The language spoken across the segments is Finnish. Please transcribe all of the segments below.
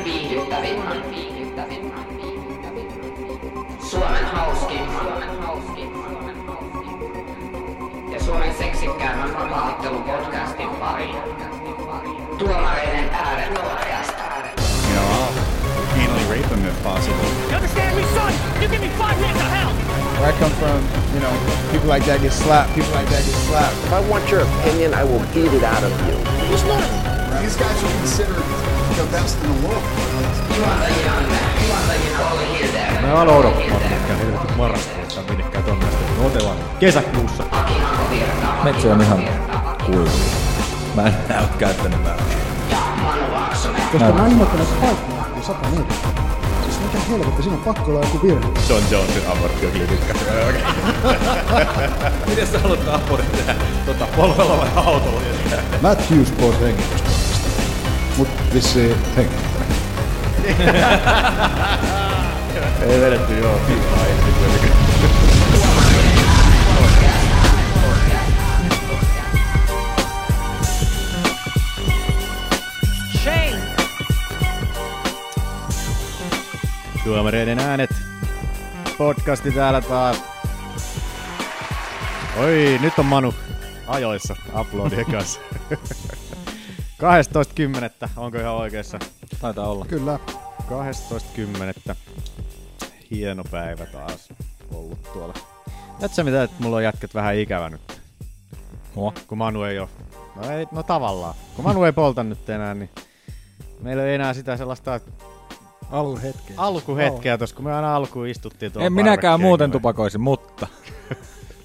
David Manfield, David Manfield, David Manfield. Suomen hauskin, Suomen hauskin, Suomen hauskin. Ja Suomen seksikkäimmän vapaattelun podcastin pari. Tuomareiden ääret podcast. You know, I'll anally rape him if possible. You understand me, son? You give me five minutes of hell. Where I come from, you know, people like that get slapped. People like that get slapped. If I want your opinion, I will beat it out of you. These guys are considered the best in the world. You are the young man, you are the young, all here there. Mä oon odottamaan pitkään helvetin marraskuussa, minnekään tuommoista. Me otellaan kesäkuussa. Metsä on ihan kuiva. Mä en nää oo käyttänyt väyliä. Koska mä ymmärtänyt, että kaikki on 104. Siis mikä helvetti, siinä on pakko olla joku virhe. John Jonesin abortti on klinikka. Miten sä haluat abortti tehdä? Tota, polvella vai autolla? Matt Hughes pois hengitystä. Mut vissiin hengittää. Ei vedetty joo. Shame. Tuomareiden äänet. Podcasti täällä taas. Oi, nyt on Manu ajoissa uploadien kanssa. 12.10. Onko ihan oikeassa? Taitaa olla. Kyllä. 12.10. Hieno päivä taas ollut tuolla. Tiedätkö sä mitä, että mulla on jätkät vähän ikävä nyt? Mua. kun Manu ei ole. No, ei, no tavallaan. Kun Manu ei polta nyt enää, niin meillä ei enää sitä sellaista Alkuhetkeä. alkuhetkeä tuossa, kun me aina alkuun istuttiin tuolla En minäkään parvekkeella. muuten tupakoisi, mutta...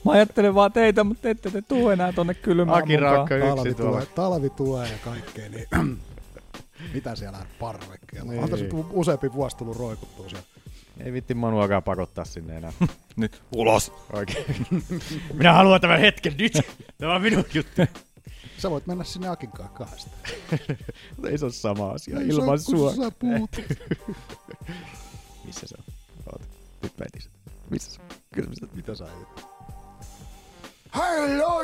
Mä ajattelin vaan teitä, mutta ette te tuu enää tonne kylmään Aki mukaan. Raukka Talvi yksi tuolla. tulee, talvi tulee ja kaikkea, niin mitä siellä on parvekkeella? Niin. On tässä nyt useampi vuosi tullut roikuttua siellä. Ei vitti Manuakaan pakottaa sinne enää. Nyt ulos. Oikein. Minä haluan tämän hetken nyt. Tämä on minun juttu. Sä voit mennä sinne Akin kanssa kahdesta. Mutta ei se ole sama asia Ei ilman saa, kun sua. sä puhut. Missä se on? Oot. Nyt mä etin sen. Missä se on? Kyllä mä sitä- Mitä sä ajattelet? Hello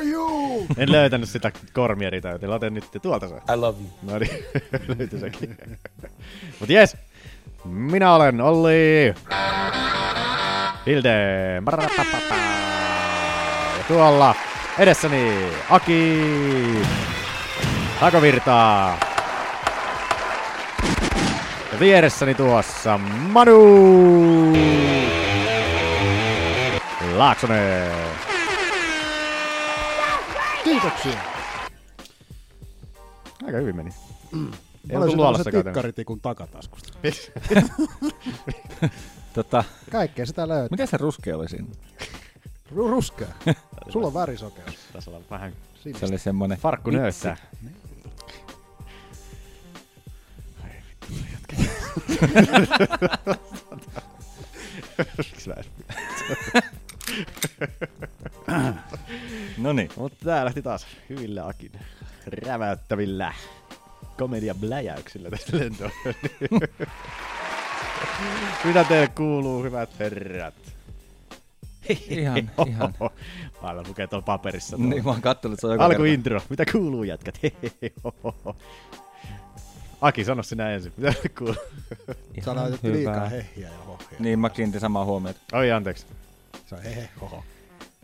you! En löytänyt sitä kormieri täyteen. Otan nyt tuolta se. I love you. No niin, löytyi sekin. Mut jes, minä olen Olli. Hilde. marapapapa. Ja tuolla edessäni Aki. Hakovirtaa. Ja vieressäni tuossa Manu. Laaksonen. Kiitoksia! Aika hyvin meni. Ei Mä löysin ollut luolassa tämmösen tikkaritikun takataskusta. Tota, Kaikkea sitä löytyy. miten se ruskea oli siinä? Ru- Ruskea. Sulla on värisokeus. Tässä on vähän Se oli semmonen... farkku nöyttää. Noniin. Mutta tää lähti taas hyvillä Akin räväyttävillä komediabläjäyksillä tästä lentoon. Mitä teille kuuluu, hyvät herrat? Ihan, ihan. Oho, Aina lukee tuolla paperissa. Tuolla. Niin, mä oon kattonut, että se on joka Alku kerta. intro. Mitä kuuluu, jätkät? Hehehe, ohoho. Aki, sano sinä ensin. Mitä kuuluu? Ihan Sanoit, että hyvä. liikaa hehiä ja hohia. Niin, mä kiinnitin samaa huomiota. Oi, anteeksi. Se on hehe, hoho.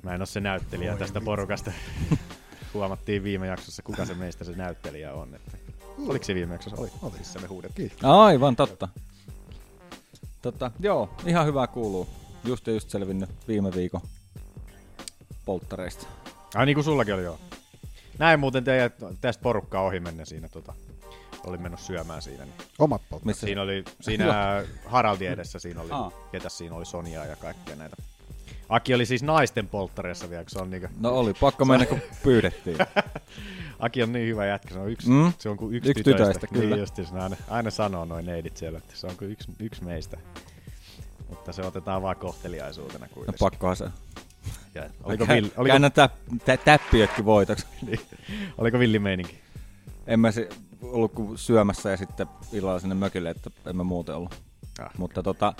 Mä en oo se näyttelijä Voi tästä vitsi. porukasta. Huomattiin viime jaksossa, kuka se meistä se näyttelijä on. Että. Oliko se viime jaksossa? Oli. Oli. Missä me huudettiin. Aivan, totta. Totta, joo, ihan hyvää kuuluu. Just ja just selvinnyt viime viikon polttareista. Ai niin kuin sullakin oli joo. Näin muuten teidät, tästä porukkaa ohi menne siinä tota. Olin mennyt syömään siinä. Niin. Omat polttaa. Missä Siinä oli, siinä Haraldin edessä siinä oli, Aa. ketä siinä oli Sonia ja kaikkea näitä. Aki oli siis naisten polttareissa vielä, kun se on niinku, No oli, pakko mennä kun pyydettiin. Aki on niin hyvä jätkä, se on yksi, mm. Mm. se on kuin yksi, Yksi tytöistä. tytöistä, kyllä. Niin justiin, ne aina, aina sanoo noin neidit siellä, että se on kuin yksi, yksi meistä. Mutta se otetaan vaan kohteliaisuutena No kuitenkin. pakkohan se. Ja, oliko, vill, oliko, Käännä tä, tä, täppiötkin voitoksi. niin, oliko villi meininki? En mä si- ollut kuin syömässä ja sitten illalla sinne mökille, että en mä muuten ollut. Ah. Mutta tota,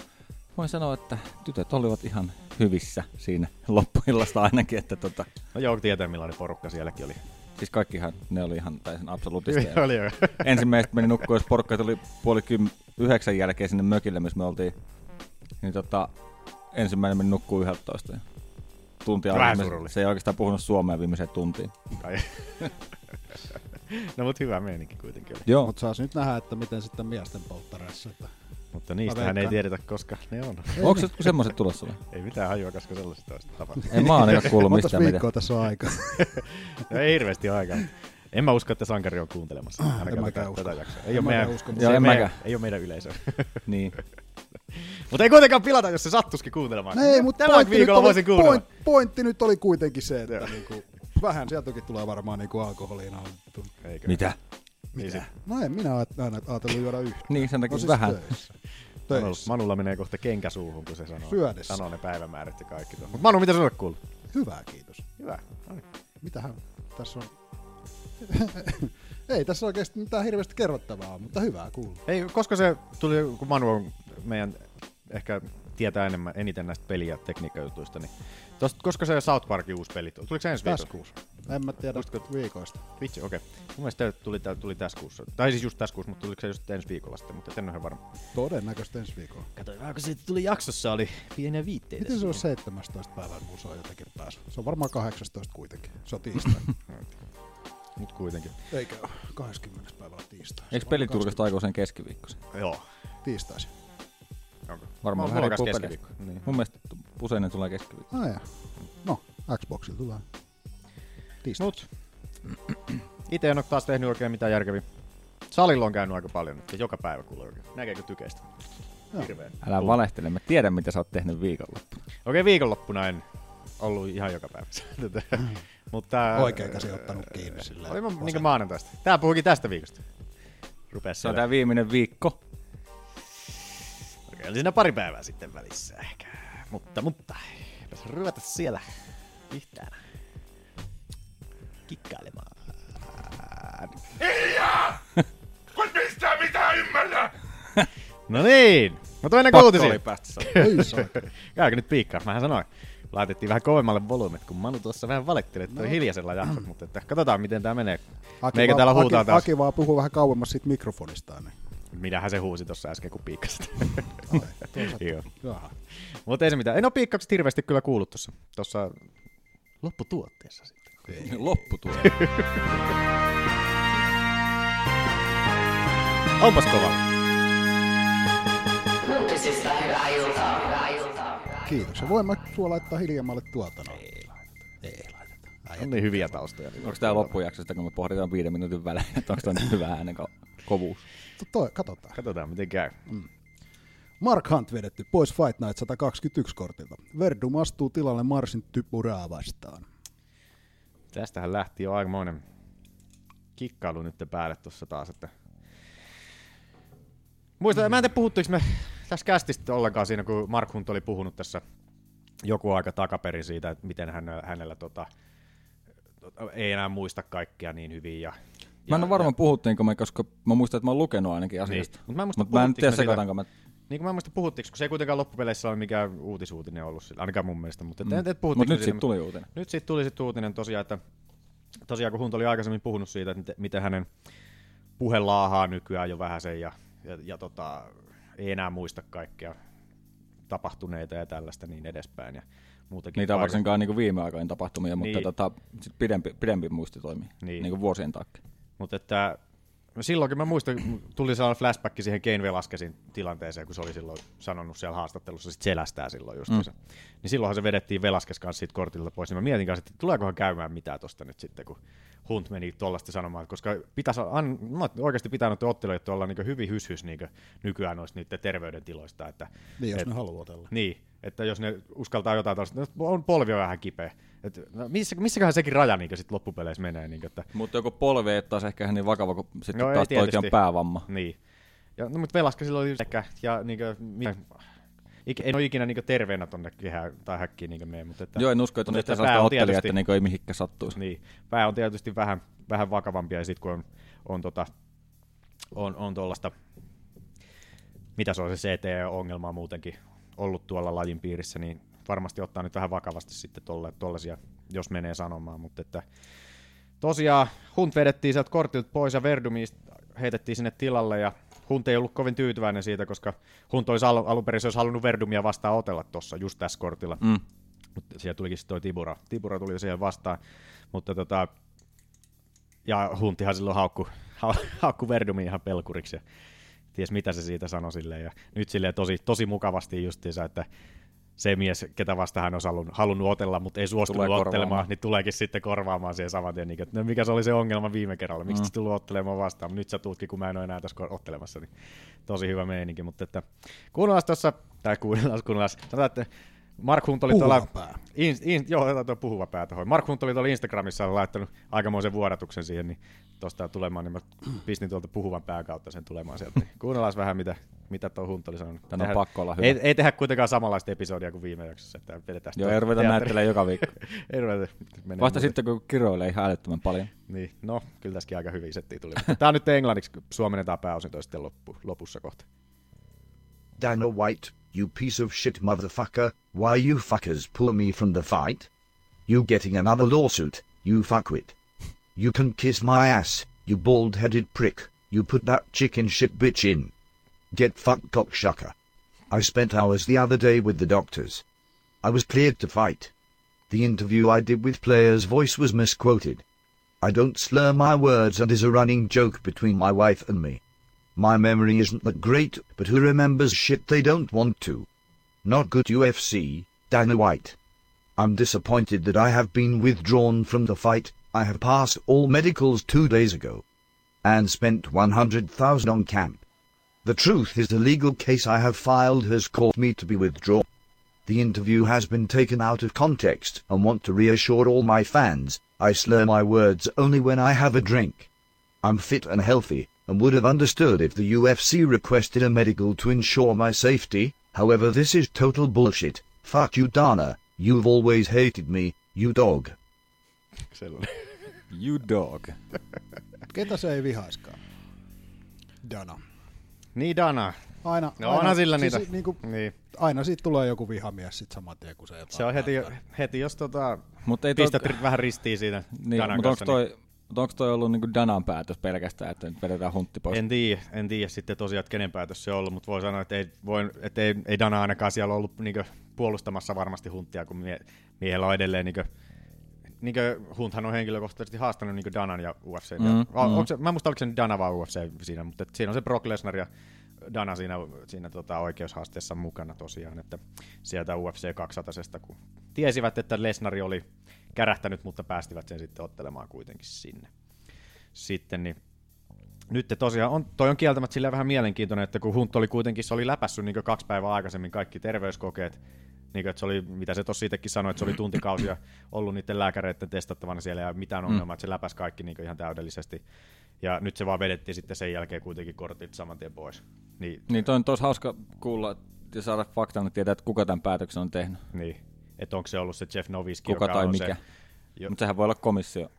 voin sanoa, että tytöt olivat ihan hyvissä siinä loppuillasta ainakin, että tota, No joo, tietää millainen porukka sielläkin oli. siis kaikkihan ne oli ihan täysin absoluutisteja. oli joo. Ensimmäiset meni nukkuun, jos porukka tuli puoli kym, yhdeksän jälkeen sinne mökille, missä me oltiin, niin tota, ensimmäinen meni nukkuu 11. ja Tuntia Vähän oli- surullista. se ei oikeastaan puhunut suomea viimeiseen tuntiin. Tai... no mut hyvä meininki kuitenkin oli. Joo, Mutta saas nyt nähdä, että miten sitten miesten polttareissa. Että... niin. Mutta niistähän ei veikkaan. tiedetä, koska ne on. onko se semmoiset tulossa vai? Ei mitään hajua, koska sellaista olisi tapahtunut. Ei mä ainakaan kuullut Montas mistään mitään. viikkoa tässä on aikaa. No ei hirveästi ole aikaa. En mä usko, että sankari on kuuntelemassa. en Ainakaan mäkään tätä, usko. tätä jaksoa. Ei, En ole mäkään meidän, usko, se Joo, ei, en meidän, mäkään. ei ole meidän yleisö. Niin. Mutta ei kuitenkaan pilata, jos se sattuskin kuuntelemaan. No ei, mutta Tällä pointti, nyt viikolla oli, voisin kuunnella. point, pointti nyt oli kuitenkin se, että niinku, vähän sieltäkin tulee varmaan niinku alkoholiin annettu. Eikö? Mitä? Mitä? No en minä aat- aina ajatellut juoda yhtään. Niin, sen takia No siis vähän. töissä. Manu, töissä. Manulla menee kohta kenkä suuhun, kun se sanoo, Syödessä. sanoo ne päivämäärät ja kaikki. Mutta Manu, mitä sinulle kuuluu? Hyvä, kiitos. Hyvä. No niin. Mitähän tässä on? ei tässä oikeasti mitään hirveästi kerrottavaa, ole, mutta hyvää kuuluu. Ei, koska se tuli, kun Manu on meidän ehkä tietää enemmän, eniten näistä peli- ja tekniikkajutuista, niin tosta, koska se South Parkin uusi peli, tuli- tuliko se ensi Tässä viikolla? kuussa. En mä tiedä Muistatko- viikoista. Vitsi, okei. Okay. Mun mielestä tuli, tuli, tuli tässä kuussa. Tai siis just tässä kuussa, mutta tuliko se just ensi viikolla sitten, mutta en ole ihan varma. Todennäköisesti ensi viikolla. Katoin vähän, kun siitä tuli jaksossa, oli pieniä viitteitä. Miten se on 17 päivän musaa jotenkin päässä? Se on varmaan 18 kuitenkin. Se on tiistai. Mut kuitenkin. Eikä ole. 20. päivä on tiistai. Eikö pelit julkaista aikoo sen keskiviikkoisen? Joo. Tiistaisin. Onko? Varmaan Mä vähän oon riippuu mulkas pelistä. keskiviikko. Niin. Mun mielestä usein ne tulee keskiviikko. Ah, ja. No, Xboxilla tulee. Tiistai. Mut. Itse en ole taas tehnyt oikein mitään järkeviä. Salilla on käynyt aika paljon nyt, ja joka päivä kuulee oikein. Näkeekö tykeistä? Hirveä. Älä valehtele, mä tiedän mitä sä oot tehnyt viikonloppu. Okei, viikonloppuna en ollut ihan joka päivä. Tätä. Mutta... Oikein käsi ottanut kiinni silleen. äh, Oli mä Vasen- niin maanantaista. Tää puhuikin tästä viikosta. Rupes Se on siellä. tää viimeinen viikko. Okei, oli siinä pari päivää sitten välissä ehkä. Mutta, mutta, eipäs ruveta siellä yhtään kikkailemaan. No niin, mutta mennään oli kuutisiin. päästä sanomaan. Ei saa. Käykö nyt piikkaa, mähän sanoin. Laitettiin vähän kovemmalle volyymet, kun Manu tuossa vähän valetteli, että no. hiljaisella jaksot, mutta että katsotaan miten tämä menee. Aki Meikä vaan- täällä huutaa Aki, taas. Aki vaan puhuu vähän kauemmas siitä mikrofonistaan. Niin. Minähän se huusi tuossa äsken, kun piikkasit. toisaalta. Joo. Jaha. Mutta ei se mitään. En ole piikkaukset hirveästi kyllä kuullut tuossa, tuossa lopputuotteessa sitten. Niin, Lopputuo. Onpas kova. Uutisista hyvää iltaa, hyvää iltaa. Kiitos. Ja voimme sua laittaa hiljemmalle tuotannolle. Ei laiteta. Ei laiteta. Ai, On niin hyviä taustoja. Onko tää loppujakso sitten, kun me pohditaan viiden minuutin välein, että onko tää nyt hyvä äänen ko- kovuus? to- toi, katsotaan. Katsotaan miten käy. Mark Hunt vedetty pois Fight Night 121 kortilta. Verdum astuu tilalle Marsin typuraa vastaan. Tästähän lähti jo aikamoinen kikkailu nyt päälle tuossa taas, että... Muista, mä en tiedä puhuttuiko me tässä kästistä ollenkaan siinä, kun Mark Hunt oli puhunut tässä joku aika takaperin siitä, että miten hän, hänellä tota, tota, ei enää muista kaikkia niin hyvin. Ja, Mä en ole varma puhuttiinko me, koska mä muistan, että mä oon lukenut ainakin asiasta. Niin. Mut mä en muista, Mut mä en tiedä puhuttiinko me sekoitanko mä. Niin kuin mä en muista puhuttiinko, kun se ei kuitenkaan loppupeleissä ole mikään uutisuutinen ollut, sillä- ainakaan mun mielestä, mutta mm. en tiedä puhuttiinko Mut nyt siitä, siitä tuli uutinen. Nyt sitten tuli sit uutinen tosiaan, että tosiaan kun Hunt oli aikaisemmin puhunut siitä, että miten- miten hänen puhe laahaa nykyään jo vähän sen ja, ja, ja tota, ei enää muista kaikkea tapahtuneita ja tällaista niin edespäin. Ja muutenkin Niitä on kaiken- varsinkaan niinku viime aikojen tapahtumia, mutta Niin. tota, sit pidempi, pidempi muisti toimii, Niin. niin. niinku vuosien takia. Mutta että no silloinkin mä muistan, kun tuli sellainen flashback siihen Kane Velaskesin tilanteeseen, kun se oli silloin sanonut siellä haastattelussa, sit selästää silloin just mm. Niin silloinhan se vedettiin Velaskes kanssa siitä kortilta pois, niin mä mietin kanssa, että tuleekohan käymään mitään tosta nyt sitten, kun Hunt meni tuollaista sanomaan, koska pitäisi, an, mä oon oikeasti pitänyt ottelijoita olla niin hyvin hyshys niin nykyään noista niiden terveydentiloista. Että, Niin, jos et- ne haluaa otella. niin, että jos ne uskaltaa jotain tällaista, no, on polvi on vähän kipeä. Et, no, missä, missäköhän sekin raja niin sit loppupeleissä menee, niin että Mutta joku polvi ei taas ehkä ihan niin vakava, kun sitten No ei taas toikin on tietysti. päävamma. Niin. Ja, no, mutta Velaska silloin oli ehkä, ja niinkö, mi- ik, en ole ikinä niinkö terveenä tonne kehään tai häkkiin niinkö mene, mutta että, Joo, en usko, että on mutta yhtään pää sellaista ottelijaa, tietysti- että niinku ei mihinkään sattuisi. Niin, pää on tietysti vähän, vähän vakavampia, ja sit kun on, on, tota, on, on tuollaista, mitä se on se CT-ongelmaa muutenkin ollut tuolla lajin piirissä, niin varmasti ottaa nyt vähän vakavasti sitten tolle, tollasia, jos menee sanomaan, mutta että tosiaan Hunt vedettiin sieltä kortilta pois ja Verdumi heitettiin sinne tilalle ja Hunt ei ollut kovin tyytyväinen siitä, koska Hunt olisi al- alun perin se olisi halunnut Verdumia vastaan otella tuossa just tässä kortilla. Mm. Mutta siellä tulikin sitten toi Tibura. Tibura tuli siihen vastaan. Mutta tota, ja Huntihan silloin haukku, ha, haukku Verdumin ihan pelkuriksi ja ties mitä se siitä sanoi silleen. Ja nyt silleen tosi, tosi mukavasti justiinsa, että se mies, ketä vasta hän olisi halunnut, halunnut otella, mutta ei suostunut Tulee Tulee korvaamaan. ottelemaan, niin tuleekin sitten korvaamaan siihen saman tien. Niin, että, no mikä se oli se ongelma viime kerralla, miksi mm. tullut ottelemaan vastaan, mutta nyt sä tuutkin, kun mä en ole enää tässä kor- ottelemassa. Niin tosi hyvä meininki, mutta että kuunnellaan tuossa, tai kuunnellaan, kuunnellaan, sanotaan, että Mark Hunt oli tuolla... Puhuvapää. In, in, joo, otetaan tuo puhuva pää tuohon. Mark Hunt oli tuolla Instagramissa laittanut aikamoisen vuodatuksen siihen, niin tuosta tulemaan, niin mä pistin tuolta puhuvan pään kautta sen tulemaan sieltä. Niin kuunnellaan vähän, mitä, mitä tuo Hunt oli sanonut. Tän on pakko olla hyvä. Ei, ei tehdä kuitenkaan samanlaista episodia kuin viime jaksossa, että vedetään Joo, sitä ei ruveta teatteri- näyttelemään joka viikko. ei ruveta. menee Vasta muuten. sitten, kun kiroilee ihan älyttömän paljon. Niin, no, kyllä tässäkin aika hyvin settiä tuli. Mutta Tää on nyt englanniksi, kun suomennetaan pääosin toi sitten loppu, lopussa kohta. Dana White, you piece of shit motherfucker, why you fuckers pull me from the fight? You getting another lawsuit, you fuckwit. You can kiss my ass, you bald headed prick, you put that chicken shit bitch in. Get fucked cocksucker. I spent hours the other day with the doctors. I was cleared to fight. The interview I did with Player's Voice was misquoted. I don't slur my words and is a running joke between my wife and me. My memory isn't that great, but who remembers shit they don't want to? Not good UFC, Dana White. I'm disappointed that I have been withdrawn from the fight. I have passed all medicals two days ago. And spent 100,000 on camp. The truth is the legal case I have filed has caused me to be withdrawn. The interview has been taken out of context and want to reassure all my fans. I slur my words only when I have a drink. I'm fit and healthy, and would have understood if the UFC requested a medical to ensure my safety. However, this is total bullshit. Fuck you, Dana. You've always hated me, you dog. Sellainen. You dog. Ketä se ei vihaiskaan? Dana. Niin, Dana. Aina, No aina, onhan sillä siis niitä. Niin kuin, Niin. aina siitä tulee joku vihamies sit saman tien, kun se epää. Se on heti, heti jos tota, Mut ei toi- pistät toi... vähän ristiin siinä Niin, Danan mutta onko kanssa, toi, mut onks toi ollut niinku Danan päätös pelkästään, että nyt vedetään huntti pois? En tiedä, en tiedä sitten tosiaan, että kenen päätös se on ollut, mutta voi sanoa, että ei, voi, että ei, ei Dana ainakaan siellä ollut niin puolustamassa varmasti Huntia, kun mie, miehellä on edelleen... Niin kuin, niin Hunthan on henkilökohtaisesti haastanut niin Danan ja UFC. Mm, ja, mm. Onko se, mä en muista, oliko se nyt Dana vai UFC siinä, mutta et siinä on se Brock Lesnar ja Dana siinä, siinä tota, oikeushaasteessa mukana tosiaan, että sieltä UFC 200, kun tiesivät, että Lesnari oli kärähtänyt, mutta päästivät sen sitten ottelemaan kuitenkin sinne. Sitten niin nyt te tosiaan, on, toi on kieltämättä sillä vähän mielenkiintoinen, että kun Hunt oli kuitenkin, se oli läpässyt niin kaksi päivää aikaisemmin kaikki terveyskokeet, niin että se oli, mitä se tuossa itsekin sanoi, että se oli tuntikausia ollut niiden lääkäreiden testattavana siellä ja Mm. mitään ongelmaa, että se läpäsi kaikki niin ihan täydellisesti. Ja nyt se vaan vedettiin sitten sen jälkeen kuitenkin kortit saman tien pois. Niin, Niin toi on tos hauska kuulla ja saada faktana tietää, että kuka tämän päätöksen on tehnyt. niin. että onko se ollut se Jeff Noviski, Kuka joka tai on mikä. se... Jo, Mutta sehän voi olla komissio.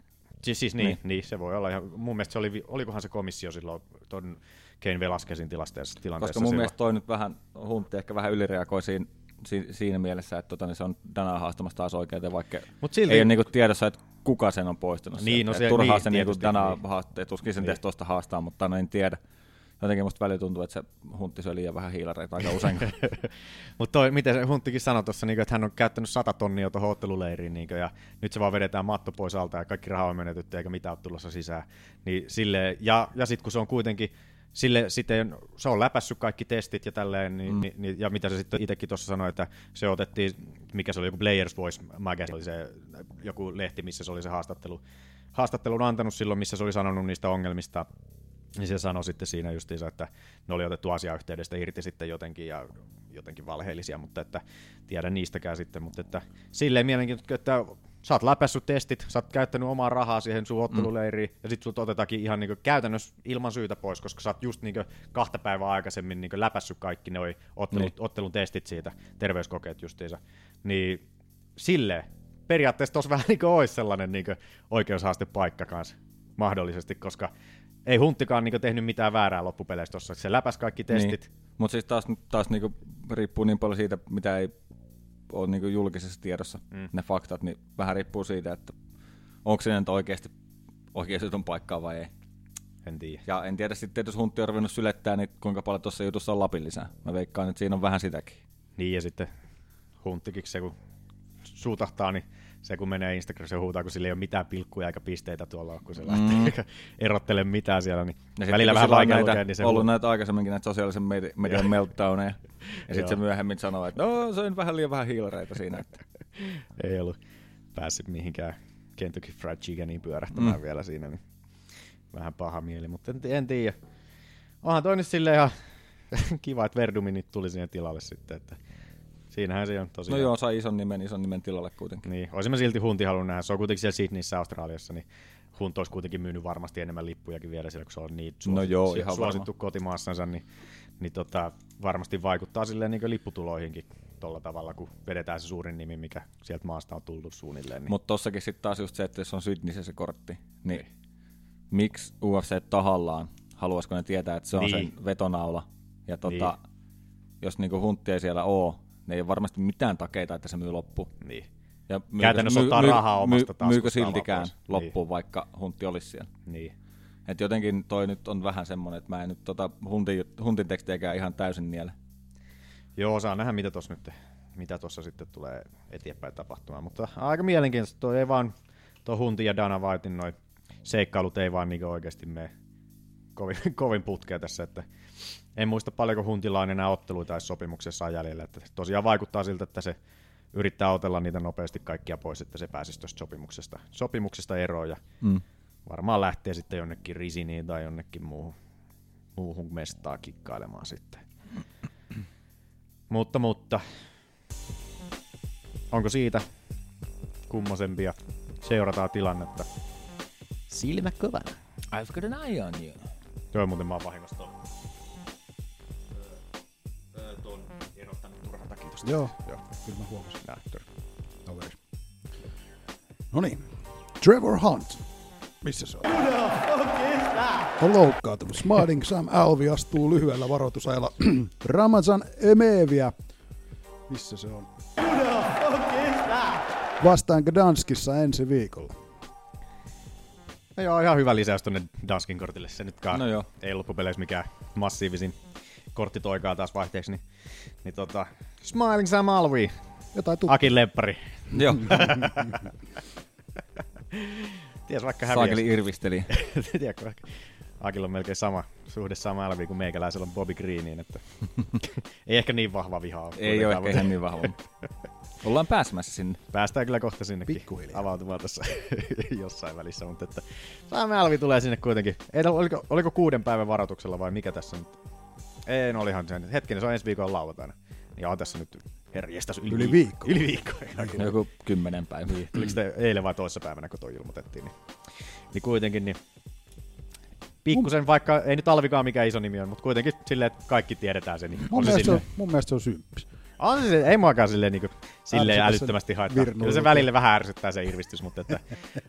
Siis, siis niin, niin. niin, se voi olla ihan, mun mielestä se oli, vi- olikohan se komissio silloin ton Kane Velasquezin tilanteessa, tilanteessa Koska mun silloin. mielestä toi nyt vähän, Huntti ehkä vähän ylireagoi siinä, si, siinä mielessä, että tota, niin se on Danaa haastamassa taas oikeuteen, vaikka Mut silti- ei ole niinku tiedossa, että kuka sen on poistanut. Niin, sieltä. no Et se- Turhaa niin, se niinku tietysti, Danaa niin. haastaa, ja tuskin sen Niin. niin. tuosta haastaa, mutta no en tiedä. Jotenkin musta välillä tuntuu, että se Huntti syö liian vähän hiilareita aika usein. Mutta miten se Hunttikin sanoi tuossa, niinku, että hän on käyttänyt 100 tonnia tuohon otteluleiriin niinku, ja nyt se vaan vedetään matto pois alta ja kaikki raha on menetetty eikä mitään ole tulossa sisään. Niin sille, ja ja sitten kun se on kuitenkin sille, sitten se on läpässyt kaikki testit ja tälleen, niin, mm. niin, niin, ja mitä se sitten itsekin tuossa sanoi, että se otettiin, mikä se oli, joku Players Voice Magazine, oli se, joku lehti, missä se oli se haastattelu, haastattelun antanut silloin, missä se oli sanonut niistä ongelmista, niin se sanoi sitten siinä justiinsa, että ne oli otettu asiayhteydestä irti sitten jotenkin ja jotenkin valheellisia, mutta että tiedä niistäkään sitten, mutta että silleen mielenkiintoista, että sä oot läpässyt testit, sä oot käyttänyt omaa rahaa siihen sun otteluleiriin mm. ja sit sut otetaankin ihan niinku käytännössä ilman syytä pois, koska sä oot just niinku kahta päivää aikaisemmin niinku läpässyt kaikki ne oli ottelut, Niin. niin. ottelun testit siitä, terveyskokeet justiinsa, niin silleen periaatteessa tuossa vähän niin olisi sellainen niin oikeushaastepaikka kanssa mahdollisesti, koska ei Hunttikaan niin tehnyt mitään väärää loppupeleissä tuossa. Se läpäsi kaikki testit. Niin. Mutta siis taas, taas niinku riippuu niin paljon siitä, mitä ei ole niinku julkisessa tiedossa, mm. ne faktat, niin vähän riippuu siitä, että onko se nyt oikeasti oikeusjutun paikkaa vai ei. Niin. En tiedä. Ja en tiedä sitten, jos Huntti on ruvennut sylettää, niin kuinka paljon tuossa jutussa on Lapin lisää. Mä veikkaan, että siinä on vähän sitäkin. Niin ja sitten hunttikin se, kun suutahtaa, niin se kun menee Instagramissa ja huutaa, kun sillä ei ole mitään pilkkuja eikä pisteitä tuolla, ole, kun se lähtee eikä erottele mitään siellä, niin Mm. ja Ja sitten, välillä kun vähän sillä on vaikea näitä, lukea, niin se ollut huu- näitä aikaisemminkin näitä sosiaalisen medi- median meltdowneja. Ja sitten se myöhemmin sanoo, että no se on vähän liian vähän hiilareita siinä. Että. ei ollut päässyt mihinkään Kentucky Fried Chickeniin pyörähtämään mm. vielä siinä, niin vähän paha mieli, mutta en, en tiedä. Onhan toi nyt silleen ihan kiva, että Verdumi nyt tuli siihen tilalle sitten, että siinähän se on No tosiaan. joo, sai ison nimen, ison nimen tilalle kuitenkin. Niin, olisin mä silti Hunti halunnut nähdä. Se on kuitenkin siellä Sydneyssä Australiassa, niin Hunt olisi kuitenkin myynyt varmasti enemmän lippujakin vielä siellä, kun se on niin suosittu, No joo, ihan varma. suosittu kotimaassansa, niin, niin tota, varmasti vaikuttaa silleen niin lipputuloihinkin tuolla tavalla, kun vedetään se suurin nimi, mikä sieltä maasta on tullut suunnilleen. Niin. Mutta tossakin sitten taas just se, että jos on Sydneyssä se kortti, niin miksi UFC tahallaan, haluaisiko ne tietää, että se on Niin. sen vetonaula. Ja tota, jos niinku huntti ei siellä oo, niin ei ole varmasti mitään takeita, että se myy loppu. niin. Ja myykö, Käytännössä ottaa rahaa omasta Niin. taskustaan Myykö vaan siltikään pois. loppuun, vaikka huntti olisi siellä. niin. Et jotenkin toi nyt on vähän semmoinen, että mä en nyt tota huntin, huntin tekstejäkään ihan täysin niele. Joo, saa nähdä, mitä tuossa nyt mitä tuossa sitten tulee eteenpäin tapahtumaan, mutta aika mielenkiintoista, toi ei vaan, tuo Hunti ja Dana Whitein noi seikkailut ei vaan niinku oikeasti mene kovin, kovin putkea tässä, että en muista paljonko Huntilla on enää otteluita tai sopimuksessa jäljellä, että tosiaan vaikuttaa siltä, että se yrittää otella niitä nopeasti kaikkia pois, että se pääsisi tuosta sopimuksesta, sopimuksesta eroon ja mm. varmaan lähtee sitten jonnekin Risiniin tai jonnekin muuhun, muuhun mestaa kikkailemaan sitten. Mutta, mutta. Onko siitä kummosempia? Seurataan tilannetta. Silmä kovana. I've got an eye on you. Joo, muuten mä oon vahingossa ton. Öö, ton en ottanut turhan takia tosta. Joo, Joo. kyllä mä huomasin. Nää, tör. No worries. Noniin. Trevor Hunt. Missä se on? On loukkaantunut. Smading Sam Alvi astuu lyhyellä varoitusajalla Ramazan Emeviä. Missä se on? Vastaan Gdanskissa ensi viikolla. No joo, ihan hyvä lisäys tonne Danskin kortille. Se nytkaan No no joo. ei loppupeleissä mikään massiivisin kortti toikaa taas vaihteeksi. Niin, niin tota, Smiling Sam Alvi, Jotain tuttu. Akin leppari. Joo, Ties vaikka häviäisi. saakeli irvisteli. Tiedätkö, Akilla on melkein sama suhde sama Alvi kuin meikäläisellä on Bobby Greeniin, että ei ehkä niin vahva viha ole. Ei ole kuitenkaan, ehkä mutta ihan niin vahva. Ollaan pääsemässä sinne. Päästään kyllä kohta sinnekin Pikkuhiljaa. avautumaan tässä jossain välissä, mutta että Saame Alvi tulee sinne kuitenkin. Ei, täällä- oliko, oliko kuuden päivän varoituksella vai mikä tässä nyt? Ei, no olihan se. Hetkinen, se on ensi viikolla lauantaina. Ja on tässä nyt herjestäs yli, Yli viikko. Yli viikko. Joku kymmenen päivä. Tuliko Mm. sitä eilen vai toissapäivänä, kun toi ilmoitettiin? Niin, niin kuitenkin, niin pikkusen, vaikka ei nyt Alvikaan mikä iso nimi on, mutta kuitenkin silleen, että kaikki tiedetään se. Niin Mun, on se, mielestä se on, silleen, mun mielestä se on symppis. on se, silleen- ei muakaan silleen, niin kuin, silleen Ärsytä sen älyttömästi haittaa. virnu- Kyllä se välillä vähän ärsyttää se irvistys, mutta että,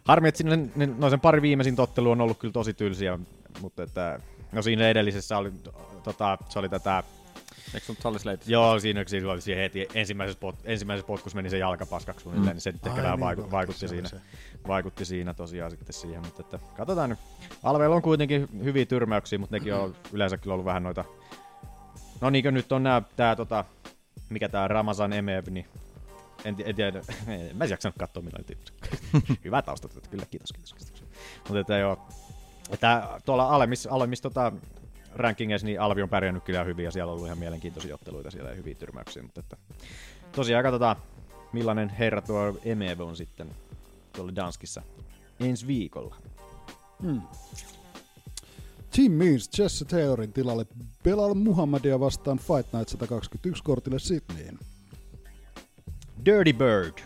harmi, että sinne, ne- no sen pari viimeisin tottelu on ollut kyllä tosi tylsiä, mutta että, no siinä edellisessä oli, tota, se oli tätä Eikö sun Charles Leitis? Joo, siinä, siinä oli siihen heti ensimmäisessä, pot, ensimmäisessä potkussa meni se jalkapaskaksi suunnilleen, mm. niin se nyt ehkä Ai vähän niin, vaiku, totta, vaikutti, se oli siinä, se. vaikutti siinä tosiaan sitten siihen, mutta että, katsotaan nyt. Alveilla on kuitenkin hyviä tyrmäyksiä, mutta nekin Mm. on yleensä kyllä ollut vähän noita, no niinkö nyt on nää, tää tota, mikä tää Ramazan Emev, niin en, ti- en tiedä, en mä en jaksanut katsoa millään tyyppi. Hyvä tausta, tätä, kyllä, kiitos, kiitos, kiitos. Mutta että joo, että tuolla alemmissa, alemmissa tota, rankingeissa niin Alvi on pärjännyt kyllä hyvin ja siellä on ollut ihan mielenkiintoisia otteluita siellä ja hyviä tyrmäyksiä, mutta että, tosiaan katsotaan millainen herra tuo Emev on sitten tuolla Danskissa ensi viikolla. Jim Means Jesse Taylorin tilalle Belal Muhammadia vastaan Fight Night 121 kortille Sydneyin. Dirty Bird.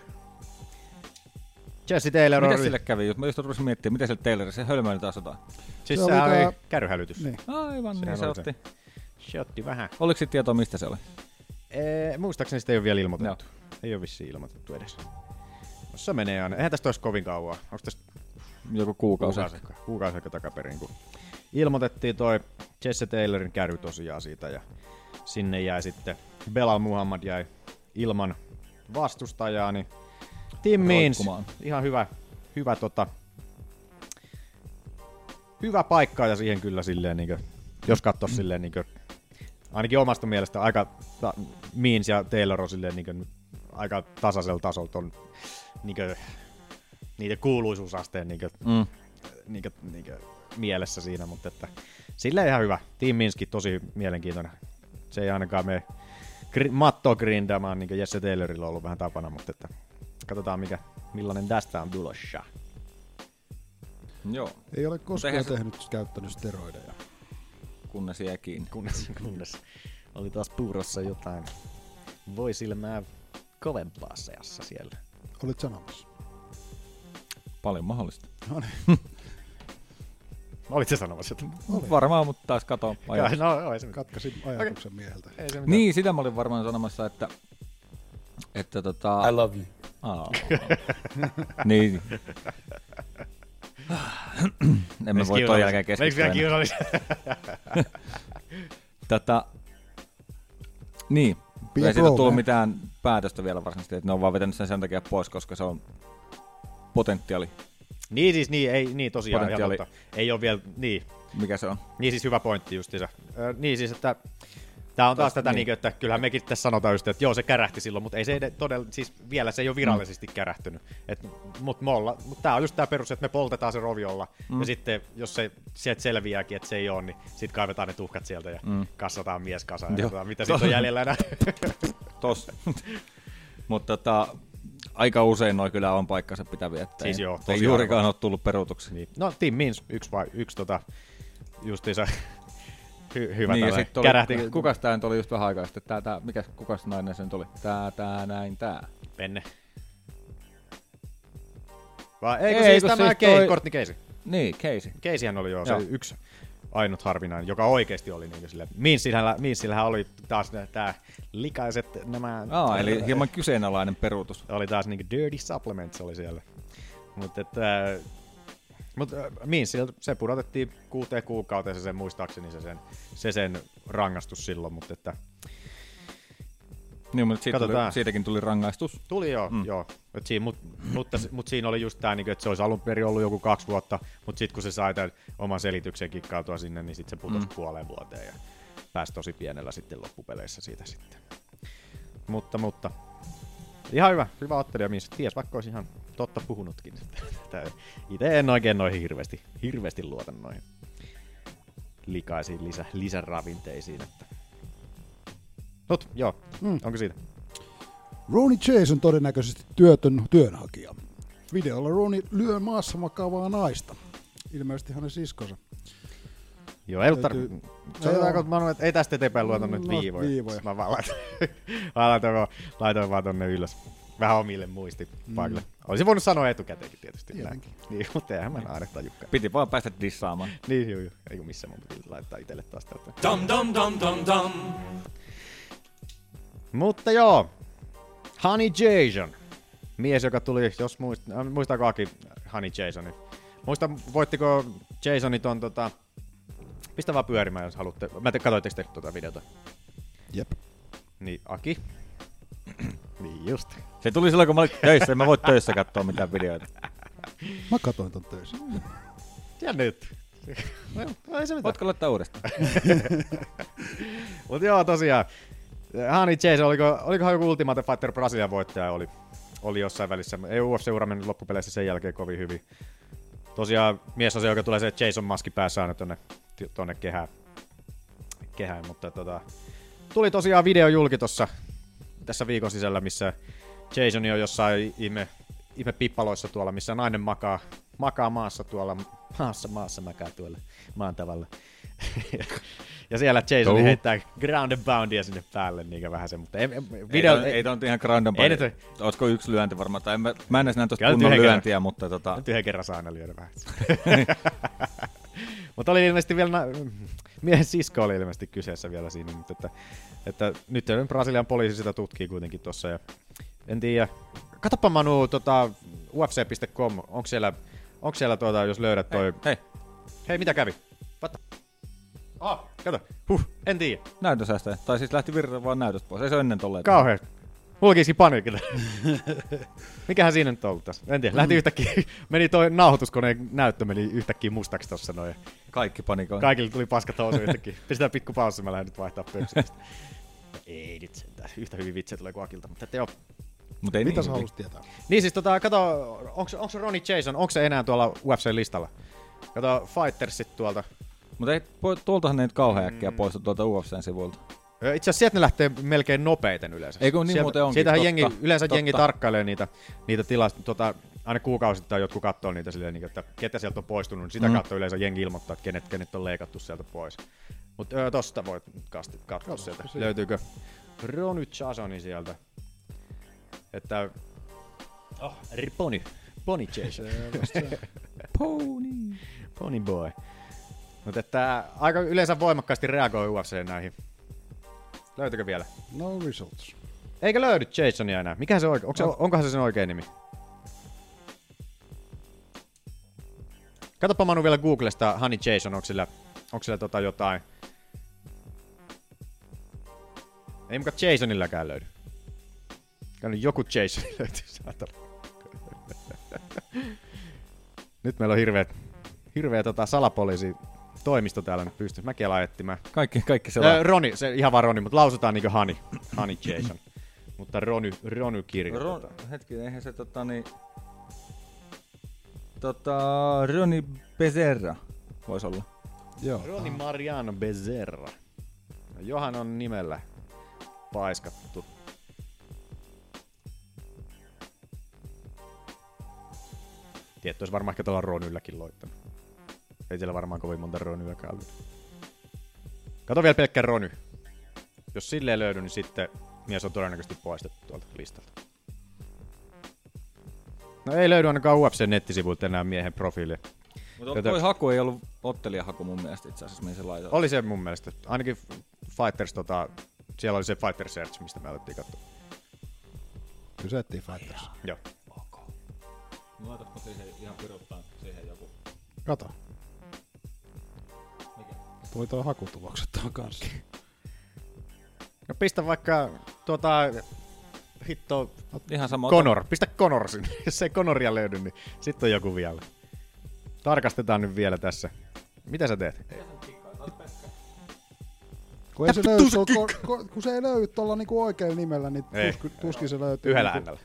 Jesse Taylor Mitä on... sille kävi? Just- Mä just rupesin miettimään, mitä sille Taylorille se hölmöili taas jotain. Siis Se oli sehän oli tää- kärryhälytys. Niin. Aivan, Sehän niin se oli se. otti. Se otti vähän. Oliko sit tietoa, mistä se oli? Ee, muistaakseni sitä ei ole vielä ilmoitettu. No. Ei ole vissiin ilmoitettu edes. No, se menee aina. Eihän tästä olisi kovin kauan. Onko tästä Joku kuukausi. kuukausi, kuukausi ehkä takaperin, kun ilmoitettiin toi Jesse Taylorin käry tosiaan siitä ja sinne jäi sitten Belal Muhammad jäi ilman vastustajaa, niin Tim Means, Roikkumaan. ihan hyvä, hyvä tota, hyvä paikka ja siihen kyllä silleen, niin kuin, jos katsoo silleen, niin kuin, ainakin omasta mielestä aika ta- Means ja Taylor on silleen, niin kuin, aika tasaisella tasolla ton, niin kuin, niiden kuuluisuusasteen niin kuin, mm. niin kuin, niin kuin, mielessä siinä, mutta että, silleen ihan hyvä. Team Minski tosi mielenkiintoinen. Se ei ainakaan mene gri- mattoa grindaamaan, niin kuin Jesse Taylorilla on ollut vähän tapana, mutta että, katsotaan mikä, millainen tästä on tulossa. Joo, Ei ole koskaan eihän se- tehnyt käyttänyt steroideja. kunnes jää kiinni. kunnes, kunnes oli taas puurossa jotain voi silmää kovempaa seassa siellä. Olit sanomassa. Paljon mahdollista. No, Olit se sanomassa, että Varmaan, mutta taas kato. Kai, no, ei se mitään. Katkasin ajatuksen mieheltä. Ei se mitään. Niin, sitä mä olin varmaan sanomassa, että... Että tota... I love you. Aa, niin. en mä voi toi jälkeen Eikö keskustella. vielä enää. kiusallista? Tätä... Tota, Niin. Be ei a siitä pro, tule man. mitään päätöstä vielä varsinaisesti, että ne on vaan vetänyt sen sen takia pois, koska se on potentiaali. Niin siis, niin, ei, niin tosiaan ihan Potentiaali. totta. Ei ole vielä, niin. Mikä se on? Niin siis hyvä pointti justiinsa. Ö, niin siis, että Tämä on taas tätä, niin. Niin, että kyllähän mekin tässä sanotaan just, että joo, se kärähti silloin, mutta ei se ed- todella, siis vielä se ei ole virallisesti mm. kärähtynyt. Mutta mut tämä on just tämä perus, että me poltetaan se roviolla, mm. ja sitten jos se sieltä selviääkin, että se ei ole, niin sitten kaivetaan ne tuhkat sieltä ja mm. kassataan mies kasaan, ja Joo. katsotaan, mitä siitä on jäljellä enää. Tos. Mutta tota, aika usein noi kyllä on paikkansa pitäviä. Että Siis ei- joo, ei tosi juurikaan ole tullut peruutuksi. Niin, no Tim Means, yksi vai yksi tota, justiinsa hy- hyvä niin, niin ja tällainen. sitten kärähti, oli, kukas tää nyt oli just vähän aikaa sitten, tää, tää, mikä, kukas nainen se nyt oli? Tää, tää, näin, tää. Penne. Vai eikö Ei, ei, siis kun tämä siis siis toi... toi- Courtney Casey? Niin, Casey. Caseyhän oli joo, Joo. se yksi ainut harvinainen, joka oikeasti oli niin sille. Minsillähän, Minsillähän oli taas tämä likaiset nämä... Aa, eli hieman kyseenalainen peruutus. Oli taas niinku dirty supplements oli siellä. Mutta että... Mutta Minsiltä se pudotettiin kuuteen kuukauteen se sen muistaakseni se sen, se sen rangaistus silloin, mutta että Niin, mutta siitä tuli, Katsotaan. siitäkin tuli rangaistus. Tuli joo, mm. joo. Et siinä, mut, mutta, mut siinä oli just tämä, että se olisi alun perin ollut joku kaksi vuotta, mutta sitten kun se sai tämän oman selityksen kikkautua sinne, niin sitten se putosi mm. puoleen vuoteen ja pääsi tosi pienellä sitten loppupeleissä siitä sitten. Mutta, mutta. Ihan hyvä, hyvä ottelija mies. Ties, vaikka olisi ihan totta puhunutkin. Itse en oikein noihin hirveästi, hirveästi luota noihin likaisiin lisä, lisäravinteisiin. Että. Mut, joo. Mm. Onko siitä? Ronnie Chase on todennäköisesti työtön työnhakija. Videolla Ronnie lyö maassa makaavaa naista. Ilmeisesti hänen siskonsa. Joo, ei ollut Täytyy- tarvi... Sanotaanko, Joo. että Manu, että ei tästä eteenpäin luota nyt No, viivoja. viivoja. Mä vaan laitoin, laitoin, vaan, laitoin vaan tonne ylös. Vähän omille muistipaikille. Mm. Olisin voinut sanoa etukäteenkin tietysti. näin. Tietenkin. Niin, mutta eihän mä aina tajukkaan. Piti vaan päästä dissaamaan. Niin, joo, joo. Eikö missä mun piti laittaa itelle taas tätä. Dum dum dum dum dum. Mutta joo, Honey Jason. Mies, joka tuli, jos muist, äh, muistaako Aki Honey Jasonin? Muista, voittiko Jasonit on tota... Pistä vaan pyörimään, jos haluatte. Mä te, katsoitteko te tuota videota? Jep. Niin, Aki. niin just. Se tuli silloin, kun mä olin töissä. En mä voi töissä katsoa mitään videoita. Mä katoin ton töissä. Niin. Ja nyt. No, ei se mitään. Voitko laittaa uudestaan? Mut joo, tosiaan. Hani Chase, oliko, olikohan joku Ultimate Fighter Brasilian voittaja oli, oli jossain välissä. Ei UFC-ura mennyt loppupeleissä sen jälkeen kovin hyvin. Tosiaan mies on se, joka tulee se Jason maski päässä aina tonne, tonne kehään. kehään. Mutta tota, tuli tosiaan video julki tossa, tässä viikon sisällä, missä Jason on jossain ihme, ihme pippaloissa tuolla, missä nainen makaa, makaa maassa tuolla, maassa, maassa makaa tuolla maan tavalla. ja siellä Jason Touhu. heittää ground and boundia sinne päälle, niikä vähän se, mutta ei, ei- Video, video, ei, ei, ei, ihan grand Ei nyt- Olisiko yksi lyönti varmaan? Tai en mä, mä en edes näe tuosta Kyllä kunnon yhden kerran. lyöntiä, mutta tota, Nyt yhden kerran saa aina lyödä vähän. mutta oli ilmeisesti vielä, na- miehen sisko oli ilmeisesti kyseessä vielä siinä, mutta että, että nyt Brasilian poliisi sitä tutkii kuitenkin tuossa. Ja en tiedä, katoppa Manu tota, ufc.com, onko siellä, onko siellä tuota, jos löydät toi... hei, Hei, mitä kävi? What? the- Ah, kato, huh, en tiedä. näytön säästäjä. Tai siis lähti virta vaan näytöstä pois. Ei se ole ennen tolleen. Kauhean Mulla kiiski paniikki. Mikähän siinä nyt on ollut tässä? En tiedä. Lähti yhtäkkiä, meni toi nauhoituskoneen näyttö meni yhtäkkiä mustaksi tossa noin. Kaikki panikoi. Kaikille tuli paskat housu yhtäkkiä. Pistetään pikku paussi, mä lähden nyt vaihtaa pöksyä. Ei nyt sentään. Yhtä hyvin vitsejä tulee kuin Akilta, mutta että joo. Mutta ei Mitä niin. sä haluaisit tietää? Niin siis tota, kato, onko, onko Ronnie Jason, onko se enää tuolla UFC-listalla? Kato, Fightersit tuolta. Mutta ei, po- tuoltahan ne nyt kauhean äkkiä poistu tuolta UFCn sivuilta. Ö, Itse asiassa sieltä ne lähtee melkein nopeiten yleensä. Ei kun niin muuten onkin, Siitähän totta, jengi, yleensä totta. jengi tarkkailee niitä, niitä tilastoja, tota, aina kuukausittain jotkut katsoo niitä silleen, niin kuin, että ketä sieltä on poistunut, niin sitä mm. kautta yleensä jengi ilmoittaa, että kenet, kenet on leikattu sieltä pois. Mutta tosta voit kasti- katsoa sieltä, löytyykö Rony Chasoni sieltä. Että, oh, ri- Pony, Pony Jason. Pony. Pony boy. Mutta että aika yleensä voimakkaasti reagoi UFC näihin. Löytyykö vielä? No results. Eikä löydy Jasonia enää. Mikä se oikein? Onko se, onkohan se sen oikein nimi? Katsopa Manu vielä Googlesta Honey Jason, onko sillä, onko sillä tota jotain. Ei muka Jasonillakaan löydy. Kyllä nyt joku Jason löytyy, saatana. Nyt meillä on hirveä, hirveä tota salapoliisi toimisto täällä nyt pystyssä. Mäkin alan etsimään. Kaikki, kaikki se Öö, Roni, se ihan vaan Roni, mutta lausutaan niinku Hani. Hani Jason. mutta Rony, Rony kirjoitetaan. Ron, hetkinen, eihän se tota niin... Tota, Roni Bezerra voisi olla. Joo. Roni Mariano Bezerra. No, Johan on nimellä paiskattu. Tietty olisi varmaan ehkä tuolla Ronylläkin loittanut. Ei siellä varmaan kovin monta Ronylläkään ollut. Kato vielä pelkkä Rony. Jos sille ei löydy, niin sitten mies on todennäköisesti poistettu tuolta listalta. No ei löydy ainakaan UFC-nettisivuilta enää miehen profiilia. Mutta Joten- toi haku ei ollut ottelijahaku mun mielestä itse asiassa, mihin se laitoin. Oli se mun mielestä. Ainakin Fighters, tota, siellä oli se Fighter Search, mistä me alettiin katsoa. Kysettiin Fighters. Joo. Laitatko siihen ihan pyrottaan siihen joku? Kato. Tuli toi hakutulokset tuon kanssa. No pistä vaikka tuota, hitto Ihan sama. ota- Conor. Pistä Conor sinne. Jos ei Conoria löydy, niin sitten on joku vielä. Tarkastetaan nyt vielä tässä. Mitä sä teet? Kun, ei se löydy, tuolla ko- ko- kun se ei löydy tuolla niinku oikealla nimellä, niin Ei. tuskin, tuskin se löytyy. Yhdellä niinku, äänellä.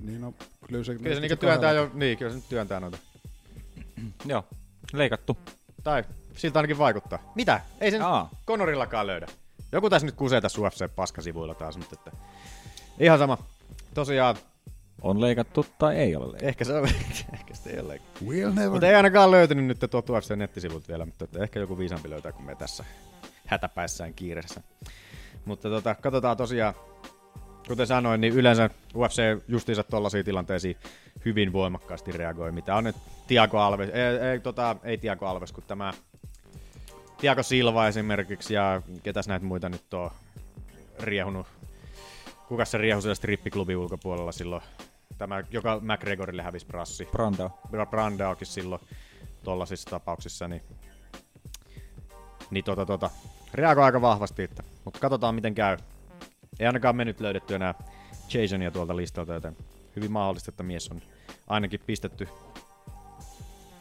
Niin no, kyllä se, Kyllä se niinku työntää jo, niin kyllä se nyt työntää noita. Joo, leikattu. Tai siltä ainakin vaikuttaa. Mitä? Ei sen Aa. Conorillakaan löydä. Joku tässä nyt kusee tässä UFC-paskasivuilla taas nyt, että ihan sama. Tosiaan, On leikattu tai ei ole leikattu. ehkä se on, ehkä sitä ei ole. We'll never... Mutta ei ainakaan löytynyt nyt tuolta UFC-nettisivulta vielä, mutta että ehkä joku viisampi löytää kuin me tässä hätäpäissään kiireessä. Mutta tota, katsotaan tosiaan, kuten sanoin, niin yleensä UFC justiinsa tuollaisiin tilanteisiin hyvin voimakkaasti reagoi. Mitä on nyt Tiago Alves, ei, ei, tota, ei Tiago Alves, kun tämä Tiago Silva esimerkiksi ja ketäs näitä muita nyt on riehunut. Kuka se riehui siellä strippiklubin ulkopuolella silloin? Tämä, joka McGregorille hävisi prassi. Branda. Brandaukin silloin tuollaisissa tapauksissa, niin, niin tota, tota, reagoi aika vahvasti. Että, mutta katsotaan miten käy. Ei ainakaan me nyt löydetty enää Jasonia tuolta listalta, joten hyvin mahdollista, että mies on ainakin pistetty,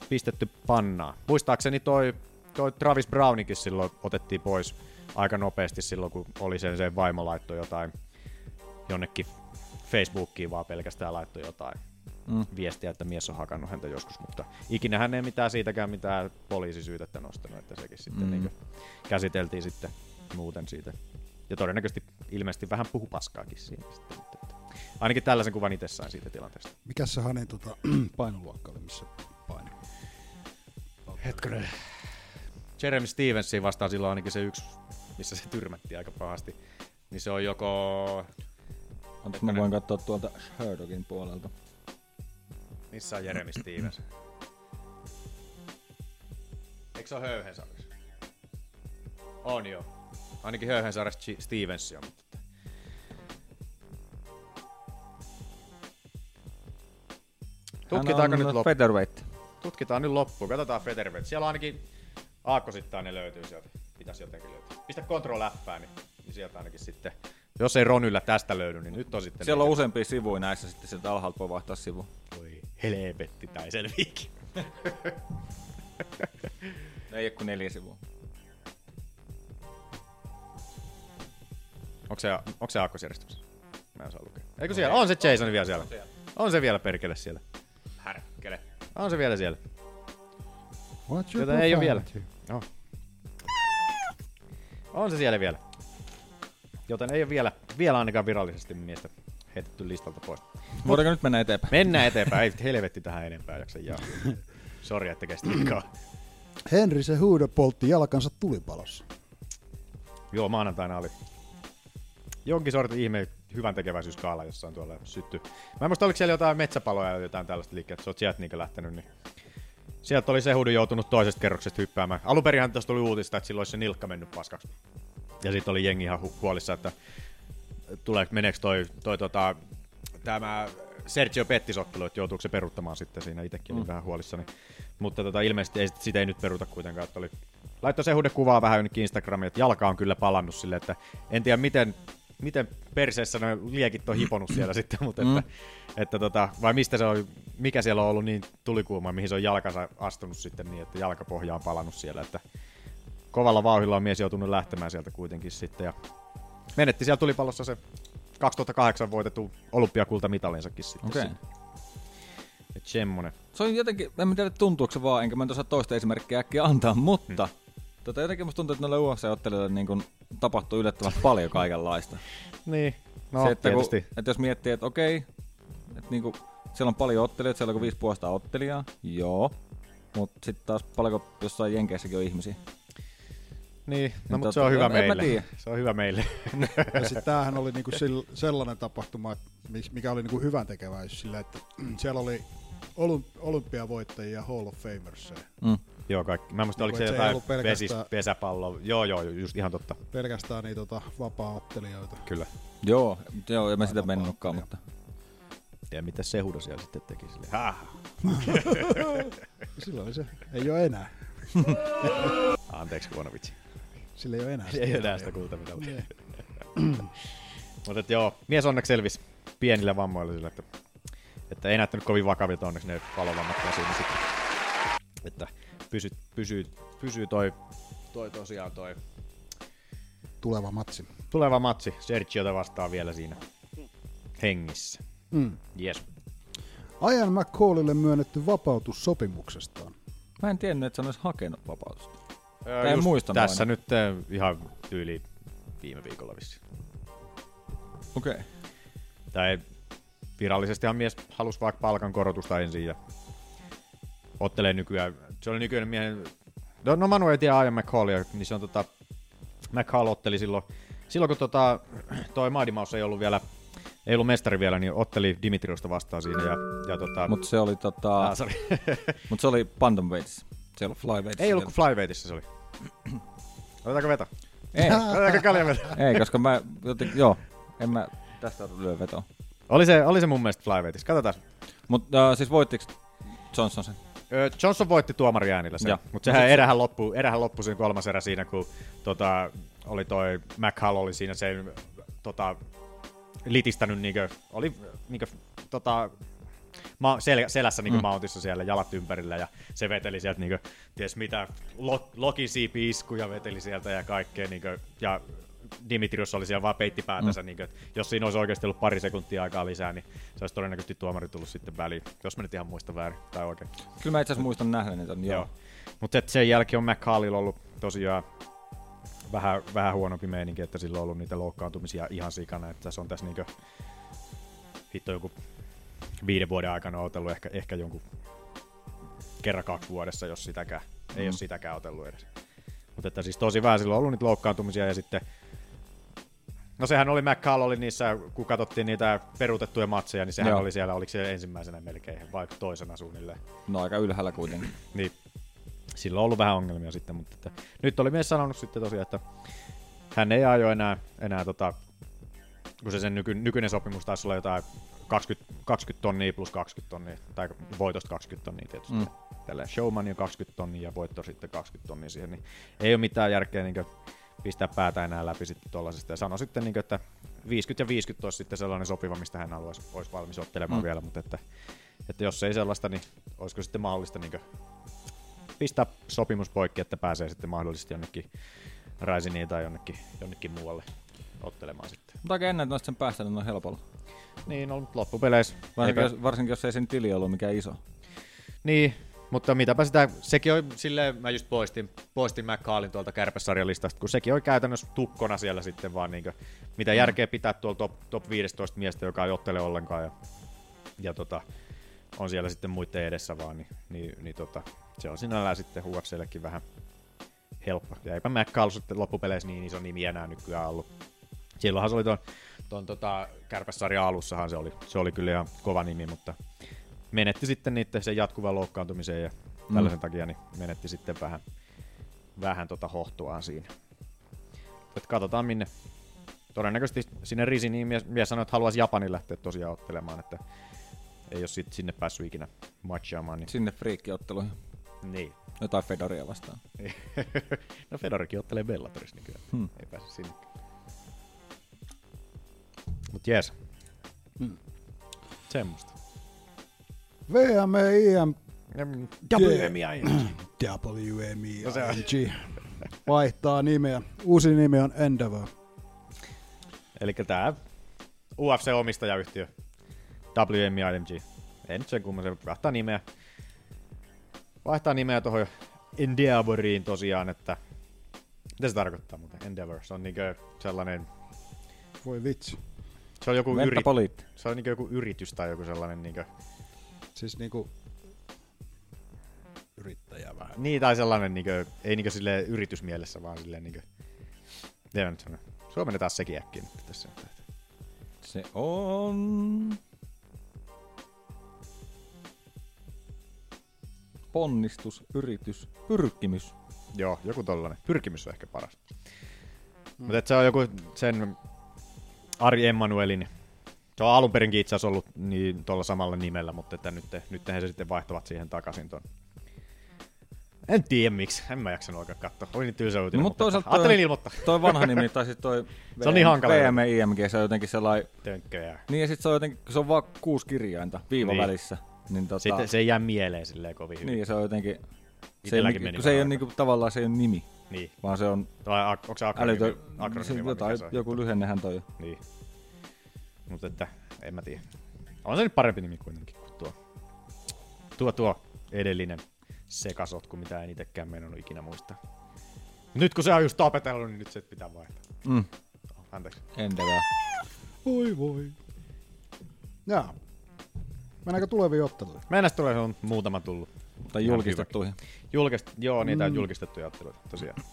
pistetty pannaa. Muistaakseni toi, toi Travis Brownikin silloin otettiin pois aika nopeasti silloin, kun oli sen, sen vaimo laittoi jotain jonnekin Facebookiin vaan pelkästään laittoi jotain mm. viestiä, että mies on hakannut häntä joskus, mutta ikinä hän ei mitään siitäkään mitään poliisisyytettä nostanut, että sekin sitten mm. niin käsiteltiin sitten muuten siitä. Ja todennäköisesti ilmeisesti vähän puhu paskaakin siinä sitten. mutta että- Ainakin tällaisen kuvan itse sain siitä tilanteesta. Mikäs se hänen tota, painoluokka oli, missä paino? Hetkinen. Jeremy Stevensiin vastaan silloin ainakin se yksi, missä se tyrmätti aika pahasti. Niin se on joko... Anteeksi, mä voin katsoa tuolta Sherdogin puolelta. Missä on Jeremy Stevens? Eikö se ole Höyhensaaressa? On joo. Ainakin Höyhensaaressa Chi- Stevens on. Mutta... että- Tutkitaanko Hän nyt, on lop... Featherweight. Tutkitaan nyt loppuun. Katsotaan Featherweight. Siellä ainakin aakkosittain ne löytyy sieltä. Pitäisi jotenkin löytyä. Pistä control läppää, niin, niin sieltä ainakin sitten Jos ei Ronylä tästä löydy, niin nyt on sitten... Siellä on useampia sivuja näissä, sitten sieltä alhaalta voi vaihtaa sivu. Voi helvetti tai selviikin. No Ei ole kuin neljä sivua. Onko se, onko se aakkosjärjestyksessä? Mä en osaa lukea. Eikö siellä? No On se Jason vielä siellä. On se vielä perkele siellä. Härkkele. On se vielä siellä. What's your Jota ei ole vielä. profanity? No. On se siellä vielä. Joten ei ole vielä, vielä ainakaan virallisesti miestä heitetty listalta pois. Voidaanko nyt mennä eteenpäin? Mennään eteenpäin. Ei helvetti tähän enempää jaksa jaa. Sori, että kesti liikaa. Henri se huudo poltti jalkansa tulipalossa. Joo, maanantaina oli jonkin sortin ihme hyvän tekeväisyyskaala jossain tuolla sytty. Mä en muista, oliko siellä jotain metsäpaloja tai jotain tällaista liikkeelle, että sä oot sieltä niinkö lähtenyt, niin sieltä oli Sehudu joutunut toisesta kerroksesta hyppäämään. Alunperinhän tästä oli uutista, että silloin olisi se nilkka mennyt paskaksi. Ja sitten oli jengi ihan hu- huolissa, että tulee, meneekö toi, toi tota, tämä Sergio Pettisottelu, että joutuuko se peruuttamaan sitten siinä itsekin, mm. vähän huolissani. Mutta tota, ilmeisesti ei, sit- sitä ei nyt peruta kuitenkaan, että oli Laittoi Sehude kuvaa vähän jonnekin Instagramiin, että jalka on kyllä palannut sille, että en tiedä miten, miten perseessä ne liekit on hiponut siellä sitten, mutta että, että tota, vai mistä se on, mikä siellä on ollut niin tulikuuma, mihin se on jalkansa astunut sitten niin, että jalkapohja on palannut siellä, että kovalla vauhilla on mies joutunut lähtemään sieltä kuitenkin sitten ja menetti siellä tulipallossa se 2008 voitettu olympiakultamitalinsakin sitten. Okei. Okay. Et semmonen. Se on jotenkin, en mä tiedä tuntuuko se vaan, enkä mä nyt osaa toista esimerkkiä äkkiä antaa, mutta tota, jotenkin musta tuntuu, että noille UFC-ottelijoille niin kun, tapahtuu yllättävän paljon kaikenlaista. Niin. No, se, että, kun, tietysti. että jos miettii, että okei, että niin kuin, siellä on paljon ottelijoita, siellä on kuin viisi puolesta ottelijaa, joo, mutta sitten taas paljonko jossain Jenkeissäkin on ihmisiä. Niin, no, mutta tota, se on hyvä en- en mä meille. tiedä. Se on hyvä meille. Ja sit tämähän oli niinku sill, sellainen tapahtuma, että mis- mikä oli niinku hyvän tekeväisyys sillä, että siellä oli olym- olympiavoittajia ja Hall of Famers. Mm. Joo, kaikki. Mä en muista, oliko Niin, se Niinku, et se ei jotain ollut pesis, pelkästään- pesäpallo. Joo, joo, just ihan totta. Pelkästään niitä tota, vapaa-ottelijoita. Kyllä. Joo, joo, en mä sitä mennytkään, mutta Ja mitä se huudo siellä sitten teki sille? Ha! Silloin se ei ole enää. Anteeksi, huono vitsi. Sillä ei ole enää. Ei enää Niin. sitä kulta mitä. Mutta et joo, mies onneksi selvisi pienillä vammoilla sillä, että, että ei näyttänyt kovin vakavilta onneksi ne palovammat käsiin. niin sitten, Että pysyy, pysyy, pysyy toi, toi tosiaan toi Tuleva matsi. tuleva matsi Sergiota vastaan vielä siinä hengissä. Mm. Yes. Ajan McCallille myönnetty vapautus sopimuksestaan. mä en tiennyt, että se on edes hakenut vapautusta. Öö, Tai en just muistanut Tässä aina. nyt äh, ihan tyyli viime viikolla vissiin. Okei. Okay. Tai virallisestihan mies halusi vaikka palkan korotusta ensin ja ottelee nykyään. Se oli nykyinen miehen... No, no Manu ei tiedä Ian McCallia, niin se on tota... McCall otteli silloin, silloin kun tota, toi Maidimaus ei ollut vielä ei ollut mestari vielä, niin otteli Dimitriosta vastaan siinä. Ja, ja tota, Mutta se oli tota, ah, sorry. mut se oli Bantamweightissä. Se ei ollut Flyweightissä. ei ollut kuin Flyweightissa se oli. Otetaanko veto? Ei, Otetaanko kalja veto? ei, koska mä jotenkin, joo, en mä tästä lyö vetoa. Oli se, oli se mun mielestä Flyweightissä. Katsotaan. Mutta äh, siis voittiko Johnson sen? Ö, Johnson voitti tuomari äänillä sen, Joo. mutta sehän erähän loppui, erähän loppui siinä kolmas erä siinä, kun tota, oli toi McHall oli siinä sen tota, litistänyt, niinkö, oli niinkö, tota, ma- sel- selässä niinku mm. mountissa siellä jalat ympärillä ja se veteli sieltä niinkö, ties mitä, lo- lokin siipi iskuja veteli sieltä ja kaikkea niinkö, ja Dimitrios oli siellä vaan peitti päätänsä, mm. niin että jos siinä olisi oikeasti ollut pari sekuntia aikaa lisää, niin se olisi todennäköisesti tuomari tullut sitten väliin, jos mä nyt ihan muista väärin tai oikein. Kyllä mä itse asiassa muistan nähneeni ton, joo. Joo. Mutta sen jälkeen on McCallilla ollut tosiaan vähän, vähän huonompi meininki, että sillä on ollut niitä loukkaantumisia ihan sikana, että se on tässä niinkö hitto joku viiden vuoden aikana otellut ehkä, ehkä jonkun kerran kaksi vuodessa, jos sitäkään. Mm-hmm. Ei ole sitäkään otellut edes. Mutta että siis tosi vähän sillä on ollut niitä loukkaantumisia ja sitten No sehän oli, McCall oli niissä, kun katsottiin niitä peruutettuja matseja, niin sehän Joo. oli siellä, oliko se ensimmäisenä melkein, vai toisena suunnilleen No aika ylhäällä kuitenkin. niin sillä on ollut vähän ongelmia sitten, mutta että, nyt oli mies sanonut sitten tosiaan, että hän ei aio enää, enää tota, kun se sen nyky, nykyinen sopimus taisi olla jotain 20, 20 tonnia plus 20 tonnia, tai voitosta 20 tonnia tietysti. Mm. Tällä showman on 20 tonnia ja voitto sitten 20 tonnia siihen, niin ei ole mitään järkeä niin pistää päätä enää läpi sitten tuollaisesta. Ja sanoi sitten, niin kuin, että 50 ja 50 olisi sitten sellainen sopiva, mistä hän haluaisi, olisi valmis ottelemaan mm. vielä, mutta että, että jos ei sellaista, niin olisiko sitten mahdollista niin kuin, pistää sopimus poikki, että pääsee sitten mahdollisesti jonnekin Raisiniin tai jonnekin, jonnekin muualle ottelemaan sitten. Mutta aika ennen, että noista sen päästä, niin on helpolla. Niin, on loppupeleissä. Varsinkin Eipä- jos, varsinkin jos ei sen tili ollut mikään iso. Niin, mutta mitäpä sitä, sekin on silleen, mä just poistin, poistin McCallin tuolta kärpäsarjan listasta, kun sekin on käytännössä tukkona siellä sitten vaan niinkö, mitä järkeä pitää tuolla top, top 15 miestä, joka ei ottele ollenkaan ja, ja tota, on siellä sitten muiden edessä vaan, niin, niin, niin tota, se on sinällään sitten UFCllekin vähän helppo. Ja eipä McCall sitten loppupeleissä niin iso nimi enää nykyään ollut. Silloinhan se oli tuon, tuon tota, kärpässarjan alussahan se oli, se oli kyllä ihan kova nimi, mutta menetti sitten niiden sen jatkuvan loukkaantumiseen ja tällaisen takia niin menetti sitten vähän, vähän tota hohtoaan siinä. Et katsotaan minne. Todennäköisesti sinne Risi, niin mies, mies sanoi, että haluaisi Japanin lähteä tosiaan ottelemaan, että ei ole sit sinne päässyt ikinä matchaamaan. Niin, Sinne friikkiotteluihin. niin. Jotain Fedoria vastaan. no Fedorikin ottelee Bellatorissa nykyään. Hmm. Ei pääse sinne. Mut jees. Hmm. Semmosta. VM, IM, WMIA. No WMING vaihtaa nimeä. Uusi nimi on Endeavor. Eli tämä UFC-omistajayhtiö, WMIMG, ei nyt sen kummoisen, vaihtaa nimeä. Vaihtaa nimeä tuohon Endeavoriin tosiaan, että mitä se tarkoittaa muuten? Endeavor, se on niinkö sellainen, Voi vitsi. se on joku, Venttä yri, poliitti. se on niinkö joku yritys tai joku sellainen niinkö, Siis niinku yrittäjä vähän. niin tai sellainen niinkö, ei niinkö sille yritysmielessä, vaan silleen niinkö, miten mä nyt sanon, suomennetaan taas sekin äkkiä nyt tässä. Se on... Ponnistus, yritys, pyrkimys. Joo, joku tollanen. Pyrkimys on ehkä paras. Mm. Mutta se on joku sen Ari Emanuelin, se on alun perinkin itse asiassa ollut niin tuolla samalla nimellä, mutta että nyt, nyt he sitten vaihtavat siihen takaisin ton. En tiedä miksi, en mä jaksanut oikein katsoa. Oli niin tylsä uutinen, No Mut toisaalta ajattelin toi- ilmoittaa. Toi vanha nimi, tai siis toi Se on niin hankala. VM, IMG, se on jotenkin sellainen... Tönkköjä. Niin ja sit se on jotenkin, kun se on vaan kuusi kirjainta viiva Niin. niin. välissä. Niin tota, Sitten se ei jää mieleen silleen kovin hyvin. Niin ja se on jotenkin... Se ei, Itselläkin niinku- meni kun se ei vähän ole niinku, tavallaan se ei ole nimi, niin. vaan se on Tai ak- onko se akronymi? älytö... akronymi se, vai mikä jotain, se on? joku lyhennehän toi. Niin. Mutta että, en mä tiedä. On se nyt parempi nimi kuitenkin kuin tuo, tuo, tuo edellinen sekasotku, mitä en itsekään mennyt ikinä muistaa. Nyt kun se on just tapetellut, niin nyt se pitää vaihtaa. Mm. Oh, Anteeksi. Entävää. Voi voi. Jaa. Mennäänkö tuleviin otteluihin? Mennäs tulee on muutama tullut. Tai Ihan julkistettuihin. Julkist, joo, niitä on julkistettuja otteluita tosiaan.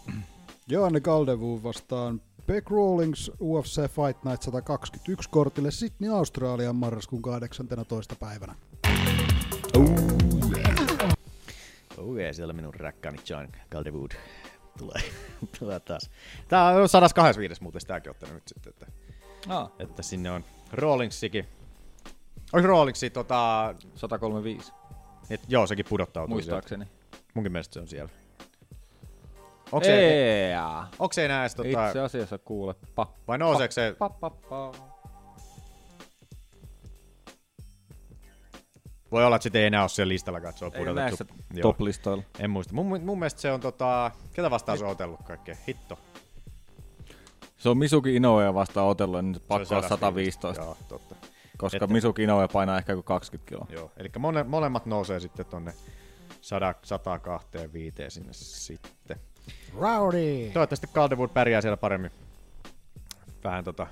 Joanne Kaldevu vastaan Beck Rawlings UFC Fight Night 121 kortille Sydney Australian marraskuun 18. päivänä. Oh yeah, siellä minun rakkaani John Calderwood tulee, tulee taas. Tää on 125 muuten sitäkin ottanut nyt sitten, että Aa, että sinne on Rawlingsikin. Onko Rawlingsi tota... 135, Et, joo, sekin pudottautuu muistaakseni. sieltä. Munkin mielestä se on siellä. Onko se, Ei, onko se enää edes tota... Itse asiassa kuulepa. Vai nouseeko se... Pa, pa, pa. Voi olla, että sitä ei enää ole siellä listalla katsoa Ei ole pudotettu. näissä Joo, top-listoilla. En muista. Mun, mun mielestä se on tota... Ketä vastaan se on otellut kaikkea? Hitto. Se on Misuki Inoue vastaan otellut, niin Se pakko on olla 115, Joo, totta. koska Että- Misuki Inoue painaa ehkä joku 20 kiloa. Joo. Eli mole, molemmat nousee sitten tonne 100, 125 sinne sitten. Rowdy! Toivottavasti Calderwood pärjää siellä paremmin. Vähän tota...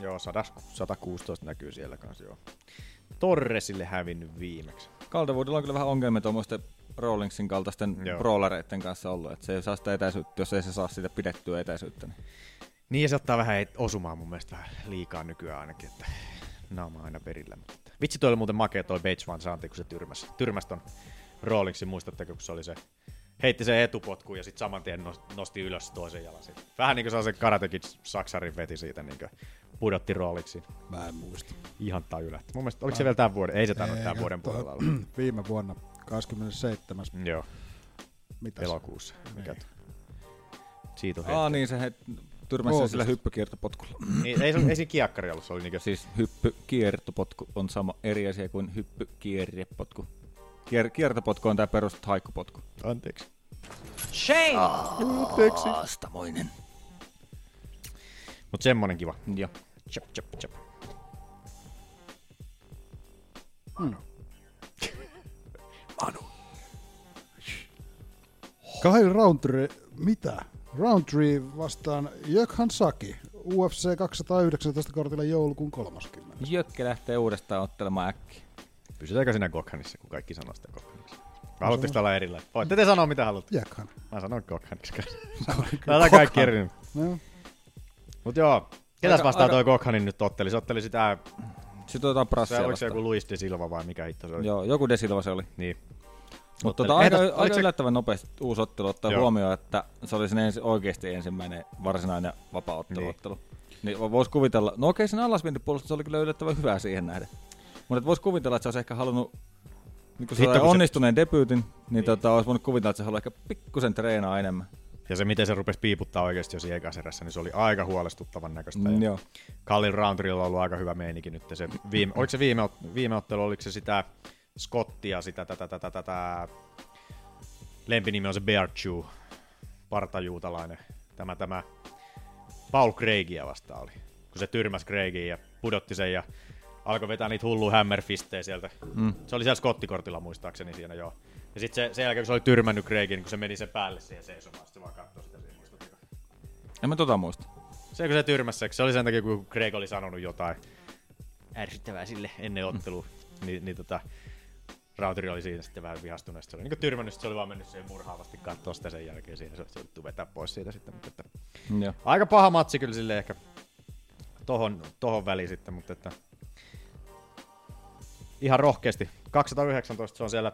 Joo, 100, 116 näkyy siellä kanssa, joo. Torresille hävinnyt viimeksi. Calderwoodilla on kyllä vähän ongelmia tuommoisten Rawlingsin kaltaisten Joo. brawlereiden kanssa ollut, että se ei saa sitä etäisyyttä, jos ei se saa sitä pidettyä etäisyyttä. Niin. Niin, ja se ottaa vähän et- osumaan mun mielestä vähän liikaa nykyään ainakin, että naama on aina perillä. Mutta. Vitsi, toi oli muuten makea toi Beige Van Santi, kun se tyrmäsi, tyrmäsi ton Rawlingsin, muistatteko, kun se oli se heitti sen etupotkuun ja sitten saman tien nost- nosti ylös toisen jalan. siitä. Vähän niin kuin sellaisen Karate Kid Saksarin veti siitä, niin kuin pudotti Rawlingsin. Mä en muista. ihan tajulehti. Mun mielestä, oliko se vielä tämän vuoden? Ei se tainnut tämän vuoden Tuo- puolella olla. Viime vuonna 27. Joo, Mitäs? Niin. elokuussa. Mikä tuo? Siitä on Aa hetki. niin, se he tyrmäsi Ootista. sillä hyppykiertopotkulla. Niin, ei, se, ei siinä kiekkari ollut, se oli niinku niinkö... Siis hyppykiertopotku on sama eri asia kuin hyppykierrepotku. Kier- kiertopotku on tämä perus haikkupotku. Anteeksi. Shame! Aastamoinen. Mut semmonen kiva. Joo. Chop, chop, chop. Kyle Roundtree, mitä? Roundtree vastaan Jökhan Saki, UFC 219 kortilla joulukuun 30. Jökki lähtee uudestaan ottelemaan äkkiä. Pysytäänkö sinä Gokhanissa, kun kaikki sanoo sitä Gokhaniksi? Vai haluatteko olla erilainen? Voitte te sanoa mitä haluatte. Jökhan. Mä sanon Gokhaniksi kanssa. Täällä kaikki eri nyt. No. Mut joo, ketäs Aika- vastaan aika- toi Gokhanin nyt otteli? Se otteli sitä, Sitten otetaan se, prassia oliko se vastaan. joku Luis de Silva vai mikä hitto se oli? Joo, joku desilva se oli. Niin. Mutta Otteli. tota, aika, Eihän tästä- aika oliko se- yllättävän nopeasti uusi ottelu ottaa Joo. huomioon, että se oli sen ensi, oikeasti ensimmäinen varsinainen vapaa-ottelu. Niin. Niin. niin voisi kuvitella, no okei sen alasvientipuolustus oli kyllä yllättävän hyvä siihen nähden. Mutta voisi kuvitella, että se olisi ehkä halunnut, niin kun se Hitto, sai kun se- onnistuneen debyytin, niin, niin. Tota, olisi voinut kuvitella, että se haluaa ehkä pikkusen treenaa enemmän. Ja se, miten se rupesi piiputtaa oikeasti jo siinä ekassa erässä, niin se oli aika huolestuttavan näköistä. Mm, ja joo. Kallin Roundtrilla on ollut aika hyvä meininki nyt. Se viime, oliko se viime, ot- viime ottelu, oliko se sitä Skottia, sitä tätä, tätä, tätä, lempinimi on se Bearchu, partajuutalainen, tämä, tämä Paul Craigia vastaan oli, kun se tyrmäsi Craigia ja pudotti sen ja alkoi vetää niitä hullu hämmerfistejä sieltä. Mm. Se oli siellä skottikortilla muistaakseni siinä joo. Ja sitten se, sen jälkeen, kun se oli tyrmännyt Craigin, niin kun se meni sen päälle siihen seisomaan, sitten se vaan katsoi sitä siinä muistatteko? En mä tota muista. Se, kun se tyrmässä, eikö se oli sen takia, kun Greg oli sanonut jotain ärsyttävää sille ennen ottelua, mm. niin, niin tota, Rauteri oli siinä sitten vähän vihastunut. Se oli niin tyrmännyt, sit se oli vaan mennyt siihen murhaavasti katsoa sitä sen jälkeen siinä. Se olisi jouduttu vetää pois siitä sitten. Mutta että, Mm, Joo. aika paha matsi kyllä sille ehkä tohon, tohon väliin sitten, mutta että ihan rohkeasti. 219 se on siellä,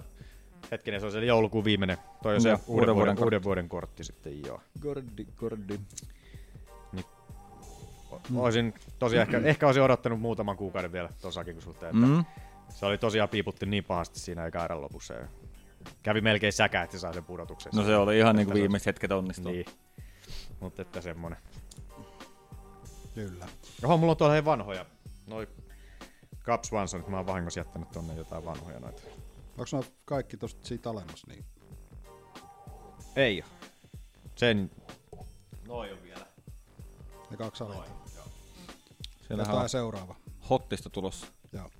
hetkinen, se on siellä joulukuun viimeinen. Toi on se Joo, uuden, uuden, vuoden, kortti. uuden vuoden kortti sitten, joo. Gordi, gordi. Mm. Olisin tosiaan ehkä, ehkä olisin odottanut muutaman kuukauden vielä tuossakin kun suhteen. Että Mm. Se oli tosiaan piiputti niin pahasti siinä eikä erän lopussa. Ja kävi melkein säkä, että se sai sen pudotuksen. No se oli ihan niin kuin Että se- viimeiset hetket onnistunut. Niin. Mutta että semmonen. Kyllä. Oho, mulla on tuolla hei vanhoja. Noi Cap Swanson, mä oon vahingossa jättänyt tonne jotain vanhoja noita. Onko nämä kaikki tosta siitä alemmas? Niin? Ei oo. Sen... Noi on vielä. Ne kaksi alemmas. Siellähän on Jotain seuraava. hottista tulossa. Joo.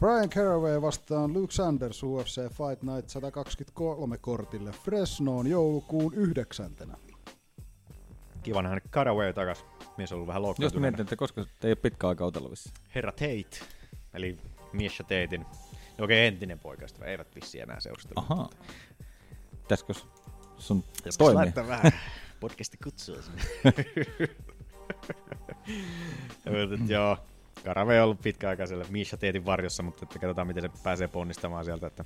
Brian Caraway vastaan Luke Sanders UFC Fight Night 123 kortille Fresnoon joulukuun yhdeksäntenä. Kiva nähdä Caraway takas. Mies on ollut vähän Jos loukkaantunut. mietin, että koska se ei ole pitkä aika otellavissa. Herra Tate, eli Miesha Tatein, oikein entinen poikaista, eivät vissi enää seurustele. Ahaa. Pitäisikö sun Pitäis toimia? laittaa vähän podcasti kutsua sinne. mutta, et joo, Karave on ollut pitkäaikaisella Miesha Tatein varjossa, mutta että katsotaan miten se pääsee ponnistamaan sieltä. Että...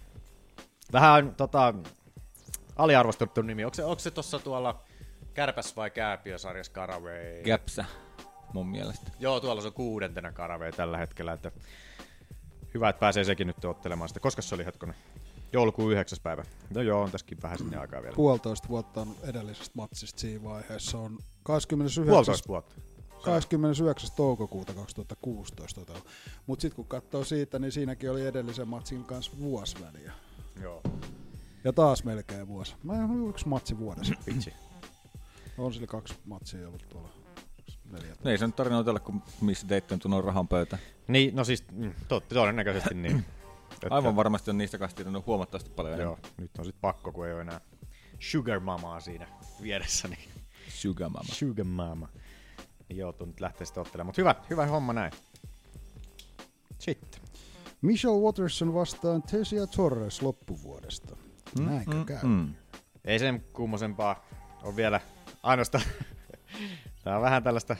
Vähän tota, aliarvostettu nimi. Onko se, onko se tuossa tuolla Kärpäs vai Kääpiösarjassa Karavei? Käpsä, mun mielestä. Joo, tuolla se on kuudentena Karavei tällä hetkellä. Että hyvä, että pääsee sekin nyt ottelemaan sitä. Koska se oli hetkonen? Joulukuun 9. päivä. No joo, on tässäkin vähän sinne aikaa vielä. Puolitoista vuotta on edellisestä matsista siinä vaiheessa. On 29. Puolitoista vuotta. 29. toukokuuta 2016. Mutta sitten kun katsoo siitä, niin siinäkin oli edellisen matsin kanssa vuosi väliä. Joo. Ja taas melkein vuosi. Mä en yksi matsi vuodessa. Vitsi. On sillä kaksi matsia ollut tuolla. Neljä. No ei se nyt tarina otella, kun missä deitti on tuonut rahan pöytään. Niin, no siis mm, totta, todennäköisesti niin. Että- Aivan varmasti on niistä kanssa tiedannut huomattavasti paljon enemmän. Joo, nyt on sitten pakko, kun ei ole enää Sugar Mamaa siinä vieressä. Niin. Sugar mama. Sugar Mama. Niin Joutuu nyt lähteä sitten ottelemaan. Mutta hyvä, hyvä homma näin. Sitten. Michelle Watterson vastaan Tessia Torres loppuvuodesta. Näinkö käy? Mm. Ei sen kummosempaa. On vielä ainoastaan... Tää on vähän tällaista...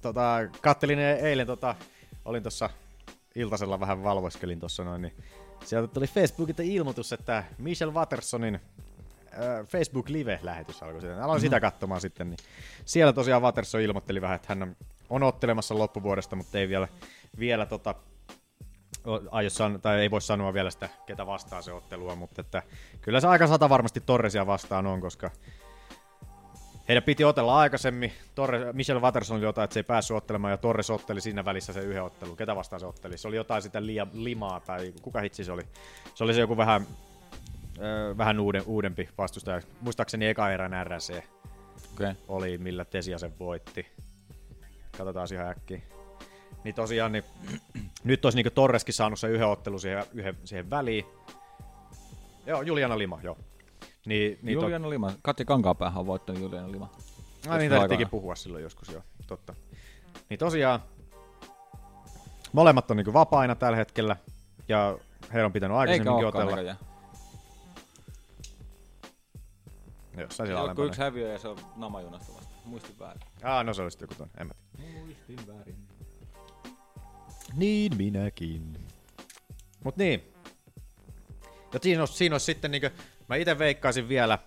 Tota, kattelin e- eilen, tota, olin tuossa iltasella vähän valvoiskelin tuossa noin, niin sieltä tuli Facebookilta ilmoitus, että Michelle Wattersonin ö, Facebook Live-lähetys alkoi sitten. Aloin sitä katsomaan sitten, niin siellä tosiaan Watterson ilmoitteli vähän, että hän on, on ottelemassa loppuvuodesta, mutta ei vielä, vielä tota, o- aio san- tai ei voi sanoa vielä sitä, ketä vastaan se ottelua, mutta että kyllä se aika sata varmasti Torresia vastaan on, koska Heidän piti otella aikaisemmin. Torre, Michel Watterson oli jotain, että se ei päässyt ottelemaan, ja Torres otteli siinä välissä se yhden ottelun. Ketä vastaan se otteli? Se oli jotain sitä liian limaa, tai kuka hitsi se oli? Se oli se joku vähän, ö, vähän uuden, uudempi vastustaja. Muistaakseni eka erän E. RSC Okei. oli, millä Tesia sen voitti. Katsotaan ihan äkkiä. Niin tosiaan, niin, nyt olisi niin Torreskin saanut sen yhden ottelun siihen, yhden, siihen väliin. Joo, Juliana Lima, joo. Niin, niin tot- Juliana Lima. Katja Kankaanpäähän on voittanut Juliana Lima. Ai niin, Joskus tarvittiinkin aikanaan. puhua silloin joskus, joo, totta. Niin tosiaan, molemmat on niin vapaina tällä hetkellä, ja heidän on pitänyt Eikä aikaisemminkin olekaan otella. näköjään. No Jossain siellä Joku alempana. yksi häviö ja se on namajunasta vasta. Muistin väärin. Ah, no se olisi joku toinen, en mä tiedä. Muistin väärin. Niin minäkin. Mut niin. Ja siinä olisi, siinä olisi sitten, niin kuin, mä itse veikkaisin vielä,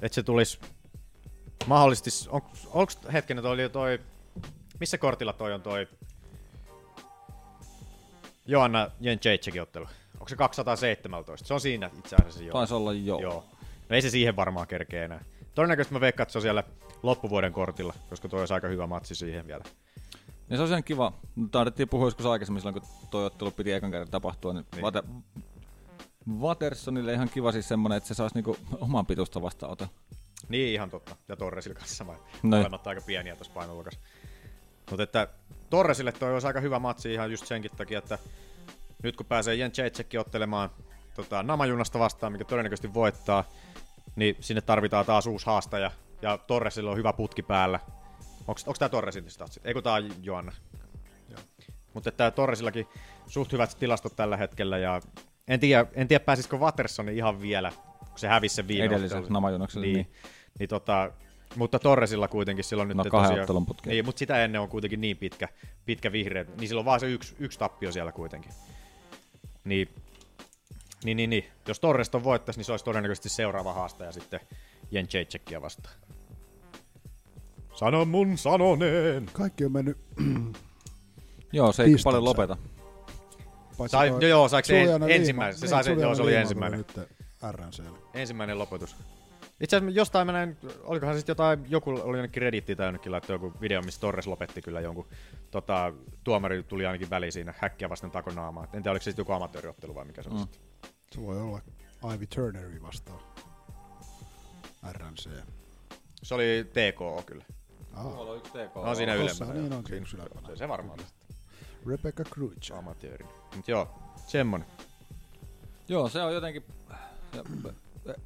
että se tulisi mahdollisesti, on, onko hetkinen toi, oli toi, missä kortilla toi on toi Joanna Jencheitsekin ottelu? Onko se 217? Se on siinä itse asiassa jo. Taisi olla joo. Joo. No ei se siihen varmaan kerkeä enää. Todennäköisesti mä veikkaan, että se on siellä loppuvuoden kortilla, koska toi olisi aika hyvä matsi siihen vielä. Ja se on sen kiva. No, Taidettiin puhua joskus aikaisemmin silloin, kun toi ottelu piti ekan kerran tapahtua. Niin Niin. niin. Vate- Watersonille ihan kiva siis semmonen, että se saisi niinku oman pitusta vastaanoton. Niin, ihan totta. Ja Torresilla kanssa sama. Noin. Molemmat aika pieniä tuossa painoluokassa. Mutta että Torresille toi olisi aika hyvä matsi ihan just senkin takia, että nyt kun pääsee Jen Jacekki ottelemaan tota, Namajunasta vastaan, mikä todennäköisesti voittaa, niin sinne tarvitaan taas uusi haastaja. Ja Torresilla on hyvä putki päällä. Onko tämä Torresin statsi? Eikö tämä Joanna? Mutta tämä Torresillakin suht hyvät tilastot tällä hetkellä ja en tiedä, en tiedä pääsisikö Watterson ihan vielä, kun se hävisi sen viime Edelliselle ottelun. namajunakselle, Niin, niin. niin tota, mutta Torresilla kuitenkin silloin nyt No, kahden ottelun putkeen. Niin, mutta sitä ennen on kuitenkin niin pitkä, pitkä vihreä, niin silloin vaan se yksi, yksi tappio siellä kuitenkin. Niin, niin, niin, niin. jos Torreston voittaisi, niin se olisi todennäköisesti seuraava haastaja sitten Jen Jacekkiä vastaan. Sano mun sanoneen! Kaikki on mennyt, Joo, se ei Pistoksen. paljon lopeta. paitsi Sai- toi joo, joo, saiko se en- Suljana ensimmäisen? Se Niin, sai sen- joo, Suljana se oli Liima ensimmäinen. Nyt RNClle. Ensimmäinen lopetus. Itse asiassa jostain mä näin, olikohan siis jotain, joku oli jonnekin Reddittiin tai jonnekin laittoi joku video, missä Torres lopetti kyllä jonkun. Tota, tuomari tuli ainakin väliin siinä häkkiä vasten takonaamaa. En tiedä, oliko se sitten joku amatööriottelu vai mikä se on. Mm. Se voi olla Ivy Turneri vastaan. RNC. Se oli TKO kyllä. Ah, Tuolla on yksi TK. No siinä tuossa ylempänä. niin joo. onkin ylempänä. Se varmaan Rebecca Cruce. amatöörin. Mut joo, semmonen. Joo, se on jotenkin... se-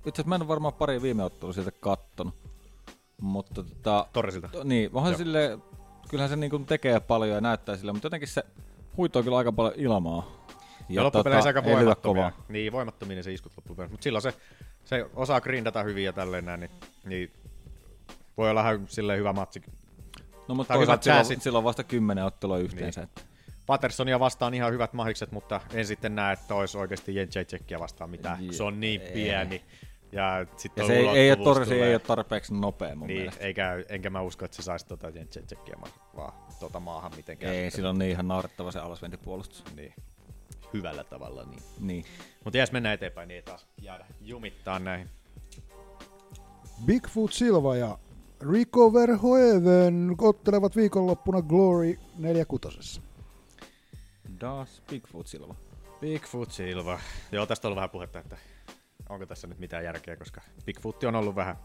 Itse asiassa mä en ole varmaan pari viime ottelua sieltä kattonut. Mutta tota... Torresilta. To, niin, onhan Joo. sille, kyllähän se niin tekee paljon ja näyttää sille, mutta jotenkin se huitoo kyllä aika paljon ilmaa. Ja loppupeleissä aika tota, ei lyö voimattomia. kovaa. Niin, voimattomia ne se iskut loppupeleissä. Mutta silloin se, se osaa grindata hyvin ja tälleen näin, niin, niin voi olla ihan silleen hyvä matsi Tai No mutta hyvät toisaalta silloin, chanssit. silloin vasta kymmenen ottelua yhteensä. Niin. Pattersonia vastaan ihan hyvät mahikset, mutta en sitten näe, että olisi oikeasti Jen Jacekkiä vastaan mitään. kun Se on niin pieni. Ja, sit Ja toi se ei, ei, ole ulottuvuus torsi, tulee. ei ole tarpeeksi nopea mun niin, mielestä. eikä, enkä mä usko, että se saisi tota Jen Jacekkiä ma- vaan tota maahan mitenkään. Ei, Sitten sillä on niin ihan naurettava se alasventipuolustus. Niin. Hyvällä tavalla niin. Niin. Mutta jos mennään eteenpäin, niin ei taas jäädä jumittaa näihin. Bigfoot Silva ja Rico Verhoeven ottelevat viikonloppuna Glory 46. Das Bigfoot Silva. Bigfoot Silva. Joo, tästä on ollut vähän puhetta, että onko tässä nyt mitään järkeä, koska Bigfoot on ollut vähän...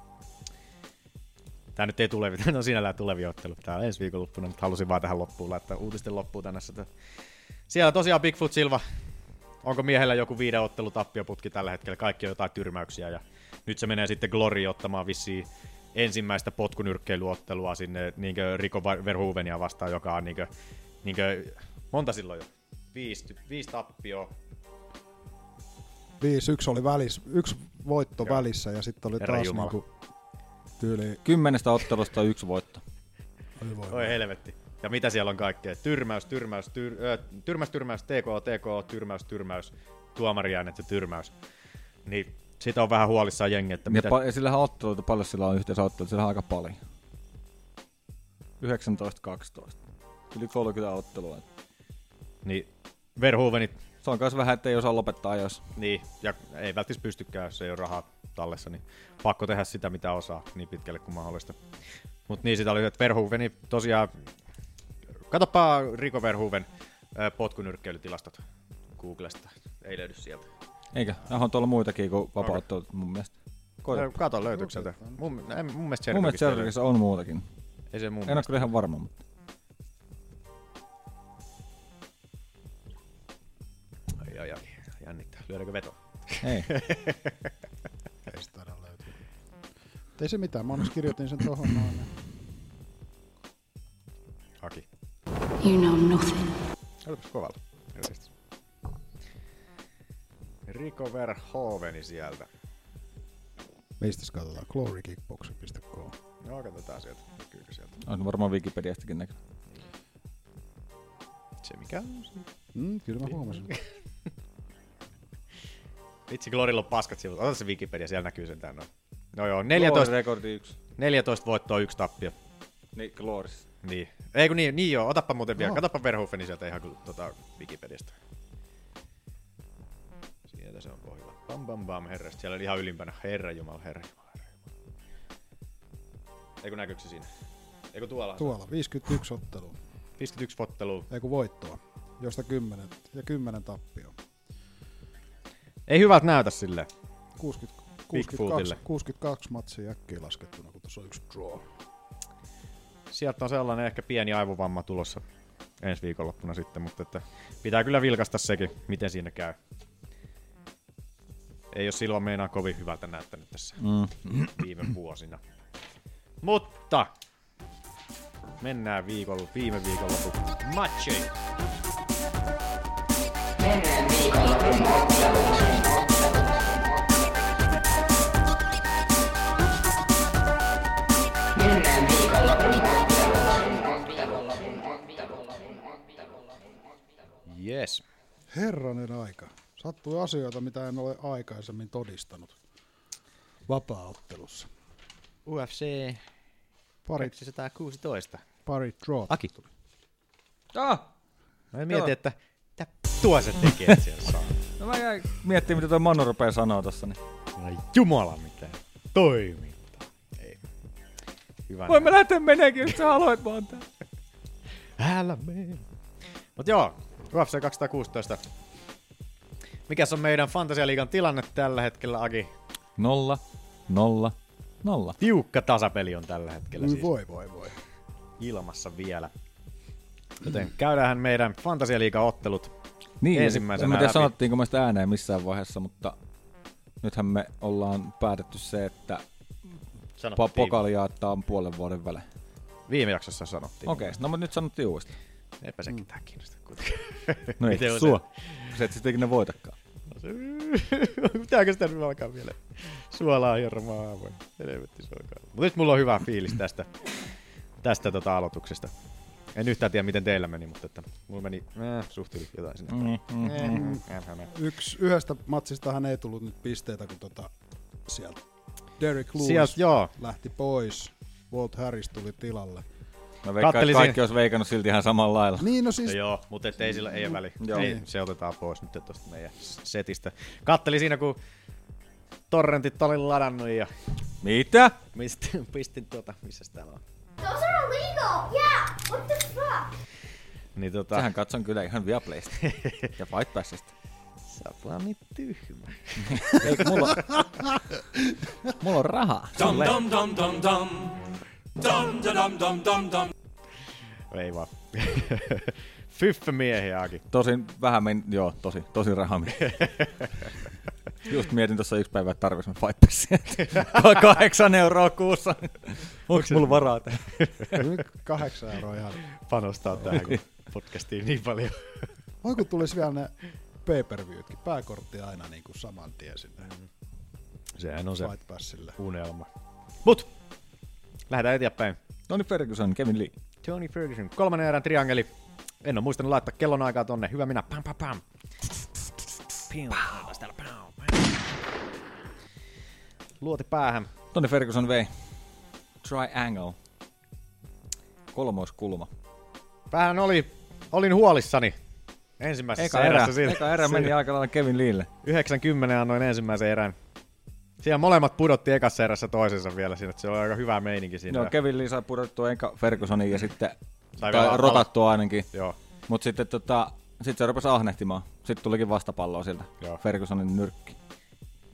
Tää nyt ei tule, no sinällään tulevia ottelut täällä ensi viikonloppuna, mutta halusin vaan tähän loppuun laittaa uutisten loppuun tänne. sitä. Siellä tosiaan Bigfoot Silva. Onko miehellä joku viiden ottelu tappioputki tällä hetkellä? Kaikki on jotain tyrmäyksiä ja nyt se menee sitten Glory ottamaan vissiin ensimmäistä potkunyrkkeilyottelua sinne niinkö Rico Va- Verhoevenia vastaan, joka on niinkö, niinkö monta silloin jo? Viisi, viisi tappioa, 5-1 oli välissä, yksi voitto Joo. välissä ja sitten oli Herra taas Jumala. niinku tyyli Kymmenestä ottelusta on yksi voitto. Oi helvetti. Ja mitä siellä on kaikkea? Tyrmäys, tyrmäys, tyr, ö, tyrmäys, tyrmäys, TKO, TKO, tyrmäys, tyrmäys, tuomariäänet ja tyrmäys. Niin sitä on vähän huolissaan jengi, että Ja, mitä... pa- ja sillähän otteluita, paljon sillä on yhteensä otteluita, sillä on aika paljon. 19-12. Yli 30 ottelua. niin Verhoevenit Se on myös vähän, ettei osaa lopettaa ajoissa. Niin, ja ei välttis pystykään, jos ei ole rahaa tallessa, niin pakko tehdä sitä, mitä osaa, niin pitkälle kuin mahdollista. Mutta niin, sitä oli, että Verhoeven tosiaan... Katopaa Rico Verhoeven ö, potkunyrkkeilytilastot Googlesta. Ei löydy sieltä. Eikö? Nähän on tuolla muitakin kuin vapautta mun mielestä. Koita. Ö, Kato, löytyykö sieltä? Mun, en, mun mielestä Mun mielestä Chernobylissä ei Sergeissä on muutakin. löydy. Ei no. se mun En ole mielestä. kyllä ihan varma, mutta Ai, ai, ai. Jännittää. Lyödäänkö veto? ei. Ei se taida löytyä. Mut Ei se mitään, mä onneksi kirjoitin sen tohon noin. Haki. You know nothing. Olipas kovalla. Yleisesti. Rico Verhoeveni sieltä. Meistä katsotaan glorykickboxing.com. No, katsotaan sieltä. Näkyykö sieltä? On varmaan Wikipediastakin näkyy. Se mikä on. Mm, kyllä mä huomasin. Vitsi, Glorilla on paskat sivut. Ota se Wikipedia, siellä näkyy sen tänne. No joo, 14, rekordi yksi. 14 voittoa, yksi tappio. Niin, Gloris. Niin. Ei kun niin, niin joo, otapa muuten vielä. Katapa Verhoeveni sieltä ihan kyllä tota, Wikipediasta. Sieltä se on pohjalla. Bam bam bam, herra. Sitten Siellä oli ihan ylimpänä. Herra Jumala, herra Jumala, herra Jumala. Eikö näkyykö se siinä? Eikö tuolla? Tuo. Tuolla 51 ottelua, 51 fottelua. ei kun voittoa, josta 10 ja 10 tappio. Ei hyvältä näytä silleen. 60, Bigfootille. 62, 62 matsia äkkiä laskettuna, kun tuossa on yksi draw. sieltä on sellainen ehkä pieni aivovamma tulossa ensi viikonloppuna sitten, mutta että pitää kyllä vilkasta sekin, miten siinä käy. Ei ole silloin meinaa kovin hyvältä näyttänyt tässä mm. viime vuosina. Mutta mennään viikolla, viime viikonloppu matcheihin. Menneen viikonlopun ottelut. Menneen viikonlopun ottelut. Yes. Herranen aika. Sattui asioita, mitä en ole aikaisemmin todistanut vapaaottelussa. UFC Pari, 216. pari draw. Aki. Ah! Mä en mietin, että mitä tuo se tekee että siellä saa. No mä jäin miettimään, mitä toi Manu rupeaa sanoa tossa. Niin. Ai jumala, mitä toimintaa. Ei. Hyvä Voi me lähteä meneekin, jos sä haluat vaan tää. Älä mene. Mut joo, UFC 216. Mikäs on meidän Fantasialiigan tilanne tällä hetkellä, Aki? Nolla, nolla, nolla. Tiukka tasapeli on tällä hetkellä Niin Ui, siis Mm, voi, voi, voi. ilmassa vielä. Joten käydään meidän Fantasialiigan ottelut. Niin, Ensimmäisenä en mä tiedä läpi. sanottiinko me sitä ääneen missään vaiheessa, mutta nythän me ollaan päätetty se, että pa- Sanottiin. pokaali jaetaan puolen vuoden välein. Viime jaksossa sanottiin. Okei, okay, no mutta nyt sanottiin uudestaan. Eipä se ketään kiinnosta kuitenkaan. No ei, Miten on sua. Se et sitten ikinä voitakaan. Pitääkö sitä nyt alkaa vielä suolaa hieromaan aamuin? Helvetti suokaa. Mutta nyt mulla on hyvä fiilis tästä, tästä tota aloituksesta. En yhtään tiedä, miten teillä meni, mutta että mulla meni äh, suht hyvin jotain sinne. Mm, mm, mm, Yksi, yhdestä matsistahan ei tullut nyt pisteitä, kun tota, sieltä Derek Lewis Sieltä, joo. lähti pois. Walt Harris tuli tilalle. Mä veikkaan, että Kattelisin. kaikki olisi veikannut silti ihan samalla lailla. Niin, no siis No joo, mutta ettei sillä ei ole väli. Joo. Ei, se otetaan pois nyt tuosta meidän setistä. Katteli siinä, kun torrentit olin ladannut ja Mitä? pistin, pistin tuota, missä täällä on. Those are illegal! Yeah! What the fuck? Niin tota, Tähän katson kyllä ihan Viaplaysta ja Fight Passista. sä oot vaan niin tyhmä. Ei, kun mulla, on, mulla on rahaa. Ei vaan. Fyffä miehiäkin. Tosin vähän men... Joo, tosi, tosi rahamies. Just mietin tuossa yksi päivä, että tarvitsen mä Fight Passia. Kahdeksan euroa kuussa. Onko mulla varaa tähän? kahdeksan euroa ihan. Panostaa tähän kun podcastiin niin paljon. Voi kun tulisi vielä ne pay per viewtkin pääkortti aina niin kuin saman tien sinne Sehän on No se Fight Passille. unelma. Mut, lähdetään eteenpäin. Tony Ferguson, Kevin Lee. Tony Ferguson, kolmannen erän triangeli. En ole muistanut laittaa kellonaikaa tonne. Hyvä minä. Pam, pam, pam. Piu, taas täällä, pau, pau. Luoti päähän. Tony Ferguson vei Triangle. Kolmoiskulma. Vähän oli, olin huolissani Ensimmäisessä Eka erä, erässä siinä. eka erä meni siinä- aika lailla Kevin Leelle. 90 annoin ensimmäisen erän. Siellä molemmat pudotti ekassa erässä toisensa vielä siinä, että se oli aika hyvä meininki siinä. Joo, Kevin Lee sai pudottua enkä Fergusonin ja sitten, vielä tai, tai Apala. rokattua ainakin. Joo. Mutta sitten tota, sit se rupesi ahnehtimaan. Sitten tulikin vastapalloa sieltä. Joo. Fergusonin nyrkki.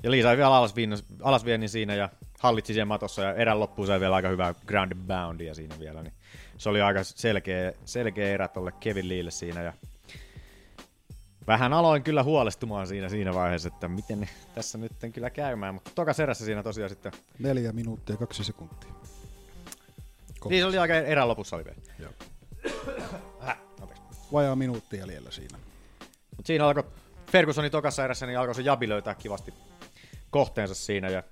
Ja Lee sai vielä alasviin- alasviennin siinä ja hallitsi sen matossa ja erän loppuun sai vielä aika hyvää ground and boundia siinä vielä. Niin se oli aika selkeä, selkeä erä tuolle Kevin Leelle siinä ja vähän aloin kyllä huolestumaan siinä, siinä vaiheessa, että miten tässä nyt kyllä käymään, mutta tokas erässä siinä tosiaan sitten Neljä minuuttia ja kaksi sekuntia. Kohta. Niin se oli aika erään lopussa oli vielä. Joo. Äh, anteeksi. Vajaa minuutti jäljellä siinä. Mut siinä alkoi Fergusonin tokassa erässä, niin alkoi se jabi löytää kivasti kohteensa siinä. Ja,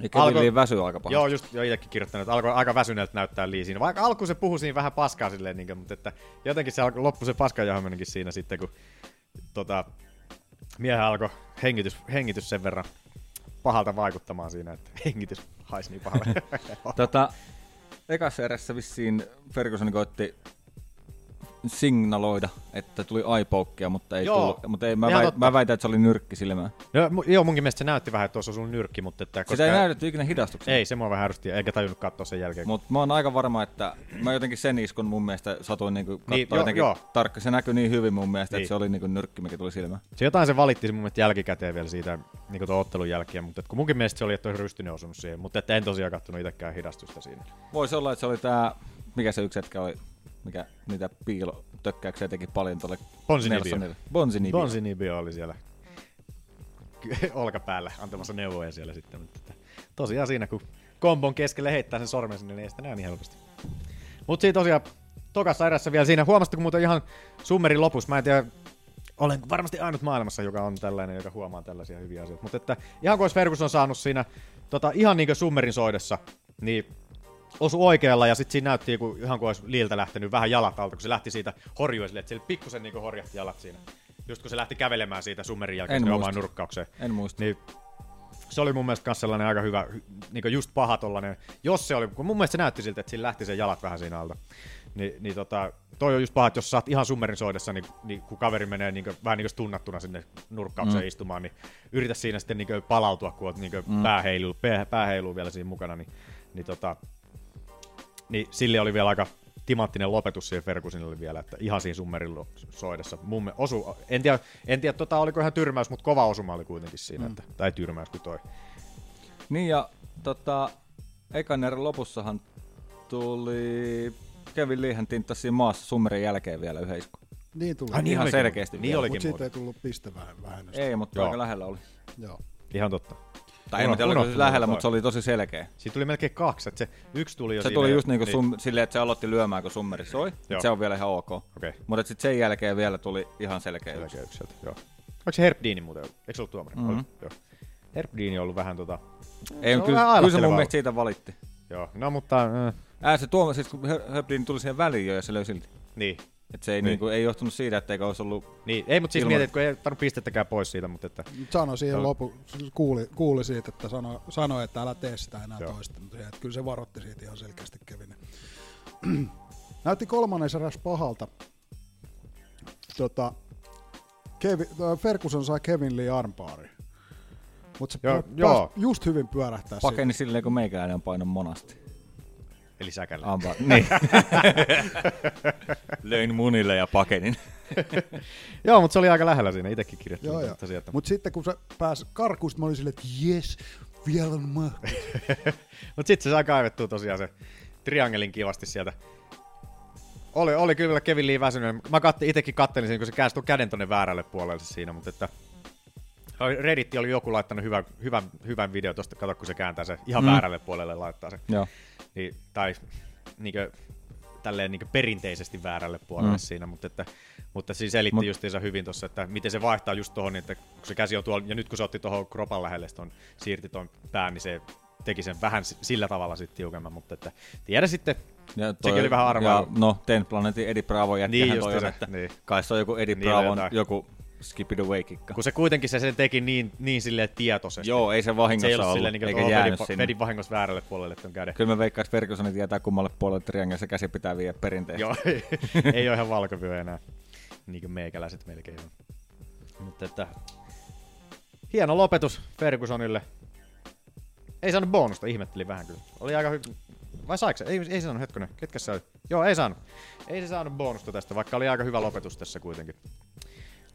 Ja Kevin Lee väsyi aika pahasti. Joo, just jo itsekin kirjoittanut, että alkoi aika väsyneeltä näyttää Lee siinä. Vaikka alkuun se puhui siinä vähän paskaa silleen, niin mutta että jotenkin se alkoi, loppui se paskan jahaminenkin siinä sitten, kun tota, miehen alkoi hengitys, hengitys sen verran pahalta vaikuttamaan siinä, että hengitys haisi niin pahalle. Tota, ekassa erässä vissiin Ferguson koitti signaloida, että tuli aipoukkia, mutta ei, Joo. tullut, mutta ei mä, Ihan väit, totta. mä väitän, että se oli nyrkki silmään. Joo, No, mu- joo, munkin mielestä se näytti vähän, että tuossa on sun nyrkki, mutta että... Sitä ei näytetty ikinä hidastuksena. Ei, se mua vähän ärsytti, eikä tajunnut katsoa sen jälkeen. Mutta mä oon aika varma, että mä jotenkin sen iskun mun mielestä satuin niinku katsoa Niin, niin, joo, jotenkin joo. tarkka. Se näkyi niin hyvin mun mielestä, niin. Niin. että se oli niinku nyrkki, mikä tuli silmään. Se jotain se valitti se mun mielestä jälkikäteen vielä siitä niin tuon ottelun jälkeen, mutta et kun munkin mielestä se oli, että olisi rystynen osunut siihen, mutta että en tosiaan kattonut itsekään hidastusta siinä. Voisi olla, että se oli tää, mikä se yksi hetkä oli, mikä niitä piilotökkäyksiä teki paljon tuolle Bonsinibio. Nelsonille. Bonsinibio. Bonsi. Bonsinibio oli siellä ky- olkapäällä antamassa neuvoja siellä sitten, mutta että tosiaan siinä kun kombon keskelle heittää sen sormen sinne, niin ei sitä näe niin helposti. Mutta siinä tosiaan tokassa erässä vielä siinä, huomasitteko muuten ihan summerin lopussa, mä en tiedä, olen varmasti ainut maailmassa, joka on tällainen, joka huomaa tällaisia hyviä asioita. Mutta että ihan kuin olisi Ferguson saanut siinä, tota, ihan niin kuin summerin soidessa, niin osu oikealla ja sitten siinä näytti, kun ihan kuin olisi liiltä lähtenyt vähän jalat alta, kun se lähti siitä horjuen sille, että sille pikkusen niin kuin horjahti jalat siinä. Just kun se lähti kävelemään siitä summerin jälkeen En sinne muista. omaan nurkkaukseen. En muista. Niin se oli mun mielestä myös sellainen aika hyvä, niin just paha tollanen, jos se oli, kun mun mielestä se näytti siltä, että siinä lähti sen jalat vähän siinä alta. Ni, niin tota, toi on just paha, että jos sä oot ihan summerin soidessa, niin, niin kun kaveri menee niin kuin, vähän niin kuin tunnattuna sinne nurkkaukseen mm. istumaan, niin yritä siinä sitten niin kuin palautua, kun oot niin kuin mm. pää, heiluu, pää, pää heiluu vielä siinä mukana, niin, niin tota, niin sille oli vielä aika timanttinen lopetus siihen Fergusonille vielä, että ihan siinä summerilla soidessa. Mun me- osu, en tiedä, en tiedä tota, oliko ihan tyrmäys, mutta kova osuma oli kuitenkin siinä, mm. että, tai tyrmäys kuin toi. Niin ja tota, ekan erän lopussahan tuli Kevin Leehän tinttasi siinä maassa summerin jälkeen vielä yhden iskun. Niin tuli. Ai niin Ihan olikin. selkeästi Niin vielä. olikin Mutta siitä muuten. ei tullut pistevähennystä. Ei, mutta Joo. aika lähellä oli. Joo. Ihan totta. Tai en Unohtu- tiedä, oliko se unohtunut lähellä, toi. mutta se oli tosi selkeä. Siitä tuli melkein kaksi, että se yksi tuli jo Se siinä tuli ja- niin, just niinku sum, silleen, että se aloitti lyömään, kun summeri soi. Et Joo. Se on vielä ihan ok. Okei. Mutta sitten sen jälkeen vielä tuli ihan selkeä. yksi. Jälkeen yksi sieltä, joo. Oliko se Herb Deanin muuten ollut? Eikö se ollut tuomari? Mm-hmm. Joo. Herb Dean on ollut vähän tota... Ei, on vähän kyllä, kyllä se ailahtelevaa mun mielestä siitä valitti. Joo, no mutta... Äh, Ää, se tuoma, siis kun Her- Herblin tuli siihen väliin jo ja se löi silti. niin. Et se ei, niin. niinku, ei johtunut siitä, etteikö olisi ollut... Niin, ei, mutta siis Ilman- mietit, kun ei tarvinnut pistettäkään pois siitä, mutta että... Mut Sano siihen Joo. lopu, kuuli, kuuli siitä, että sano, sano, että älä tee sitä enää Joo. toista. Mutta se, että kyllä se varoitti siitä ihan selkeästi Kevin. Näytti kolmannen eräs pahalta. Tota, Kevi, äh, Ferguson sai Kevin Lee armpaari. Mutta se Joo, joo, pääs joo. just hyvin pyörähtää Pakeni silleen, kun meikäläinen on painanut monasti. Eli säkällä. Ampa. niin. Löin munille ja pakenin. Joo, mutta se oli aika lähellä siinä. Itsekin kirjoittelin Joo, joo, joo. joo. sieltä. Mut, Mutta sitten kun se pääsi karkuun, sit mä olin silleen, että jes, vielä on mahdollista. mut sitten se sai kaivettua tosiaan se triangelin kivasti sieltä. Oli, oli kyllä Kevin Lee väsynyt. Mä katte, itekin kattelin sen, kun se käänsi tuon käden tonne väärälle puolelle siinä, mutta että Reddit oli joku laittanut hyvän, hyvän, hyvän video tuosta, kato kun se kääntää se ihan mm. väärälle puolelle laittaa se. Joo. Niin, tai niinkö, tälleen niinkö perinteisesti väärälle puolelle mm. siinä, mutta, että, mutta siis selitti Mut. justiinsa hyvin tuossa, että miten se vaihtaa just tuohon, että kun se käsi on tuolla, ja nyt kun se otti tuohon kropan lähelle, ton, siirti tuon pään, niin se teki sen vähän s- sillä tavalla sitten tiukemman, mutta että tiedä sitten, Ja sekin oli vähän arvaa. no, Ten Planetin Eddie Bravo jätkähän Niin niin justiinsa, toi on, että niin. niin. kai se on joku Eddie Niin, Bravon jotain. joku skip it away kikka. Kun se kuitenkin se sen teki niin, niin silleen tietoisesti. Joo, ei se se ei vahingossa ollut ollut, silleen, niin eikä jäänyt vedin, sinne. vedin vahingossa väärälle puolelle tuon käden. Kyllä mä veikkaan, että Fergusonin tietää kummalle puolelle triangelissa käsi pitää viedä perinteisesti. Joo, ei ole ihan valkovyö enää. Niin kuin meikäläiset melkein on. Mutta että... Hieno lopetus Fergusonille. Ei saanut bonusta, ihmettelin vähän kyllä. Oli aika hyvä. Vai saiko se? Ei, ei se saanut, hetkonen. Ketkä se oli? Joo, ei saanut. Ei se saanut bonusta tästä, vaikka oli aika hyvä lopetus tässä kuitenkin.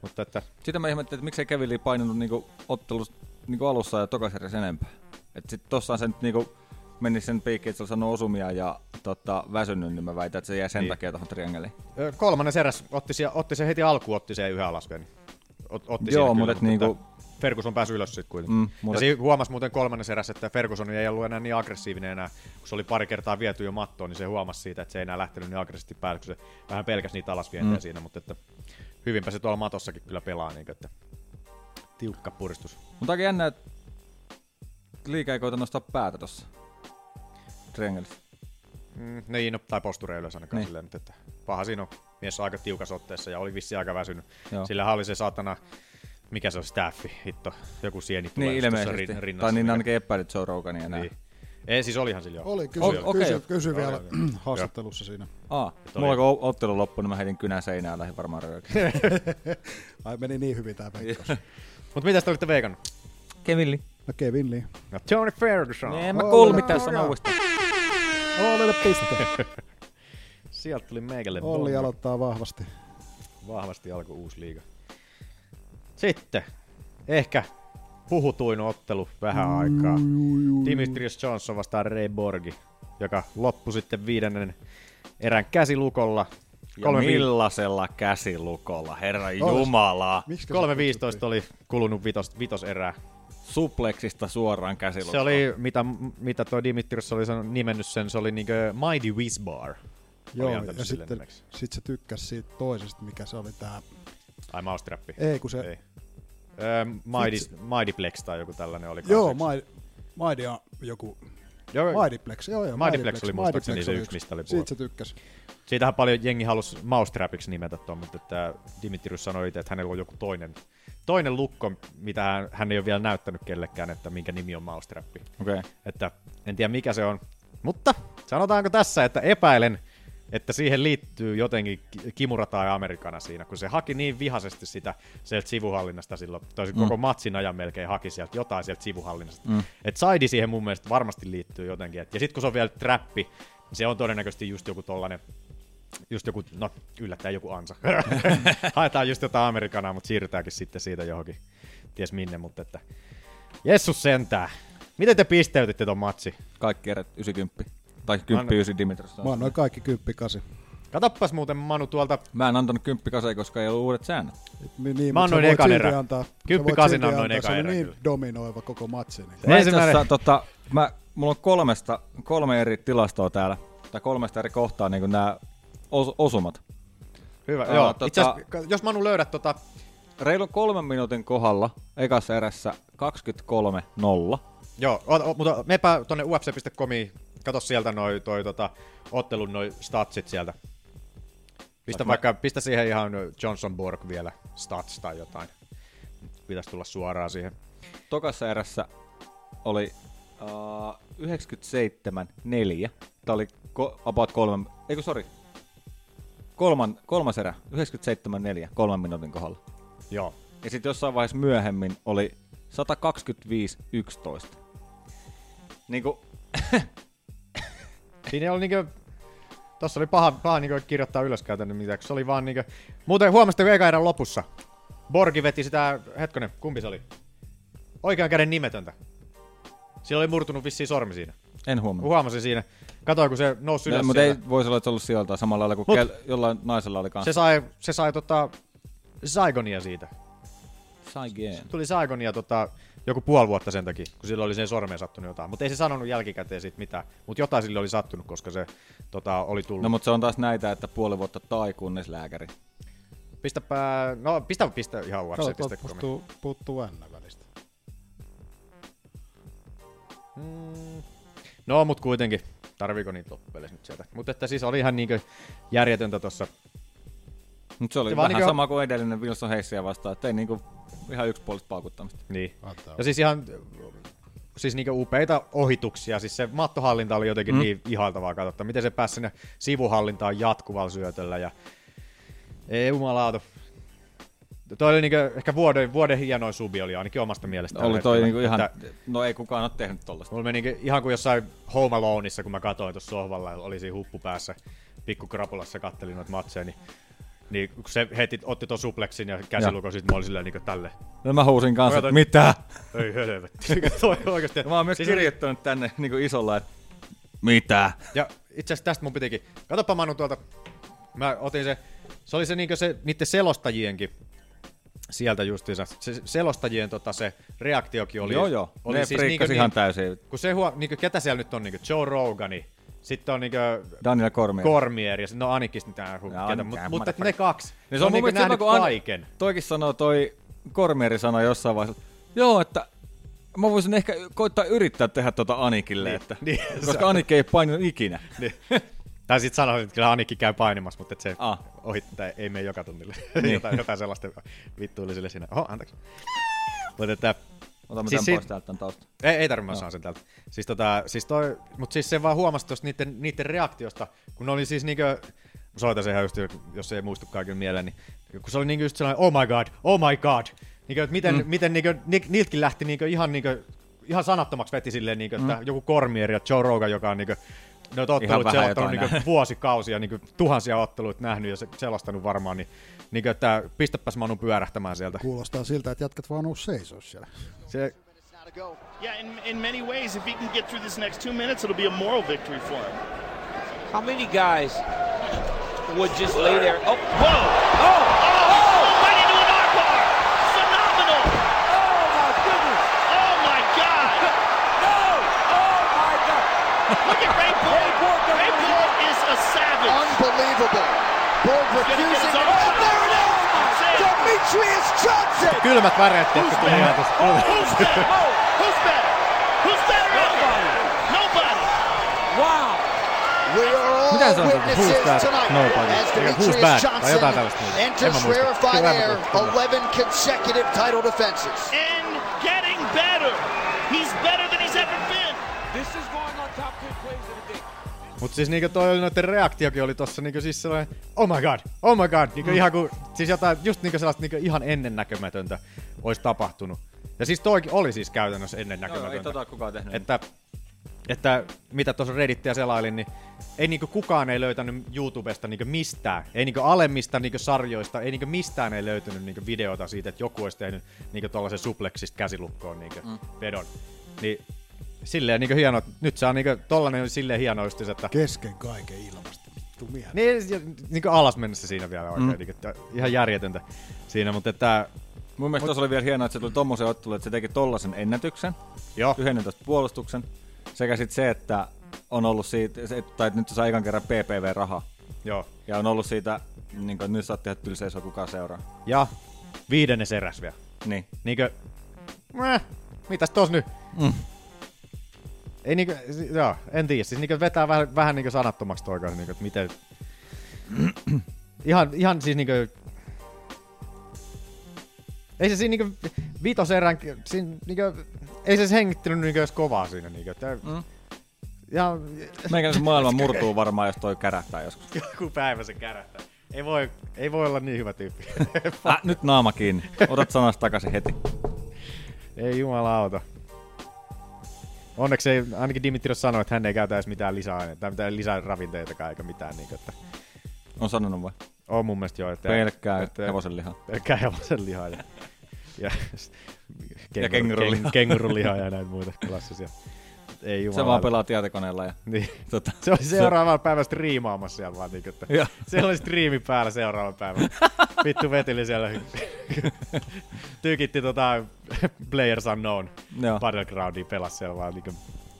Mutta että... Sitä mä ihmettelin, että miksei Kevili painanut niinku ottelus niinku alussa ja tokasarjassa enempää. Et sit tossaan se nyt niinku meni sen piikki, että se oli saanut osumia ja tota, väsynyt, niin mä väitän, että se jää sen Niin. niin. takia tuohon triangeliin. Ö, Kolmannes eräs otti, se, otti se heti alkuun, otti se yhden alaspäin. niin Ot, otti Joo, siinä mut kyllä, et niinku- että Ferguson pääsi ylös sitten kuitenkin. Mm, ja mut et- siinä huomasi muuten kolmannes eräs, että Ferguson ei ollut enää niin aggressiivinen enää, kun se oli pari kertaa viety jo mattoon, niin se huomasi siitä, että se ei enää lähtenyt niin aggressiivisesti päälle, kun se vähän pelkäsi niitä alasvientejä Mm. siinä, mutta että hyvinpä se tuolla matossakin kyllä pelaa, niin että tiukka puristus. Mutta aika jännä, että liikaa ei koita nostaa päätä tuossa triangelissa. Mm, no ei, no, tai posture yleensä ainakaan Niin. silleen, mutta että paha siinä on. Mies on aika tiukassa otteessa ja oli vissi aika väsynyt. Joo. Sillä oli se saatana, mikä se on, staffi, hitto, joku sieni tulee Niin tuossa ilmeisesti. rin- rinnassa. tai niin mikä- ainakin epäilyt Joe Rogania enää. Niin. Ei, siis olihan sillä jo. Oli, kysy, Oli, okay, oli. kysy, okei. kysy Joo, vielä joo, joo. haastattelussa siinä. Aa, Että mulla oli- kun o- ottelu loppui, niin mä heitin kynän seinään ja lähdin varmaan röökiin. Ai meni niin hyvin tää veikkaus. Mutta mitä te olitte veikannut? Kevilli. No Kevin Lee. No, Tony Ferguson. Niin, en mä Ole kuullut hyvä. mitään sanoa uudestaan. Ollille piste. Sieltä tuli meikälle Olli bombi. aloittaa vahvasti. vahvasti alku uusi liiga. Sitten ehkä puhutuin ottelu vähän aikaa. Dimitrius Johnson vastaan Ray Borgi, joka loppui sitten viidennen erän käsilukolla. Ja Kolme vi- millaisella käsilukolla, herra jumala. Miksi 3.15 oli kulunut vitos, vitos erää. Supleksista suoraan käsilukkoon. Se oli, mitä, mitä toi Dimitrius oli sanonut, nimennyt sen, se oli niinkö Mighty Whisbar. Joo, Oli antanut ja sille sitten nimeksi. sit se tykkäsi siitä toisesta, mikä se oli tää. Ai maustrappi. Ei, kun se- Ei. Öö, Mighty, Mighty Plex tai joku tällainen oli. Joo, kans yksi. Maid, Maidia joku. Joo, Maidiplex, joo joo. Maidiplex oli muistaakseni se yksi, mistä oli puhe. Siitä se tykkäsi. Siitähän paljon jengi halusi maustrapiksi nimetä tuon, mutta että Dimitrius sanoi itse, että hänellä on joku toinen, toinen lukko, mitä hän, hän ei ole vielä näyttänyt kellekään, että minkä nimi on maustrappi. Okei. Että en tiedä mikä se on, mutta sanotaanko tässä, että epäilen, että siihen liittyy jotenkin ki- Kimura tai Amerikana siinä, kun se haki niin vihaisesti sitä sieltä sivuhallinnasta silloin, toisin koko matsin ajan melkein haki sieltä jotain sieltä sivuhallinnasta. Mm. Että Saidi siihen mun mielestä varmasti liittyy jotenkin. Et, ja sitten kun se on vielä trappi, niin se on todennäköisesti just joku tollanen just joku, no yllättäen joku ansa. Haetaan just jotain amerikanaa, mutta siirrytäänkin sitten siitä johonkin. Ties minne, mutta että... Jessus sentää. Miten te pisteytitte ton matsi? Kaikki erät 90. Tai 10 9 Dimitros. Mä annoin kaikki kymppi kasi. Katoppas muuten Manu tuolta Mä en antanut kymppi kaseen, koska ei ollut uudet säännöt. Et mi- Niin, Mä mut sä annoin voit ekan silti erän. antaa- sä Kymppi voit kasin silti annoin antaa, se ekan oli erän niin kyllä. dominoiva koko matsi. Niin. Mä itse Ensimmäinen- asiassa, tota, mä, mulla on kolmesta, kolme eri tilastoa täällä, tai kolmesta eri kohtaa niin nämä os, osumat. Hyvä, Aa, joo. tota- Itse asiassa, ka- jos Manu löydät tota... Reilu kolmen minuutin kohdalla, ekassa erässä 23-0. Joo, o, o, mutta mepä tonne ufc.comiin. Kato sieltä noi, toi tota, ottelun noi statsit sieltä. Pistä, vaikka, pistä siihen ihan Johnson Borg vielä stats tai jotain. Pitäisi tulla suoraan siihen. Tokassa erässä oli uh, 97-4. Tämä oli ko- about kolmen, eikö sori, kolman, kolmas erä, 97-4 kolmen minuutin kohdalla. Joo. Ja sitten jossain vaiheessa myöhemmin oli 125-11. Niinku, Siinä ei ollut niinkö... Tossa oli paha, paha niinkö kirjoittaa ylös käytännön mitään, kun se oli vaan niinkö... Muuten huomasitteko eka erän lopussa? Borgi veti sitä... Hetkonen, kumpi se oli? Oikean käden nimetöntä. Sillä oli murtunut vissiin sormi siinä. en huomannut. Huomasin siinä. Katoin, kun se nousi ylös No, mutta Mm. ei voisi olla, että se ollut sieltä samalla lailla kuin Mut- kel- jollain naisella oli kanssa. Se sai, se sai tota... Saigonia siitä. sai geen. Tuli Saigonia tota, joku puoli vuotta sen takia, kun sillä oli sen sormeen sattunut jotain. Mutta ei se sanonut jälkikäteen siitä mitään. Mutta jotain sille oli sattunut, koska se tota, oli tullut. No mutta se on taas näitä, että puoli vuotta tai kunnes lääkäri. Pistäpä, no pistä, pistä ihan Tuolla UFC.com. puuttuu, puuttuu N välistä. No, mut kuitenkin. Tarviiko niitä loppupeleissä nyt sieltä? Mutta että siis oli ihan niinkö järjetöntä tossa. Mutta se oli Se vaan vähän niinku- sama kuin edellinen Wilson Heissiä vastaan, että ei niinku ihan yksipuolista paukuttamista. Niin. Antaa. Ja siis ihan siis niinkö upeita ohituksia. Siis se mattohallinta oli jotenkin mm. niin ihailtavaa katsottava. Miten se pääsi sinne sivuhallintaan jatkuvalla syötöllä ja ei jumalauta. Toi oli niinku ehkä vuoden, vuoden hienoin subi oli ainakin omasta mielestä. Oli tällä toi hetkellä. niinku ihan, Että no ei kukaan ole tehnyt tollasta. Mulla meni niinku ihan kuin jossain Home Aloneissa, kun mä katsoin tuossa sohvalla ja oli siinä huppu päässä, pikkukrapulassa kattelin noita matseja, niin, niin kun se heti otti tuon supleksin ja käsiluko, sit mä olin silleen niinku tälle. No mä huusin kanssa, että Katsoin, mitä? Ei helvetti. Niinku toi oikeasti. Mä oon myös Siis- kirjoittanut tänne niinku isolla, että mitä? Ja itse asiassa tästä mun pitikin. Katsopa Manu tuolta. Mä otin se, se oli se, niinkö se niiden selostajienkin sieltä justiinsa. Se selostajien tota, se reaktiokin oli. Joo, joo. Oli siis niinku niin Ne friikkasi ihan täysin. Kun se huo, niinkö, ketä siellä nyt on, niinkö Joe Rogani, sitten on niinku niinkö Daniel Cormier. Niin Cormier ja sitten no Anikis, niin tää, Jaa, ketä, nyt mutta, tää mutta et ne motherfucker. kaksi. Niin se on niinku mun niinku mielestä silloin, nähnyt kun An- kaiken. Toikin sanoo toi, Kormieri sanoi jossain vaiheessa, joo, että mä voisin ehkä koittaa yrittää tehdä tota Anikille, Niin, että, niin. koska Anikki ei painanut ikinä. Niin. Tai sitten sanoin, että kyllä Anikki käy painimassa, mutta et se ah. Ah. ohittaa, ei mene joka tunnille. Niin. jotain, jotain sellaista vittuilisille siinä. Oho, anteeksi. Mutta että, Otamme Siis siis si- tämän pois täältä tämän taustan. ei, ei tarvitse, mä saan sen täältä. Siis tota, siis toi, mut siis se vaan huomasi tuosta niiden, niiden reaktiosta, kun ne oli siis niinkö, soita se ihan just, jos ei muistu kaiken mieleen, niin kun se oli niinkö just sellainen, oh my god, oh my god, niinkö, että miten, mm. miten niinkö, ni, niiltäkin lähti niinkö ihan niinkö, ihan sanattomaksi veti silleen, niinkö, että joku Cormier ja Joe Rogan, joka on niinkö, ne on ottelut Mm. vähän selottanut jotain niinkö näin. vuosikausia, niinkö tuhansia otteluita nähnyt ja se- selostanut varmaan, niin niinkö, että pistäpäs Manu pyörähtämään sieltä. Kuulostaa siltä, että jätkät vaan nousi seisoa siellä. Se, Yeah, in, in many ways, if he can get through this next two minutes, it'll be a moral victory for him. How many guys would just lay there? Oh, Whoa! oh, oh, Right into an armbar! Phenomenal! oh my goodness! Oh my God! No! Oh my God! Look at Ray Borg! Ray Borg is a savage! Unbelievable. Borg He's gonna get refusing. his own shot. That's Oh, it. Demetrius Johnson. kylmät väreet, tiedätkö, tuli ajatus. Oh, Who's better? Oh, Who's better? Who's better out there? Nobody! Wow! We are all Mitä se on se, witnesses who's bad? tonight Nobody. as Eikä who's Demetrius bad? Tai Johnson jotain tällaista muuta. En mä enters muista. rarefied Kyllä mä air muistan, kyllä. 11 consecutive title defenses. And getting better! He's better than he's ever been! This is going on top 10 plays of the day. Mutta siis niinku toi oli noiden reaktiokin oli tossa niinku siis sellainen oh my god, oh my god, niinku mm. ihan kuin, siis jotain just niinku sellaista niinku ihan ennennäkemätöntä olisi tapahtunut. Ja siis toikin oli siis käytännössä ennennäkemätöntä. Joo, ei tota kukaan tehnyt. Että, että mitä tuossa Redittiä selailin, niin ei niinku kukaan ei löytänyt YouTubesta niinku mistään. Ei niinku alemmista niinku sarjoista, ei niinku mistään ei löytynyt niinku videota siitä, että joku olisi tehnyt niinku tollasen supleksista käsilukkoon niinku mm. vedon. Niin silleen niinku hieno, nyt se on niinku tollanen oli silleen hieno just, että Kesken kaiken ilmasta. Vittu mie. niin, ja- niin kuin alas mennessä siinä vielä oikein. Mm. Niin, että ihan järjetöntä siinä, mutta että... Mun mielestä tuossa oli vielä hienoa, että se tuli tommoseen otteluun, että se teki tollasen ennätyksen, Joo. 11 puolustuksen, sekä sitten se, että on ollut siitä, se, tai että nyt saa ekan kerran PPV-rahaa, Joo. ja on ollut siitä, niin kuin, nyt saat tehdä tylseisoa kukaan seuraa. Ja viidennes eräs vielä. Niin. Niinkö... Mäh, mitäs tos nyt? Mm. Ei niinkö... si- Joo, en tiedä. Siis niinkö vetää vähän, vähän niinkö sanattomaksi toi kanssa, niinkö, että miten... ihan, ihan siis niinkö... Ei se siinä niinkö viitoserän... Siinä niinkö... Ei se hengittänyt niinkö edes kovaa siinä niinkö. Että... Mm. Ja Meikäläisen maailma murtuu varmaan, jos toi kärähtää joskus. joku päivä se kärähtää. Ei voi, ei voi olla niin hyvä tyyppi. Äh, nyt naama kiinni. Otat sanasta takaisin heti. ei jumalauta. Onneksi ei, ainakin Dimitrios sanoi, että hän ei käytä edes mitään lisäaineita tai mitään lisäravinteitakaan eikä mitään. Niin kuin, että On sanonut vai? on mun mielestä jo. Että, Pelkkää hevosenlihaa. Pelkkää hevosen lihaa. Ja, ja, Ja kengurulihaa. kengurulihaa ja näitä muita klassisia. Ei Se jumalauta. vaan pelaa tietokoneella ja... Niin. Tota, Se oli seuraavana päivänä striimaamassa siellä vaan. Niin, kuin, että Joo. siellä oli striimi päällä seuraavan päivänä. Vittu veteli siellä. Tykitti tota Players Unknown Joo. Battlegroundia pelasi siellä vaan. Niin kuin,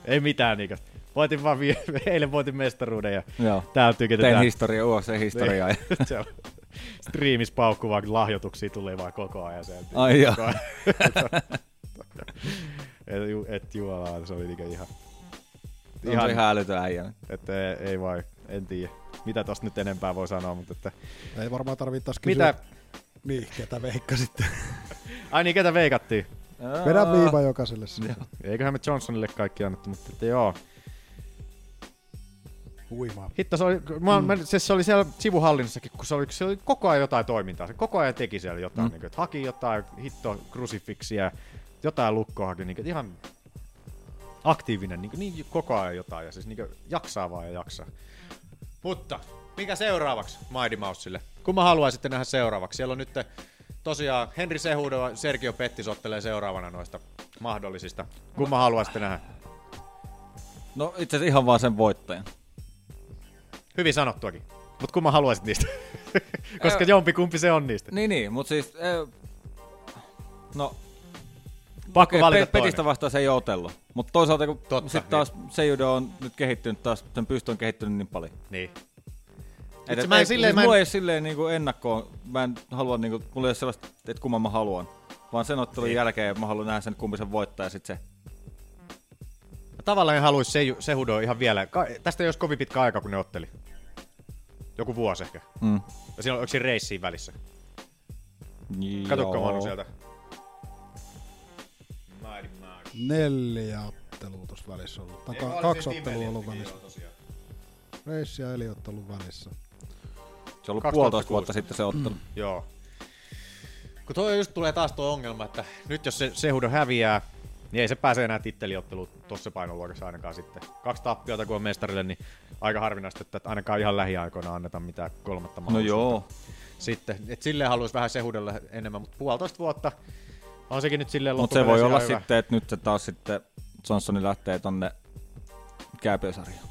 ei mitään. Niin kuin, voitin vaan vie, eilen voitin mestaruuden ja Joo. täällä Tein tykitetään. historia, UFC-historiaa. Ja... Niin, siellä striimissä paukkuu vaan lahjoituksia tuli vaan koko ajan. Sen, Ai joo. et, ju- et juolaa, se oli niinku ihan... Ihan, ihan älytön äijä. Että ei, ei vai, en tiedä. Mitä tosta nyt enempää voi sanoa, mutta että... Ei varmaan tarvitse taas kysyä. Niin. Mitä? Niin, ketä veikkasitte? Ai niin, ketä veikattiin? Vedä viiva jokaiselle siis. sinne. Eiköhän me Johnsonille kaikki annettu, mutta että joo. Huimaa. Hitto, se oli, mä, mm. mä, se, se oli siellä sivuhallinnassakin, kun se oli, se oli koko ajan jotain toimintaa. Se koko ajan teki siellä jotain, mm. niin kuin, että haki jotain hitto krusifiksiä, jotain lukkoa haki, niin kuin, että ihan aktiivinen, niin, kuin, niin koko ajan jotain, ja siis niin kuin, jaksaa vaan ja jaksaa. Mutta mikä seuraavaksi Mighty Mouselle? Kun mä haluaisin sitten nähdä seuraavaksi. Siellä on nyt tosiaan Henri Sehudo ja Sergio Pettis ottelee seuraavana noista mahdollisista. Kun mä haluaisin sitten nähdä. No itse asiassa ihan vaan sen voittajan. Hyvin sanottuakin. Mutta kun mä haluaisin niistä. Koska Ää... jompi kumpi se on niistä. Niin, niin, mutta siis... Äh, no, Pakko valita pe- Petistä vastaan se ei ole otellut. Mutta toisaalta kun Totta, niin. sit taas Seijudo on nyt kehittynyt, taas sen pystö on kehittynyt niin paljon. Niin. Et, Itse et, mä en silleen- ei, siis mä en- Mulla ei ole silleen niinku ennakkoon, mä en halua, niinku, mulla ei ole sellaista, että kumman mä haluan. Vaan sen ottelun Niin. jälkeen mä haluan nähdä sen, kumpi sen voittaa ja sit se. Mä tavallaan haluaisin se, Sehudoa ihan vielä. Ka- tästä ei olisi kovin pitkä aika, kun ne otteli. Joku vuosi ehkä. Mm. Ja siinä on onko siinä reissiin välissä. Mm. Katukka Manu sieltä. Neljä ottelua tuossa välissä ollut. Tai Ei, ka- oli kaksi siis ottelua viime ollut viikkokin välissä. joo tosiaan. Reissi ja Eli ottelun välissä. Se on ollut 2006. puolitoista vuotta sitten se ottelu. Joo. Kun toi just tulee taas tuo ongelma, että nyt jos se Sehudo häviää, niin ei se pääse enää titteliotteluun tuossa painoluokassa ainakaan sitten. Kaksi tappiota kun on mestarille, niin aika harvinaista, että ainakaan ihan lähiaikoina anneta mitään kolmatta No mahdollisuutta. joo. Sitten, et silleen haluaisi vähän Sehudella enemmän, mutta puolitoista vuotta on sekin nyt silleen Mutta se voi loppupeleissä olla ihan hyvä. sitten, että nyt se taas sitten Johnsoni lähtee tonne kääpiösarjaan.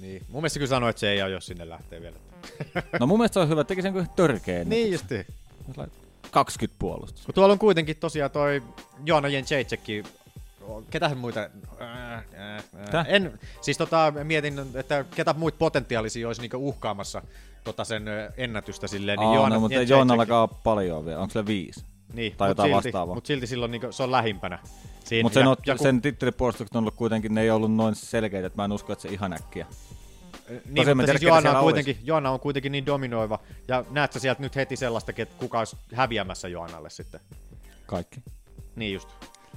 Niin. Mun mielestä kyllä sanoi, että se ei ole, jos sinne lähtee vielä. No mun mielestä se on hyvä, teki sen kuin törkeen. niin justi. 20 puolustusta. Kun tuolla on kuitenkin tosiaan toi Joona Jentsejtsekki, ketähän muita, äh, äh, Tää? äh. en, siis tota, mietin, että ketä muut potentiaalisia olisi niinku uhkaamassa tota sen ö, ennätystä silleen. Aa, Niin, Joona no, mutta ei Jędrzejczyk- Joonallakaan ole paljon vielä. Onko sillä viisi? niin, tai mut jotain silti, vastaavaa. Mutta silti silloin niinku, se on lähimpänä. Siinä, Mutta sen, Niin, ja- ot- ja kun- sen tittelipuolustukset on ollut kuitenkin, ne ei ollut noin selkeitä, että mä en usko, että se ihan äkkiä. Niin, en no mutta mä tiedä, siis ketä siellä Joanna on, olisi. kuitenkin, Joanna on kuitenkin niin dominoiva, ja näet sä sieltä nyt heti sellaista, että kuka olisi häviämässä Joannalle sitten. Kaikki. Niin just.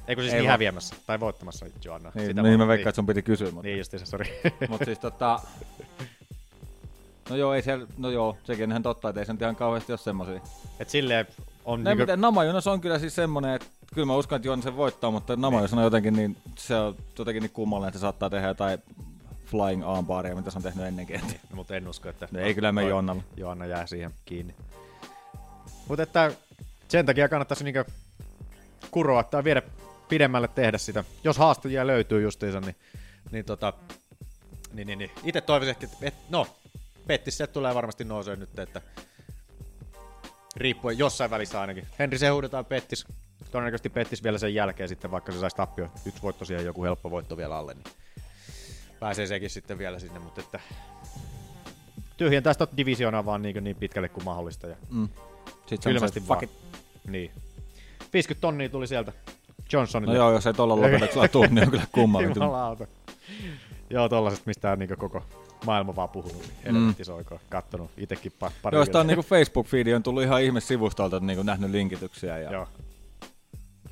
Eikö siis Ei niin vaan. häviämässä, tai voittamassa Joanna. Niin, niin mä veikkaan, että sun piti kysyä. Mutta Niin just se, sori. Mutta siis tota... No joo, ei siellä, no joo, sekin on ihan totta, että ei se nyt ihan kauheasti ole semmosia. Et silleen on... No ei niinku- mitään, Namajunas on kyllä siis semmonen, että kyllä mä uskon, että Joona sen voittaa, mutta Namajunas on jotenkin niin, se on jotenkin niin kummallinen, että se saattaa tehdä jotain flying armbaria, mitä se on tehnyt ennenkin. mutta en usko, että... No ei kyllä me toi Joannalla. Joanna jää siihen kiinni. Mutta että sen takia kannattaisi niinku kuroa tai viedä pidemmälle tehdä sitä. Jos haastajia löytyy justiinsa, niin, niin, tota, niin, niin, niin. itse toivoisin, että et, no, Pettis sieltä tulee varmasti nousee nyt, että riippuen jossain välissä ainakin. Henri se huudetaan Pettis. Todennäköisesti Pettis vielä sen jälkeen sitten, vaikka se saisi tappio. Yksi voitto siihen, joku helppo voitto vielä alle, niin pääsee sekin sitten vielä sinne, mutta että tyhjentää tästä divisioonaa vaan niin, niin pitkälle kuin mahdollista. Ja Mm. Sit se on kylmästi se, vaan. fuck it. Niin. 50 tonnia tuli sieltä Johnsonille. No joo, jos ei tolla lopeta, kun sulla tuu, niin on kyllä kumma. vitu. Jumalauta. Joo, tollasesta mistään niin koko maailma vaan puhunut. niin Helvetti soikoon. Kattonut itekin pa- pari Mm. Joo, sitä kertaa. on niinku Facebook-fiidi on tullut ihan ihme sivustolta, että niinku nähnyt linkityksiä. Ja... Joo.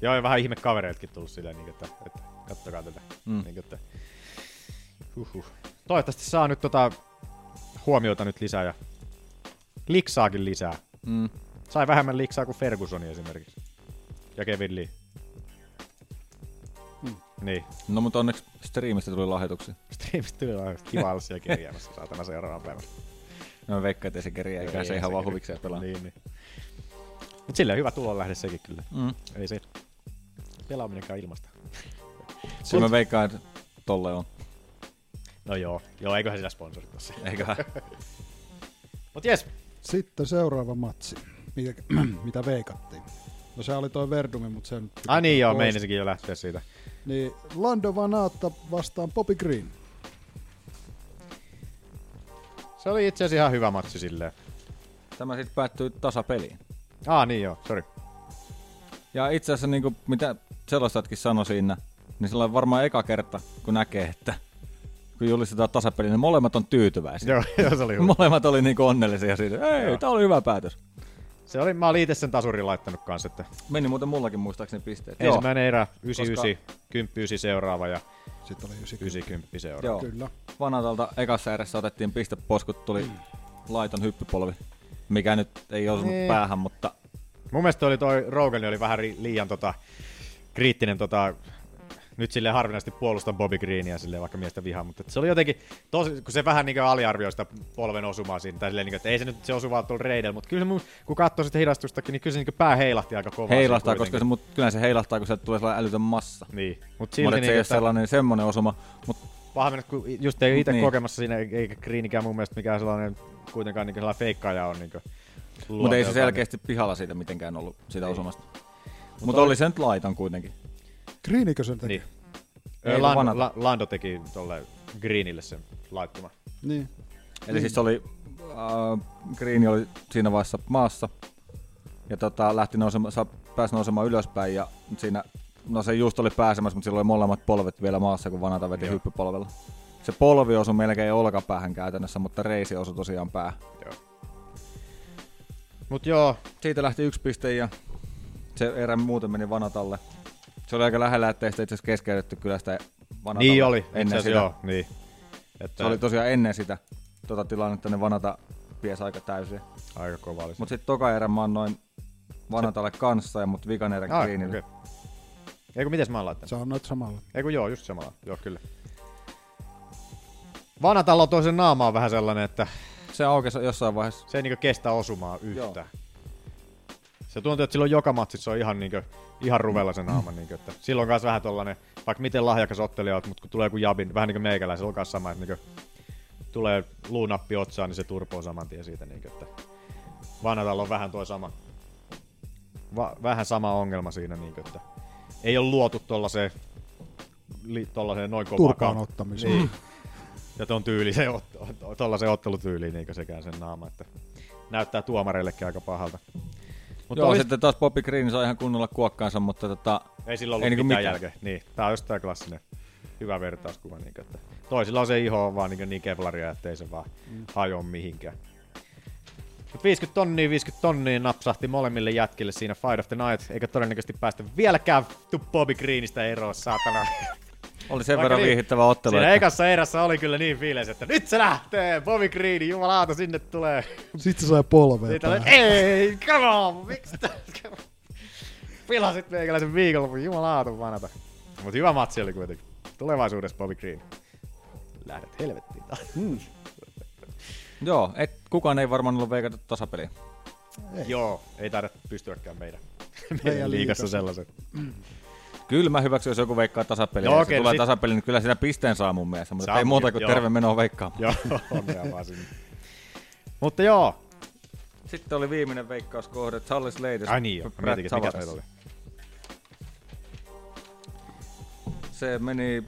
Joo, ja vähän ihme kavereiltakin tullut silleen, niin, että, että kattokaa tätä. Mm. Mm. Niin, että, huhhuh. Toivottavasti saa nyt tota huomiota nyt lisää ja liksaakin lisää. Mm. Sai vähemmän liksaa kuin Ferguson esimerkiksi. Ja Kevin Lee. Mm. Niin. No mutta onneksi striimistä tuli lahjoituksia. Streamista tuli vähän kiva olla siellä kirjaamassa saatana seuraavana päivänä. No mä veikkaan, että se kerjää, eikä Ei, se ei ihan se vaan kyllä. huvikseen pelaa. Niin, niin. Mut silleen hyvä tulonlähde sekin kyllä. Mm. Ei se pelaaminenkaan ilmasta. Siis mä veikkaan, että tolle on. No joo, joo eiköhän sillä sponsorit tossa. Eiköhän. Mut jes, Sitten seuraava matsi, mikä, mitä veikattiin. No se oli toi Verdumi, mutta sen... Ai niin joo, meinasinkin jo lähteä siitä. Niin, Lando Vanaatta vastaan Bobby Green. Se oli itse asiassa ihan hyvä matsi silleen. Tämä sitten päättyy tasapeliin. Ah niin joo, sorry. Ja itse asiassa niin kuin, mitä selostatkin sanoi siinä, niin sellainen varmaan eka kerta, kun näkee, että kun julistetaan tasapeli, niin molemmat on tyytyväisiä. Joo, joo, se oli hyvä. molemmat oli niin onnellisia siitä. Ei, Joo. tämä oli hyvä päätös. Se oli, mä olin itse sen tasurin laittanut kanssa. Että Meni muuten mullakin muistaakseni pisteet. Joo. ensimmäinen erä, 99, Koska- 10 seuraava ja sitten oli 90 seuraava. Joo. Kyllä. Vanatalta ekassa erässä otettiin pisteposkut, tuli laiton hyppypolvi, mikä nyt ei osunut Niin. päähän, mutta Mun mielestä oli toi Rogan niin oli vähän ri- liian tota, kriittinen tota, nyt sille harvinaisesti puolustan Bobby Greenia sille vaikka miestä vihaa, mutta et se oli jotenkin, tosi, kun se vähän niin aliarvioi sitä polven osumaa siinä, tai silleen, niin että ei se nyt se osu vaan tullut reidellä, mutta kyllä se mun, kun katsoo sitä hidastustakin, niin kyllä se niin pää heilahti aika kovaa. heilahtaa, koska se, mut, kyllä se heilahtaa, kun se tulee sellainen älytön massa. Niin. Mut Mut silti silti se niinku, ei ole että- sellainen semmoinen osuma, mutta Paha mennä, kun just ei itse Niin. niin. kokemassa siinä, eikä Greenikään mun mielestä mikään sellainen kuitenkaan niin sellainen feikkaaja on. Niin mut ei se selkeästi pihalla siitä mitenkään ollut, siitä osumasta. Mutta Mut mut oli- oli se nyt laiton kuitenkin. Greenikö sen teki? Niin. Ei, Ö, kun Lando, vanhat. La, Lando teki tuolle Greenille sen laittoma. Niin. Eli siis oli, äh, Green oli siinä vaiheessa maassa ja tota, lähti nousemaan, sa- pääsi nousemaan ylöspäin ja siinä, no se just oli pääsemässä, mutta silloin oli molemmat polvet vielä maassa, kun Vanata veti Joo. hyppypolvella. Se polvi osui melkein olkapäähän käytännössä, mutta reisi osui tosiaan pää. Joo. Mut joo. Siitä lähti yksi piste ja se erä muuten meni Vanatalle. Se oli aika lähellä, ettei sitä itse asiassa keskeytetty kyllä sitä Vanatalle Niin oli, itse ennen asiassa sitä. joo, niin. Se oli tosiaan ennen sitä tota tilannetta, ne Vanata piesi aika täysin. Aika kova oli se. Mutta sitten toka erä mä annoin Vanatalle kanssa, ja mut vikan erä Ai, Greenille. okei. Eikö mites mä oon laittanut? Sä annoit samalla. Eikö joo, just samalla. Joo, kyllä. Vanatalo toi sen naamaa vähän sellainen, että se aukesi jossain vaiheessa. Se ei niinku kestä osumaa yhtään. Joo. Se tuntuu, että silloin joka matsissa on ihan, niinku, ihan ruvella se naama. Niinku, että silloin on myös vähän tollanen, vaikka miten lahjakas ottelija oot, mutta kun tulee joku jabin, vähän niin kuin meikäläisellä on kanssa sama, että niinku, tulee luunappi otsaan, niin se turpoo saman tien siitä. Niinku, että Vanatalla on vähän toi sama, va, vähän sama ongelma siinä, niinku, että ei ole luotu tuollaiseen li, tollaiseen noin kovaan Turpaan kau- ottamiseen. Niin. Ja ton tyyli, se, ot- ot- tollaiseen ottelutyyliin niin sekään sen naama, että näyttää tuomareillekin aika pahalta. Mutta Joo, sitten taas Bobby Green sai ihan kunnolla kuokkaansa, mutta tota, Ei sillä ollut ei niinku mitään, jälkeä. Niin, tää on just tää klassinen hyvä vertauskuva. Niin, että toisilla on se iho vaan niin, niin kevlaria, ettei se vaan Mm. mm. hajoa mihinkään. Mut 50 tonnia, 50 tonnia napsahti molemmille jätkille siinä Fight of the Night, eikä todennäköisesti päästä vieläkään tu Bobby Greenistä eroon, saatana. Oli sen Vaikka niin, verran viihdyttävä ottelu, Siinä että- ekassa erässä oli kyllä niin fiilis, että nyt se lähtee, Bobby Green, jumalauta, sinne tulee. Sitten se sai polvea. Siitä oli, päähän. ei, come on, miksi tää? Pilasit meikäläisen viikonlopun, jumalauta vanata. Mutta hyvä matsi oli kuitenkin. Tulevaisuudessa Bobby Green. Lähdet helvettiin taas. Mm. Joo, et, kukaan ei varmaan ollut veikata tasapeliä. Joo, ei taida pystyäkään meidän, Meidän meidän liigassa. liikassa sellaiset. Kyllä mä hyväksyn, jos joku veikkaa tasapeliä. No No, okei, okay, no tulee sit- tasapeli, niin kyllä siinä pisteen saa mun mielestä, mutta Saa ei muuta munkin, kuin joo. terve menoa veikkaamaan. Joo, onnea vaan sinne. Mutta joo. Sitten oli viimeinen veikkauskohde, Charles Leides. Ai niin joo, mä mietinkin, että mikä meillä oli. Se meni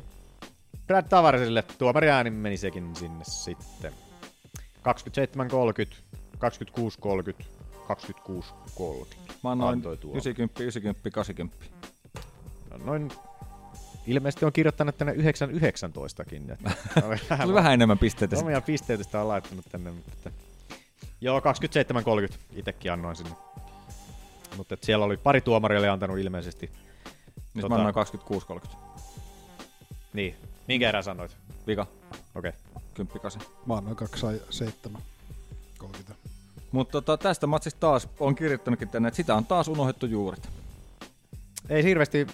Brad Tavaresille tuomari ääni meni sekin sinne sitten. 27.30, 26.30, 26.30. Mä annoin Antoi tuo. 90, 90, 80. Noin ilmeisesti on kirjoittanut tänne 919kin. että- Tuli vähän enemmän pisteitä sitten. Omia pisteitä sitä on laittanut tänne. Mutta... että- Joo, 27.30 itsekin annoin sinne. Mutta et siellä oli pari tuomaria oli antanut ilmeisesti. Nyt mä annoin 26.30. Niin. Minkä erään sanoit? Vika. Okei. Okay. 10 8. Mä annoin 207. Mutta tota, tästä matsista taas on kirjoittanutkin tänne, että sitä on taas unohdettu juuret. Ei hirveästi,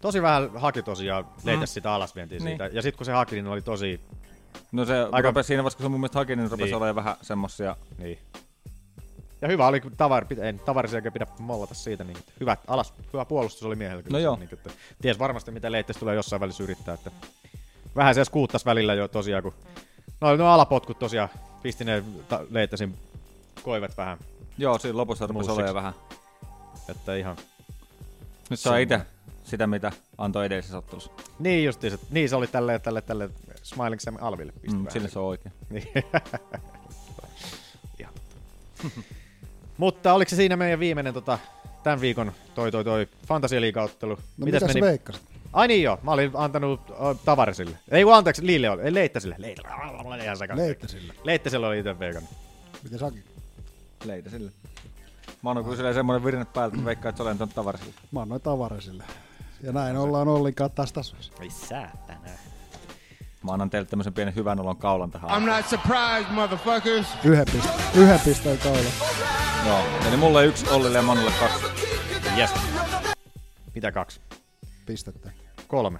tosi vähän haki tosiaan leitä Mm. mm. sitä alasvientiin Niin. niin. siitä. Ja sitten kun se haki, niin oli tosi... No se Aika... rupesi siinä vaiheessa, kun se mun mielestä haki, niin rupesi Niin. olemaan vähän semmosia. Niin. Ja hyvä oli, kun tavar, pit- en tavarisiakin pidä mollata siitä, niin että hyvä, alas, hyvä puolustus oli miehellä. Kyllä No se, joo. Niin, että ties varmasti, mitä leitteessä tulee jossain välissä yrittää. Että vähän se edes kuuttas välillä jo tosiaan, kun no, no alapotkut tosiaan pisti ne ta- leittesin koivet vähän. Joo, siinä lopussa rupesi Muusiksi. olemaan vähän. Että ihan... Nyt saa itse sitä, mitä antoi edellisessä ottelussa. Mm, Niin justiinsa, niin se oli tälle tälle tälle Smiling Sam Alville pisti Mm, vähän. sillä se on oikein. Niin. Ihan totta. Mutta oliko se siinä meidän viimeinen tota, tämän viikon toi toi toi fantasialiigaottelu? No mitä sä veikkasit? Ai niin joo, mä olin antanut äh, Tavaresille. Ei kun anteeksi, Liille oli, ei Leittasille. Leittasille. Leittasille. Leittasille oli itse veikannut. Miten säkin? Leitä sille. Mä annan kyllä semmoinen virne päältä, että veikkaan, että olen ton tavarisille. Mä annoin tavarisille. Ja näin ollaan Ollinkaan taas tasoissa. Ei säätänä. Mä annan teille tämmöisen pienen hyvän olon kaulan tähän. I'm not surprised, motherfuckers. Yhden pisteen, yhden pisteen kaula. Joo, eli mulle yksi, Ollille ja Manulle kaksi. Yes. Mitä kaksi? Pistettä. Kolme.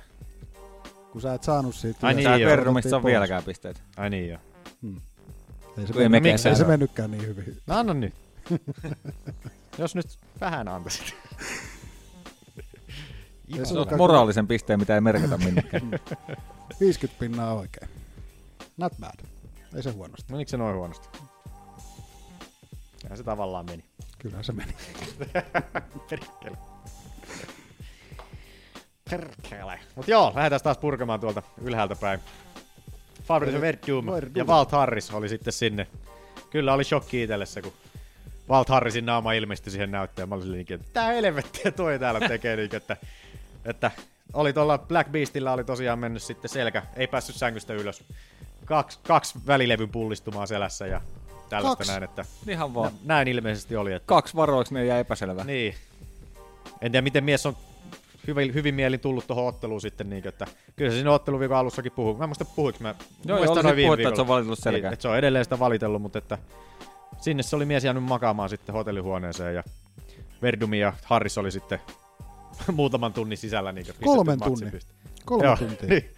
Kun sä et saanut siitä. Ai yhdestä, niin, sä et otettiin verru, mistä saa pois. vieläkään pisteitä. Ai niin joo. Hmm. Ei se, Tuo ei mennyt, mekään ei se säädä. mennytkään niin hyvin. No anna nyt. Jos nyt vähän antaisit. Ei Se on suinkaan- moraalisen pisteen, mitä ei merkitä minnekään. 50 pinnaa oikein. Not bad. Ei se huonosti. Menikö se noin huonosti? Ja se tavallaan meni. Kyllä se meni. Perkele. Perkele. Mut joo, lähdetään taas purkamaan tuolta ylhäältä päin. Fabrice Verdum Verdum. ja Walt Harris oli sitten sinne. Kyllä oli shokki itsellessä, kun Walt Harrisin naama ilmestyi siihen näyttöön. Mä olin niinkin, että mitä helvettiä toi täällä tekee. niin, että, että oli tuolla Black Beastillä oli tosiaan mennyt sitten selkä, ei päässyt sängystä ylös. Kaksi, kaksi välilevyn pullistumaa selässä ja tällaista Kaksi? näin, että Ihan vaan. nä- näin ilmeisesti oli. Että Kaksi varoiksi ne jäi epäselvää. niin. En tiedä, miten mies on hyvin, hyvin mielin tullut tuohon otteluun sitten. Niin, että kyllä se siinä otteluviikon alussakin puhuu. Mä en muista puhuinko mä. joo, muistan oli noin se viime puhetta, että se on viikolla. valitellut selkää. Niin, että se on edelleen sitä valitellut, mutta että sinne se oli mies jäänyt makaamaan sitten hotellihuoneeseen ja Verdumi ja Harris oli sitten muutaman tunnin sisällä. Niin, Kolmen tunnin. Kolme tuntia. niin.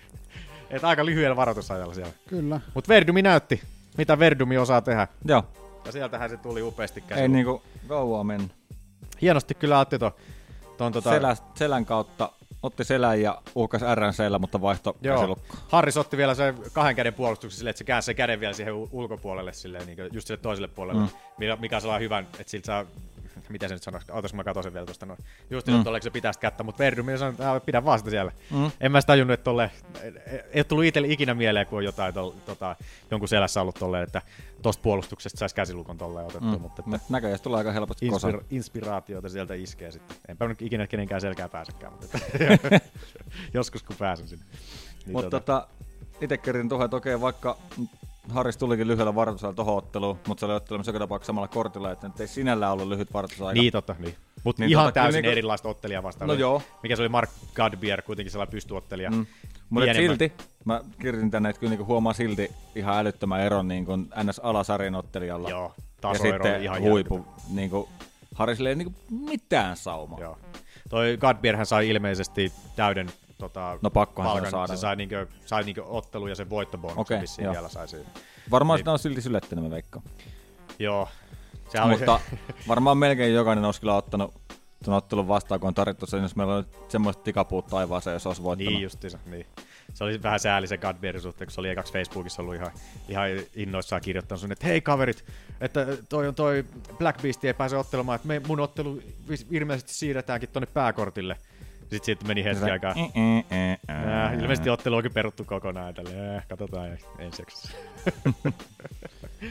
Et aika lyhyellä varoitusajalla siellä. Kyllä. Mutta Verdumi näytti, mitä Verdumi osaa tehdä. Joo. Ja sieltähän se tuli upeasti käsi. Ei niinku kauaa mennyt. Hienosti kyllä otti ton, ton tota, Selä, selän kautta otti selän ja uhkas RNCllä, mutta vaihto Joo. käsilukko. Harris otti vielä sen kahden käden puolustuksen silleen, että se käänsi sen käden vielä siihen u- ulkopuolelle, silleen, niin just sille toiselle puolelle, Mm. mm. mikä on sellainen hyvän, että siltä saa, mitä se nyt sanoisi, ootas mä katon sen vielä tuosta noin, just mm. Mm. että oliko se pitää sitä kättä, mutta Verdu, minä sanoin, että "Ää, pidä vaan sitä siellä. Mm. Mm. En mä sitä tajunnut, että tolle, ei- ei ole tullut itselle ikinä mieleen, kun on jotain tol, tota, jonkun selässä ollut tolleen, että tosta puolustuksesta saisi käsilukon tolleen otettu, Mm. mutta että, Mut näköjään se tulee aika helposti kosa. inspira- inspiraatioita sieltä iskee sitten. Enpä nyt ikinä kenenkään selkää pääsekään, mutta joskus kun pääsen sinne. Niin Mutta tota, itse kerrin tuohon, että okei, vaikka Harris tulikin lyhyellä varoitusajalla tuohon otteluun, mutta se oli ottelemassa joka tapauksessa samalla kortilla, että nyt ei sinällään ollut lyhyt varoitusaika. Niin totta, niin. Mutta niin, ihan tota, kyllä täysin niinku... erilaista ottelijaa vastaan. No joo. Mikä se oli Mark Godbier, kuitenkin sellainen pystyottelija. Mm. Mutta et Pienemmän. silti, mä kirjoitin tänne, että kyllä niinku huomaa silti ihan älyttömän eron niin kuin ns. alasarin ottelijalla. Joo, ja tasoero sitten oli ihan huipu. Niin kuin, Harrisille ei niin kuin mitään saumaa. Joo. Toi Godbierhän sai ilmeisesti täyden tota, No pakkohan palkan. se saada. Se sai, niinkö, sai niinkö ottelu ja sen voittobonus Okei, okay, vissiin joo. vielä sai siinä. Varmaan Niin, sitä on silti sylättänyt, mä veikkaan. Joo. Sehän Mutta varmaan melkein jokainen olisi kyllä ottanut tuon ottelun vastaan, kun on tarjottu sen, jos meillä on semmoista tikapuut taivaaseen, jos olisi voittanut. Niin justiinsa, niin. Se oli vähän sääli se Godbeerin suhteen, kun se oli ekaksi Facebookissa ollut ihan, ihan innoissaan kirjoittanut sun, että hei kaverit, että toi on toi Black Beast ei pääse ottelemaan, että me, mun ottelu vis- ilmeisesti siirretäänkin tonne pääkortille. Sitten siitä meni hetki Sä- aikaa. Mm, mm, mm, mm. Äh, ilmeisesti ottelu onkin peruttu kokonaan. Tälle. Äh, katsotaan ensiksi.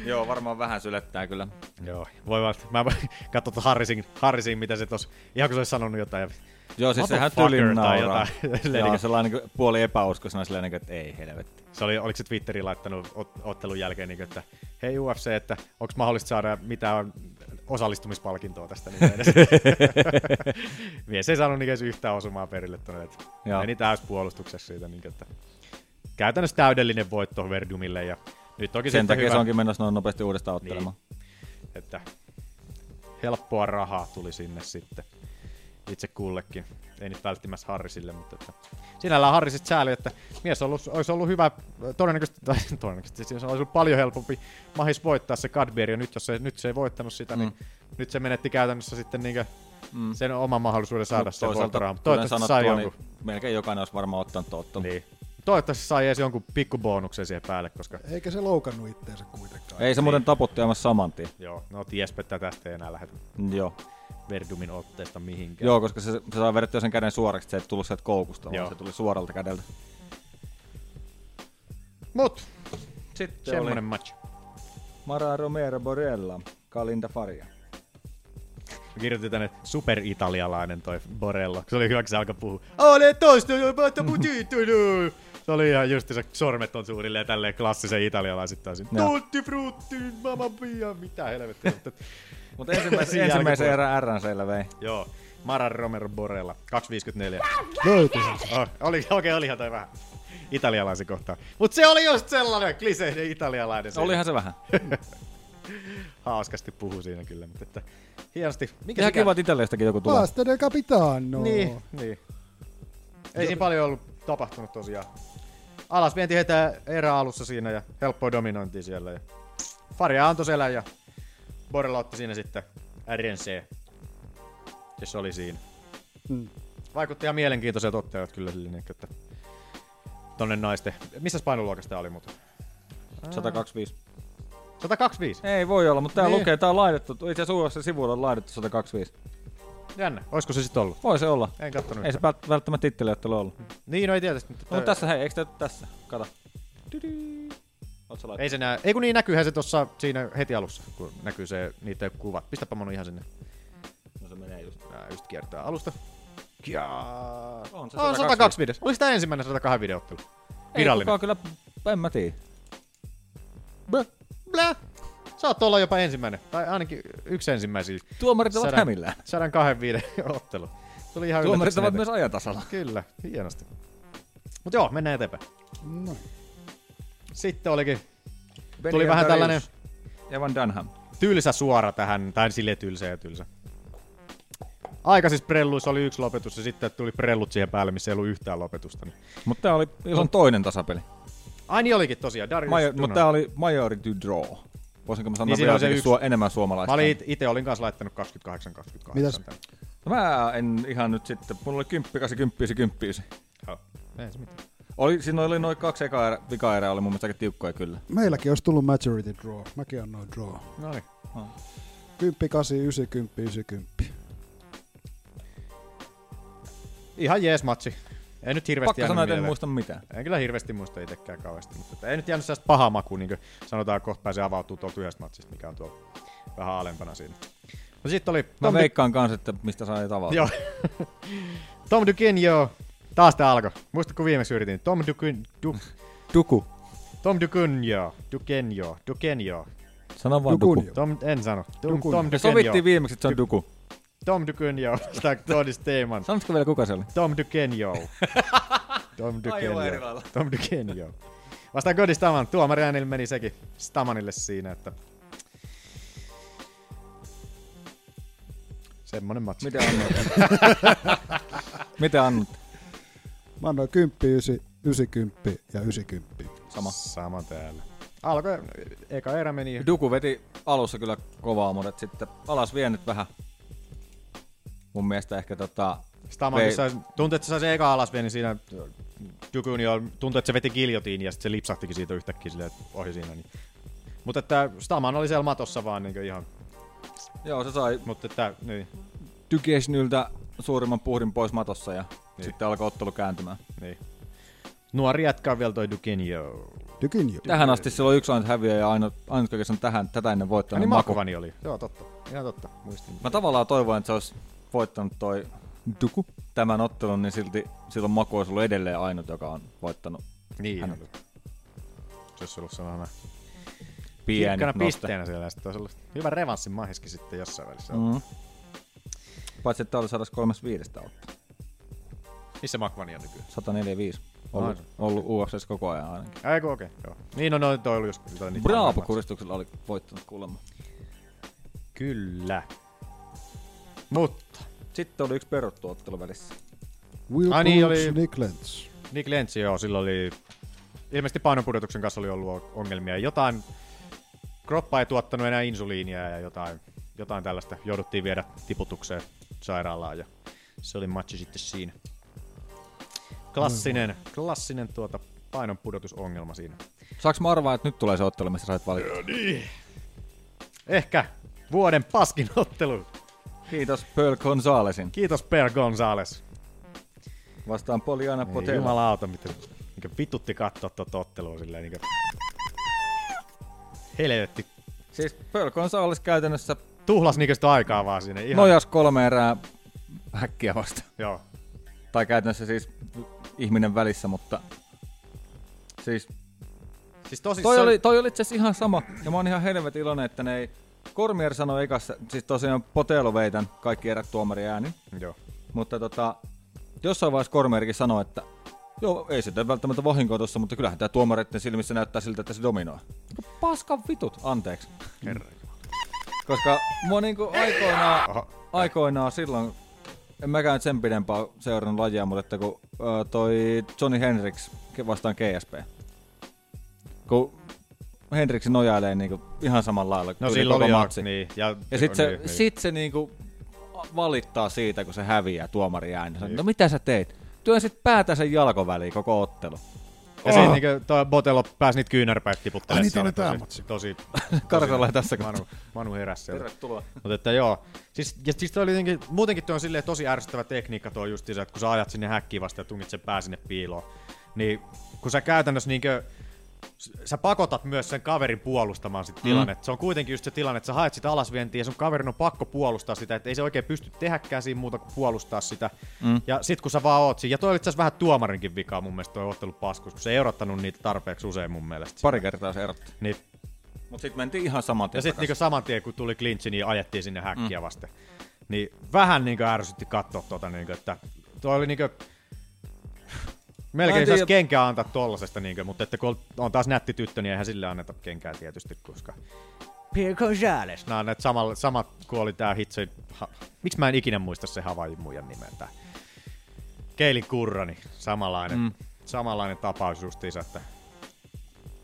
Joo, varmaan vähän sylättää kyllä. Joo, voi vaan, mä katson Harrisin, Harrisin, mitä se tos, ihan kun se olisi sanonut jotain. Joo, siis sehän Motherfucker tylin tai nauraa. jotain. niinku Joo, sellainen niin puoli epäuskoisena silleen, niin kuin, että ei helvetti. Se oli, oliko se Twitteriin laittanut ot- ottelun jälkeen, niin kuin, että hei UFC, että onko mahdollista saada mitään osallistumispalkintoa tästä niin kuin edes. Mies ei saanut niin kuin edes yhtään osumaa perille tuonne, että Joo. meni täyspuolustuksessa siitä, niin kuin, että käytännössä täydellinen voitto Verdumille ja nyt toki Sen sitten takia hyvä, se onkin menossa noin nopeasti uudestaan ottelemaan. että helppoa rahaa tuli sinne sitten itse kullekin. Ei nyt välttämättä Harrisille, mutta että sinällään Harrisit sääli, että mies ollut, olisi ollut hyvä, todennäköisesti, tai todennäköisesti siis olisi ollut paljon helpompi mahis voittaa se Cadbury, ja nyt jos se, nyt se ei voittanut sitä, niin nyt se menetti käytännössä sitten niinkö Mm. sen oman mahdollisuuden saada Mut sen toisaalta, voittorahan. kuten Toivottavasti sai sanottua, jonkun. Niin melkein jokainen olisi varmaan ottanut tuon ottelun. Niin. Toivottavasti sai edes jonkun pikkubonuksen siihen päälle, koska Eikä se loukannut itteensä kuitenkaan. Ei se Niin. muuten taputti aivan saman tien. joo, no tiespä että tästä ei enää lähdetä Joo. Verdumin otteesta mihinkään. Joo, koska se, se saa vedettyä sen käden suoraksi, että se ei tullut sieltä koukusta, vaan Joo. se tuli suoralta kädeltä. Mut, Sitten semmonen oli match. Mara Romero Borella, Kalinda Faria. Mä kirjoitin tänne että superitalialainen toi Borello. Se oli hyvä, kun se alkoi puhua. Ole toista, mutta putitulu. Se oli ihan just se sormet on suurilleen tälleen klassisen italialaisittain. Joo. Tutti frutti, mamma mia, mitä helvettiä. Mutta Mutta ensimmäisen, ensimmäisen erän Rn siellä vei. Joo. Maran Romero Borella, 2.54. Löytyi. Oh, oli, okei, okay, olihan toi vähän italialaisen kohtaan. Mutta se oli just sellainen kliseinen italialainen. siinä. Olihan se vähän. Hauskasti puhuu siinä kyllä, mutta että hienosti. Mikä Ihan se kiva, että Italiastakin joku tulee. Basta de capitano. Niin, niin. Ei siinä paljon ollut tapahtunut tosiaan. Alas vienti heti erä alussa siinä ja helppoa dominointia siellä. Ja Faria antoi selän ja Borella otti siinä sitten RNC. Ja se oli siinä. Mm. Vaikutti ihan mielenkiintoiset ottelut kyllä sille, niin, että tonne naisten. Missä painoluokasta tää oli muuten? tuota 125. 125. Ei voi olla, mutta tää Niin. lukee, tää on laitettu. Itse asiassa USA sivuilla on laitettu 125. Jännä. Olisiko se sitten ollut? Voi se olla. En kattonut. Ei se vält- välttämättä titteliottelu ollut. Niin, no ei tietysti. Mutta No, mutta tässä, hei, eikö tää tässä? Kato. Ei se näe. Ei kun niin näkyyhän se tuossa siinä heti alussa, kun näkyy se niitä kuvat. Pistäpä mun ihan sinne. No se menee just. Nää just kiertää alusta. Ja... On No, se On 102 videos. Oliko tämä ensimmäinen 102 videoottelu? Virallinen. Ei kukaan kyllä, en mä tiedä. Blä. Blä. Saat olla jopa ensimmäinen. Tai ainakin yksi ensimmäisiä. Tuomarit ovat hämillään. 125 ottelu. Se oli ihan Tuomarit yllätyksenä. ovat myös ajantasalla. Kyllä, hienosti. Mutta joo, mennään eteenpäin. No. Sitten olikin. Ben Tuli vähän tällainen Evan Dunham. tylsä suora tähän, tai sille tylsä ja tylsä. Aikaisissa prelluissa oli yksi lopetus ja sitten tuli prellut siihen päälle, missä ei ollut yhtään lopetusta. Niin. Mutta tää oli Ilon toinen tasapeli. Ai niin olikin tosiaan, Darius Major, Tunonen. mutta tää oli majority draw. Voisinko mä sanoa Niin niin siinä vielä on se se yksi- suo, enemmän Mä suomalaista? olin itse olin kanssa laittanut 28-28. Mitäs? No Mä en ihan nyt sitten, mulla oli 10, 8, 10, 9, 10. Ei se mitään. Oli, siinä oli noin kaksi eka erä, vika erää, oli mun mielestä aika tiukkoja kyllä. Meilläkin olisi tullut majority draw. Mäkin annoin draw. No niin. 10, 8, 9, 10, 90. Ihan jees matsi. Ei nyt hirveästi Pakko jäänyt sanoa, että en mieleen. muista mitään. En kyllä hirveästi muista itsekään kauheasti, mutta että ei nyt jäänyt sellaista pahaa makua, niin kuin sanotaan, kohta pääsee avautuu tuolta yhdestä matsista, mikä on tuolla vähän alempana siinä. No sitten oli Mä Tom, Dy- veikkaan kanssa, että mistä sai tavaa. joo. Tom Dukin, joo. Taas tää alkoi. Muista, kun viimeksi yritin. Tom Dukin, du, Duku. Tom Dukin, joo. Duken, joo. Duken, joo. Sano vaan Duku. Dukunio. Tom, en sano. Tom, Dukunio. Tom Me Duken, joo. sovittiin viimeksi, että se on Duku. Tom Duken, joo. Sitä Todis Teeman. Sanotko vielä, kuka se oli? Tom Dukenjo. Tom Aivan eri Dukenjo. lailla. Tom Dukenjo. Vastaan Cody Staman. Tuomari äänillä meni sekin Stamanille siinä, että... Semmonen matsi. Mitä annat? Mitä annat? Mä annoin 10, 9, 90 ja 90. Sama. Sama täällä. Alkoi, eka erä meni. Duku veti alussa kyllä kovaa, mutta et sitten alas viennyt vähän. Mun mielestä ehkä tota... Staman, vei- kun sai- tuntui, että se sai sen eka alas niin siinä Jukunior tuntui, että se veti giljotiin ja sitten se lipsahtikin siitä yhtäkkiä silleen ohi siinä. Niin. Mutta että Staman oli siellä matossa vaan niin ihan. Joo, se sai Mutta että, niin, Dykesnyltä suurimman puhdin pois matossa ja niin. sitten alkoi ottelu kääntymään. niin. Nuori jätkä on vielä toi Dukenjo. Tykin jo. Tähän asti sillä on yksi ainut häviö ja ainut, ainut kaikessa on tähän, tätä ennen Ai voittanut niin Maku. Makovani oli. Joo, totta. Ihan totta. Muistin. Mä tavallaan toivoin, että se olisi voittanut toi Duku tämän ottelun, niin silti silloin Maku olisi ollut edelleen ainut, joka on voittanut Niin. Hän- Se olisi ollut sellainen pieni kirkkana noste. pisteenä siellä. ja Sitten olisi ollut hyvä revanssin mahiski sitten jossain välissä. Mm. Mm. Paitsi, että tämä oli 135 ottaa. Missä Makvani on nykyään? 145. Ollut, Aivan. ollut UFCs koko ajan ainakin. Aiku, okei. Okay, joo. Niin, no, no toi oli just... Toi niitä Bravo maailmanmatsi. kuristuksella oli voittanut kuulemma. Kyllä. Mutta Sitten oli yksi peruttu ottelu välissä. Will Ai niin, Brooks, oli- Nick Lentz. Nick Lentz, joo, sillä oli... Ilmeisesti painonpudotuksen kanssa oli ollut ongelmia. Jotain... Kroppa ei tuottanut enää insuliinia ja jotain, jotain tällaista. Jouduttiin viedä tiputukseen sairaalaan ja se oli matchi sitten siinä. Klassinen, klassinen tuota painonpudotusongelma siinä. Saanko mä arvaa, että nyt tulee se ottelu, missä sait valita? Ehkä vuoden paskin ottelu. Kiitos Pearl Gonzalesin. Kiitos Per Gonzales. Vastaan Poliana Ei Potella. jumalauta, miten mikä vitutti katsoa tuota ottelua silleen. Niin Helvetti. Siis Pearl Gonzales käytännössä Tuhlas niinkö sitä aikaa vaan sinne. Ihan, nojas kolme erää häkkiä vasta. Joo. Tai käytännössä siis ihminen välissä, mutta siis Siis tosissaan. Siis toi oli, toi oli itse asiassa ihan sama. Ja mä oon ihan helvetin iloinen, että ne ei Kormier sanoi ekassa, siis tosiaan Potelo veitän kaikki erät tuomari ääni. Joo. Mutta tota, jossain vaiheessa Kormierkin sanoi, että joo, ei sitä välttämättä vahinkoa tuossa, mutta kyllähän tämä tuomareiden silmissä näyttää siltä, että se dominoi. Niin Paskan vitut, anteeksi. Herra. Koska mua niinku aikoinaan, aikoinaan silloin, en mäkään nyt sen pidempään seurannut lajia, mutta että kun ö, toi Johnny Hendricks ke- vastaan GSP, kun Hendricks nojailee niinku ihan samalla lailla No yli silloin koko joo, matsin. niin, ja- ja, ja sitten se, niin, niin. sit se niinku valittaa siitä, kun se häviää tuomari äänensä. Niin. No mitä sä teit? Työnsit päätänsä jalkoväliin koko ottelu. Ja sitten niinku toi Botelo pääsi niitä kyynärpäät tiputtelemaan. Ai niin, tää oli siinä. tää tosi, tosi, Kartalla ei tässä Manu, kohtaa. Manu heräsi sieltä. Tervetuloa. Mutta että joo. Siis, ja siis toi oli jotenkin, muutenkin toi on silleen tosi ärsyttävä tekniikka toi just se, että kun sä ajat sinne häkkiin vasta ja tungit sen pää sinne piiloon, niin kun sä käytännössä niinkö s- sä pakotat myös sen kaverin puolustamaan sitä tilannetta. Se on kuitenkin just se tilanne, että sä haet sitä alasvientiä ja sun kaverin on pakko puolustaa sitä, että ei se oikein pysty tehäkään siinä muuta kuin puolustaa sitä. Mm. Ja sit kun sä vaan oot siinä, ja toi oli itse asiassa vähän tuomarinkin vikaa mun mielestä toi ottelu paskus, kun se ei erottanut niitä tarpeeksi usein mun mielestä. Pari kertaa se erotti. Niin. Mutta sitten mentiin ihan saman tien. Ja sitten takaisin. niinku saman tien, kun tuli clinchi, niin ajettiin sinne häkkiä mm. vasten. Niin vähän niinku ärsytti katsoa tota, niinku, että toi oli niinku... Mä Melkein en saisi tiedä- kenkää antaa tollasesta, niinku, mutta että kun on- on taas nätti tyttö, niin eihän sille anneta kenkää tietysti, koska... Pierre Gonzales. Nämä on näitä samat, samat kun oli tää hitsi... Ha... Miksi mä en ikinä muista se Havaijin muijan nimeltä? Keilin Kurrani, samanlainen, Mm. mm. samanlainen tapaus justiinsa, että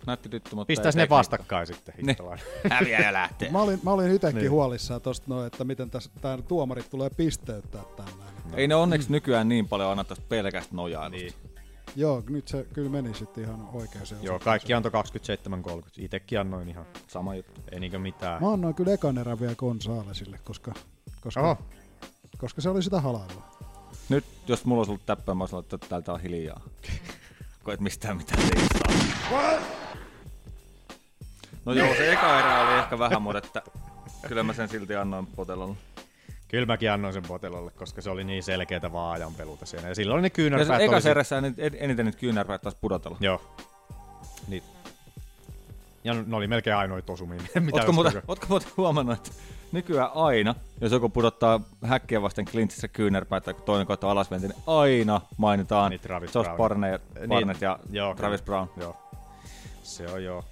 Näytti tyttö, mutta pistäis ei ne tekniikka. vastakkain sitten. Niin. hittolainen. Häviäjä lähtee. Mä olin, mä olin itsekin Niin. niin. huolissaan tosta noin, että miten tässä tää tuomarit tulee pisteyttää tällä. Ei ne onneksi nykyään niin paljon anna tästä pelkästä nojailusta. Niin. Joo, nyt se kyllä meni sitten ihan oikein se Joo, kaikki antoi 27.30. Itekin annoin ihan. Sama juttu. Ei niinkö mitään. Mä annoin kyllä ekan erän vielä Gonzalesille, koska, Oho. koska, koska se oli sitä halailua. Nyt jos mulla olisi ollut täppää, mä olisin ollut, että täältä on hiljaa. Kun et mistään mitään liistaa. No joo, se eka erä oli ehkä vähän, mutta että kyllä mä sen silti annoin potelolla. Kyllä mäkin annoin sen potelolle, koska se oli niin selkeätä vaan ajanpeluta siinä. Ja silloin ne Ja kyynärpäät sen oli... ekassa sit- erässä en- en- eniten nyt kyynärpäät taas pudotella. Joo. Niin. Ja ne oli melkein ainoita osumia. Mitä niinku- Ootko jos- muuten, ootko muuten huomannut, että nykyään aina, jos joku pudottaa häkkiä vasten klintsissä kyynärpäät tai kun toinen koittaa alasventi, niin aina mainitaan Niin, Travis Josh Brown. Barnett, Niin, Barnett ja joo, Travis kyllä. Brown. Joo. Se on joo.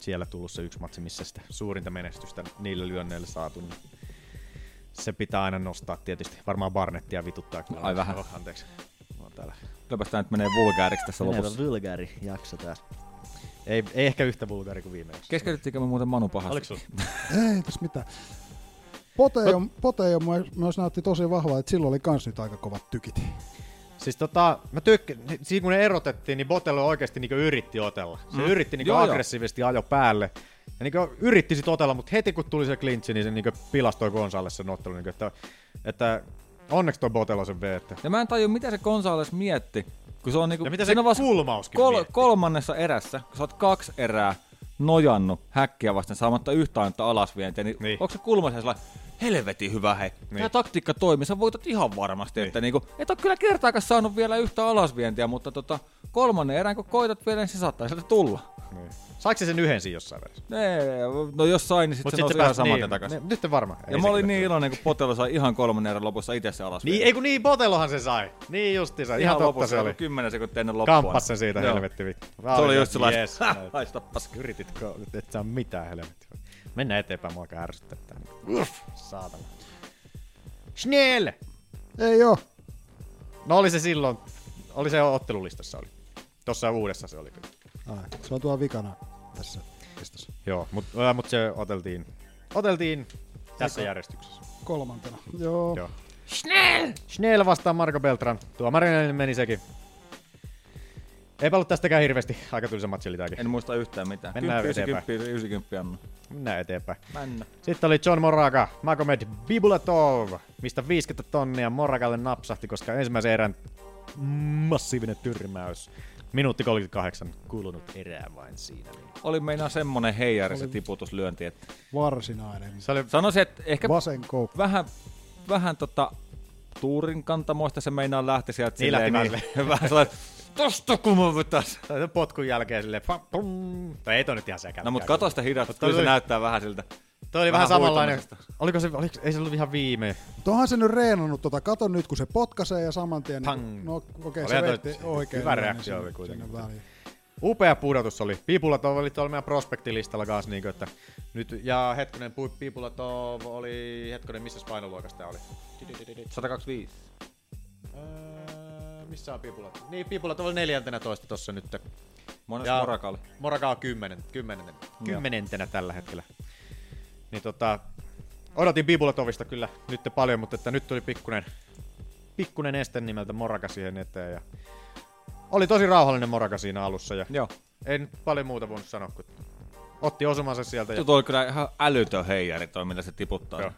Siellä tullut se yksi matsi, missä sitä suurinta menestystä niillä lyönneillä saatu. Niin se pitää aina nostaa tietysti. Varmaan Barnettia vituttaa. kun- Ai vähän. Oh, anteeksi. Mä oon täällä. Kylläpäs tää nyt menee vulgaariksi tässä Meneepä lopussa. vulgaari jakso taas. Ei, ei ehkä yhtä vulgaari kuin viime jakso. Keskeytettiinkö me muuten Manu pahasti? Oliko sulla? Ei tässä mitään. Potejo, Potejo myös, myös näytti tosi vahvaa, että sillä oli kans nyt aika kovat tykit. Siis tota, mä tykkään, siinä kun ne erotettiin, niin Botello oikeasti niinku yritti otella. Se Mm. mm. yritti niinku Joo, joo. aggressiivisesti ajo päälle. Ja niinku yritti sit otella, mutta heti kun tuli se klintsi, niin se niinku pilastoi Gonsalle sen ottelun. Niinku, että, että onneksi toi Botello sen vei. Että. Ja mä en tajua, mitä se Gonzales mietti. Kun se on niinku, Ja mitä siinä se on vasta kulmauskin kol- mietti? kolmannessa erässä, kun sä oot kaksi erää nojannut häkkiä vasten saamatta yhtä ainutta alasvientiä, niin, niin. onko se kulmassa sellainen, helvetin hyvä hei, niin. tämä taktiikka toimii, sä voitat ihan varmasti, niin. että niinku, et ole kyllä kertaakaan saanut vielä yhtä alasvientiä, mutta tota, kolmannen erään kun koitat vielä, niin se saattaa sieltä tulla. Niin. Saiko se sen yhden siinä jossain välissä? Nee, no jos sai, niin sitten Mut se sit nousi se ihan pääsi- saman niin, tien takaisin. ne- nyt varmaan. Ja Ei mä se olin kyllä niin iloinen, kun Potelo sai ihan kolmannen erän lopussa itse se alasvientiä. Niin, ei kun niin, Botellohan se sai. Niin justiinsa, ihan, ihan totta lopussa se oli. joku 10 sekuntia ennen loppua. Kamppas sen siitä, Joo. helvetti vittu. Se oli just sellaista. Yes, Haistappas. Yritit, et saa mitään helvetti. Mennään eteenpäin, mua alkaa ärsyttää tää. Uff, Saatana. Schnell! Ei oo. No oli se silloin, oli se ottelulistassa oli. Tossa uudessa se oli kyllä. Ai, se on tuo vikana tässä. Joo, mutta äh, mut se oteltiin, oteltiin tässä Eka- järjestyksessä. Kolmantena. Joo. Joo. Schnell! Schnell vastaan Marko Beltran. Tuo Marinen meni sekin. Eipä ollut tästäkään hirveästi. Aika tylsä matsi oli tääkin. En muista yhtään mitään. Mennään Kymppi, eteenpäin. 90, 90 anna. Mennään eteenpäin. Mennä. Sitten oli John Moraga, Magomed Bibulatov, mistä 50 tonnia Moragalle napsahti, koska ensimmäisen erän massiivinen tyrmäys. Minuutti 38 kulunut erää vain siinä. Oli meinaa semmonen heijari se tiputuslyönti, että Varsinainen. Se oli... Sanoisin, että ehkä Vasen koukku. vähän, vähän tota, tuurin kantamoista se meinaa lähti sieltä. Niin silleen, lähti vähän vähän sellainen, tosta kun mä vetäs. Tai Potkun jälkeen silleen, pam, pum. Tai ei toi nyt ihan säkä. No mut kato sitä hidasta, Mutta kyllä se oli- näyttää vähän siltä. Toi oli vähän, samanlainen. Oliko se, oliko, ei se ollut ihan viime. Mutta onhan se nyt reenannut tota, kato nyt kun se potkaisee ja saman tien... Pang. No okei, Oli okay, se toi- vetti oikein. Hyvä noin, reaktio sinne- oli kuitenkin. sinne väliin. Upea pudotus oli. Piipulato oli tuolla meidän prospektilistalla kanssa. Niin että nyt, ja hetkinen, Pu- Piipulato oli... Hetkinen, missä painoluokassa tää oli? 125. Öö, missä on Piipulato? Niin, Piipulato oli 14 tossa nyt. Mones Moraka oli? Moraka on 10, 10, 10 tällä hetkellä. Niin tota, odotin Piipulatovista kyllä nyt paljon, mutta että nyt tuli pikkunen, pikkunen este nimeltä Moraka siihen eteen. Ja oli tosi rauhallinen Moraka siinä alussa. Ja Joo. En paljon muuta voinut sanoa, kun otti osumansa sieltä. Ja... Tuo oli kyllä ihan älytön heijari toi, millä se tiputtaa. Joo.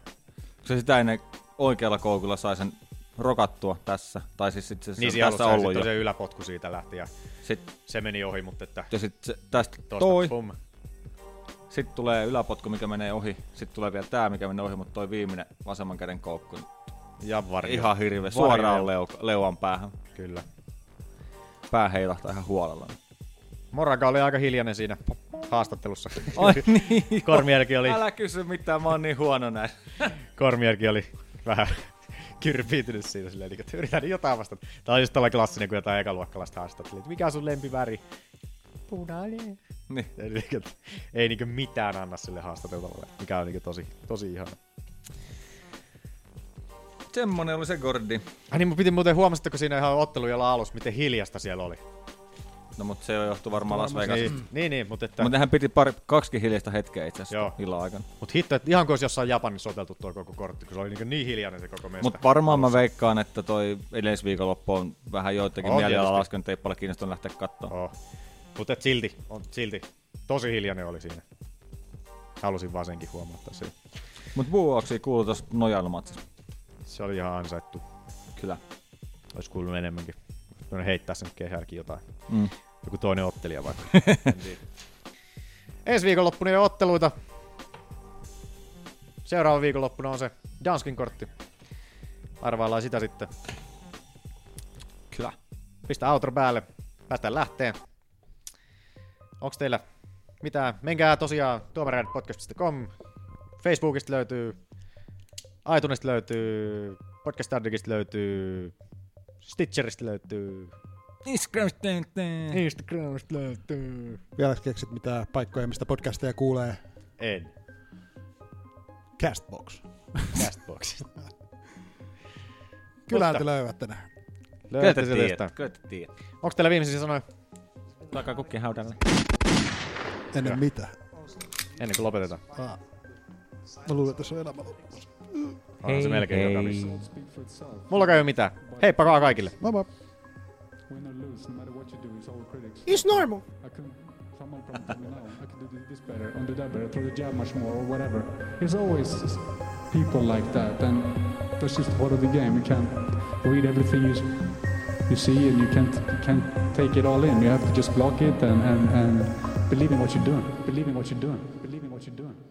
Se sitä ennen oikealla koukulla sai sen rokattua tässä. Tai siis itse Niin asiassa siinä tässä alussa ollut sitten se jo. yläpotku siitä lähti ja Sitten se meni ohi, mutta että... Ja sitten tästä Tosta, toi. pum. Sitten tulee yläpotku, mikä menee ohi. Sitten tulee vielä tämä, mikä menee ohi, mutta toi viimeinen vasemman käden koukku. Ja varjo. Ihan hirveä. Varjo. Suoraan leu, leuan päähän. Kyllä. Pää heilahtaa ihan huolella. Moraka oli aika hiljainen siinä haastattelussa. Ai niin, joo. Kormierki oli, Älä kysy mitään, mä oon niin huono näissä. Kormierki oli vähän kyrpiintynyt siinä silleen, niin että yritän jotain vastata. Tämä on just tällä klassinen, kun jotain ekaluokkalaista haastattelee, että mikä on sun lempiväri? Punainen. Niin. Eli, niin kuin, että ei niin mitään anna sille haastateltavalle, mikä on niin tosi, tosi ihana. Semmonen oli se Gordi. Ai niin, mun piti muuten huomasitteko siinä ihan ottelu jolla alus, miten hiljasta siellä oli. No mut se johtuu varmaan Las Vegasista. Niin, niin, niin mutta että... Mutta nehän piti pari, kaksikin hiljaista hetkeä itse asiassa illan aikana. Mut hitto, että ihan kuin olisi jossain Japanissa oteltu tuo koko kortti, kun se oli niin, niin hiljainen se koko mesta. Mutta varmaan mä veikkaan, että toi edellisviikonloppu on vähän joitakin On mielellä tietysti. laskenut, ei paljon kiinnostunut lähteä katsomaan. Oh. Mutta et silti, on, silti, tosi hiljainen oli siinä. Halusin vaan senkin huomauttaa sen. Mut vuoksi kuului tuossa nojailumatsissa. Se oli ihan ansaittu. Kyllä. Olisi kuulunut enemmänkin. Noin heittää sen kehälläkin jotain. Mm. Joku toinen ottelija vaikka. En tiedä. Ensi viikonloppuna ei ole otteluita. Seuraava viikonloppuna on se Danskin kortti. Arvaillaan sitä sitten. Kyllä. Pistä outro päälle. Päästään lähteen. Onks teillä mitään? Menkää tosiaan tuomareidepodcast.com. Facebookista löytyy. iTunesista löytyy. Podcast Addictista löytyy. Stitcherista löytyy. Niin, Instagramista Instagramista löytyy. Vielä keksit mitä paikkoja, mistä podcasteja kuulee. En. Castbox. Castboxista. Kyllä Mutta- te löydätte ne. Kyllä te Löydätte sieltä jostain. tiedät, kyllä te tiedät. Onko teillä viimeisiä sanoja? Takaa kukkien haudalle. Ennen mitä? Ennen kuin lopetetaan. Ah. Mä luulen, että se on elämä loppumassa. Onhan se melkein hei. joka missä. Mulla ei ole mitään. Heippa vaan kaikille. Moi moi. Win or lose, no matter what you do, it's all critics. It's normal. I can, someone from me now, I can do this better, on the that better, throw the jab much more, or whatever. There's always people like that, and that's just part of the game. You can't read everything you, s- you see, and you can't, you can't take it all in. You have to just block it and, and, and believe in what you're doing. Believe in what you're doing. Believe in what you're doing.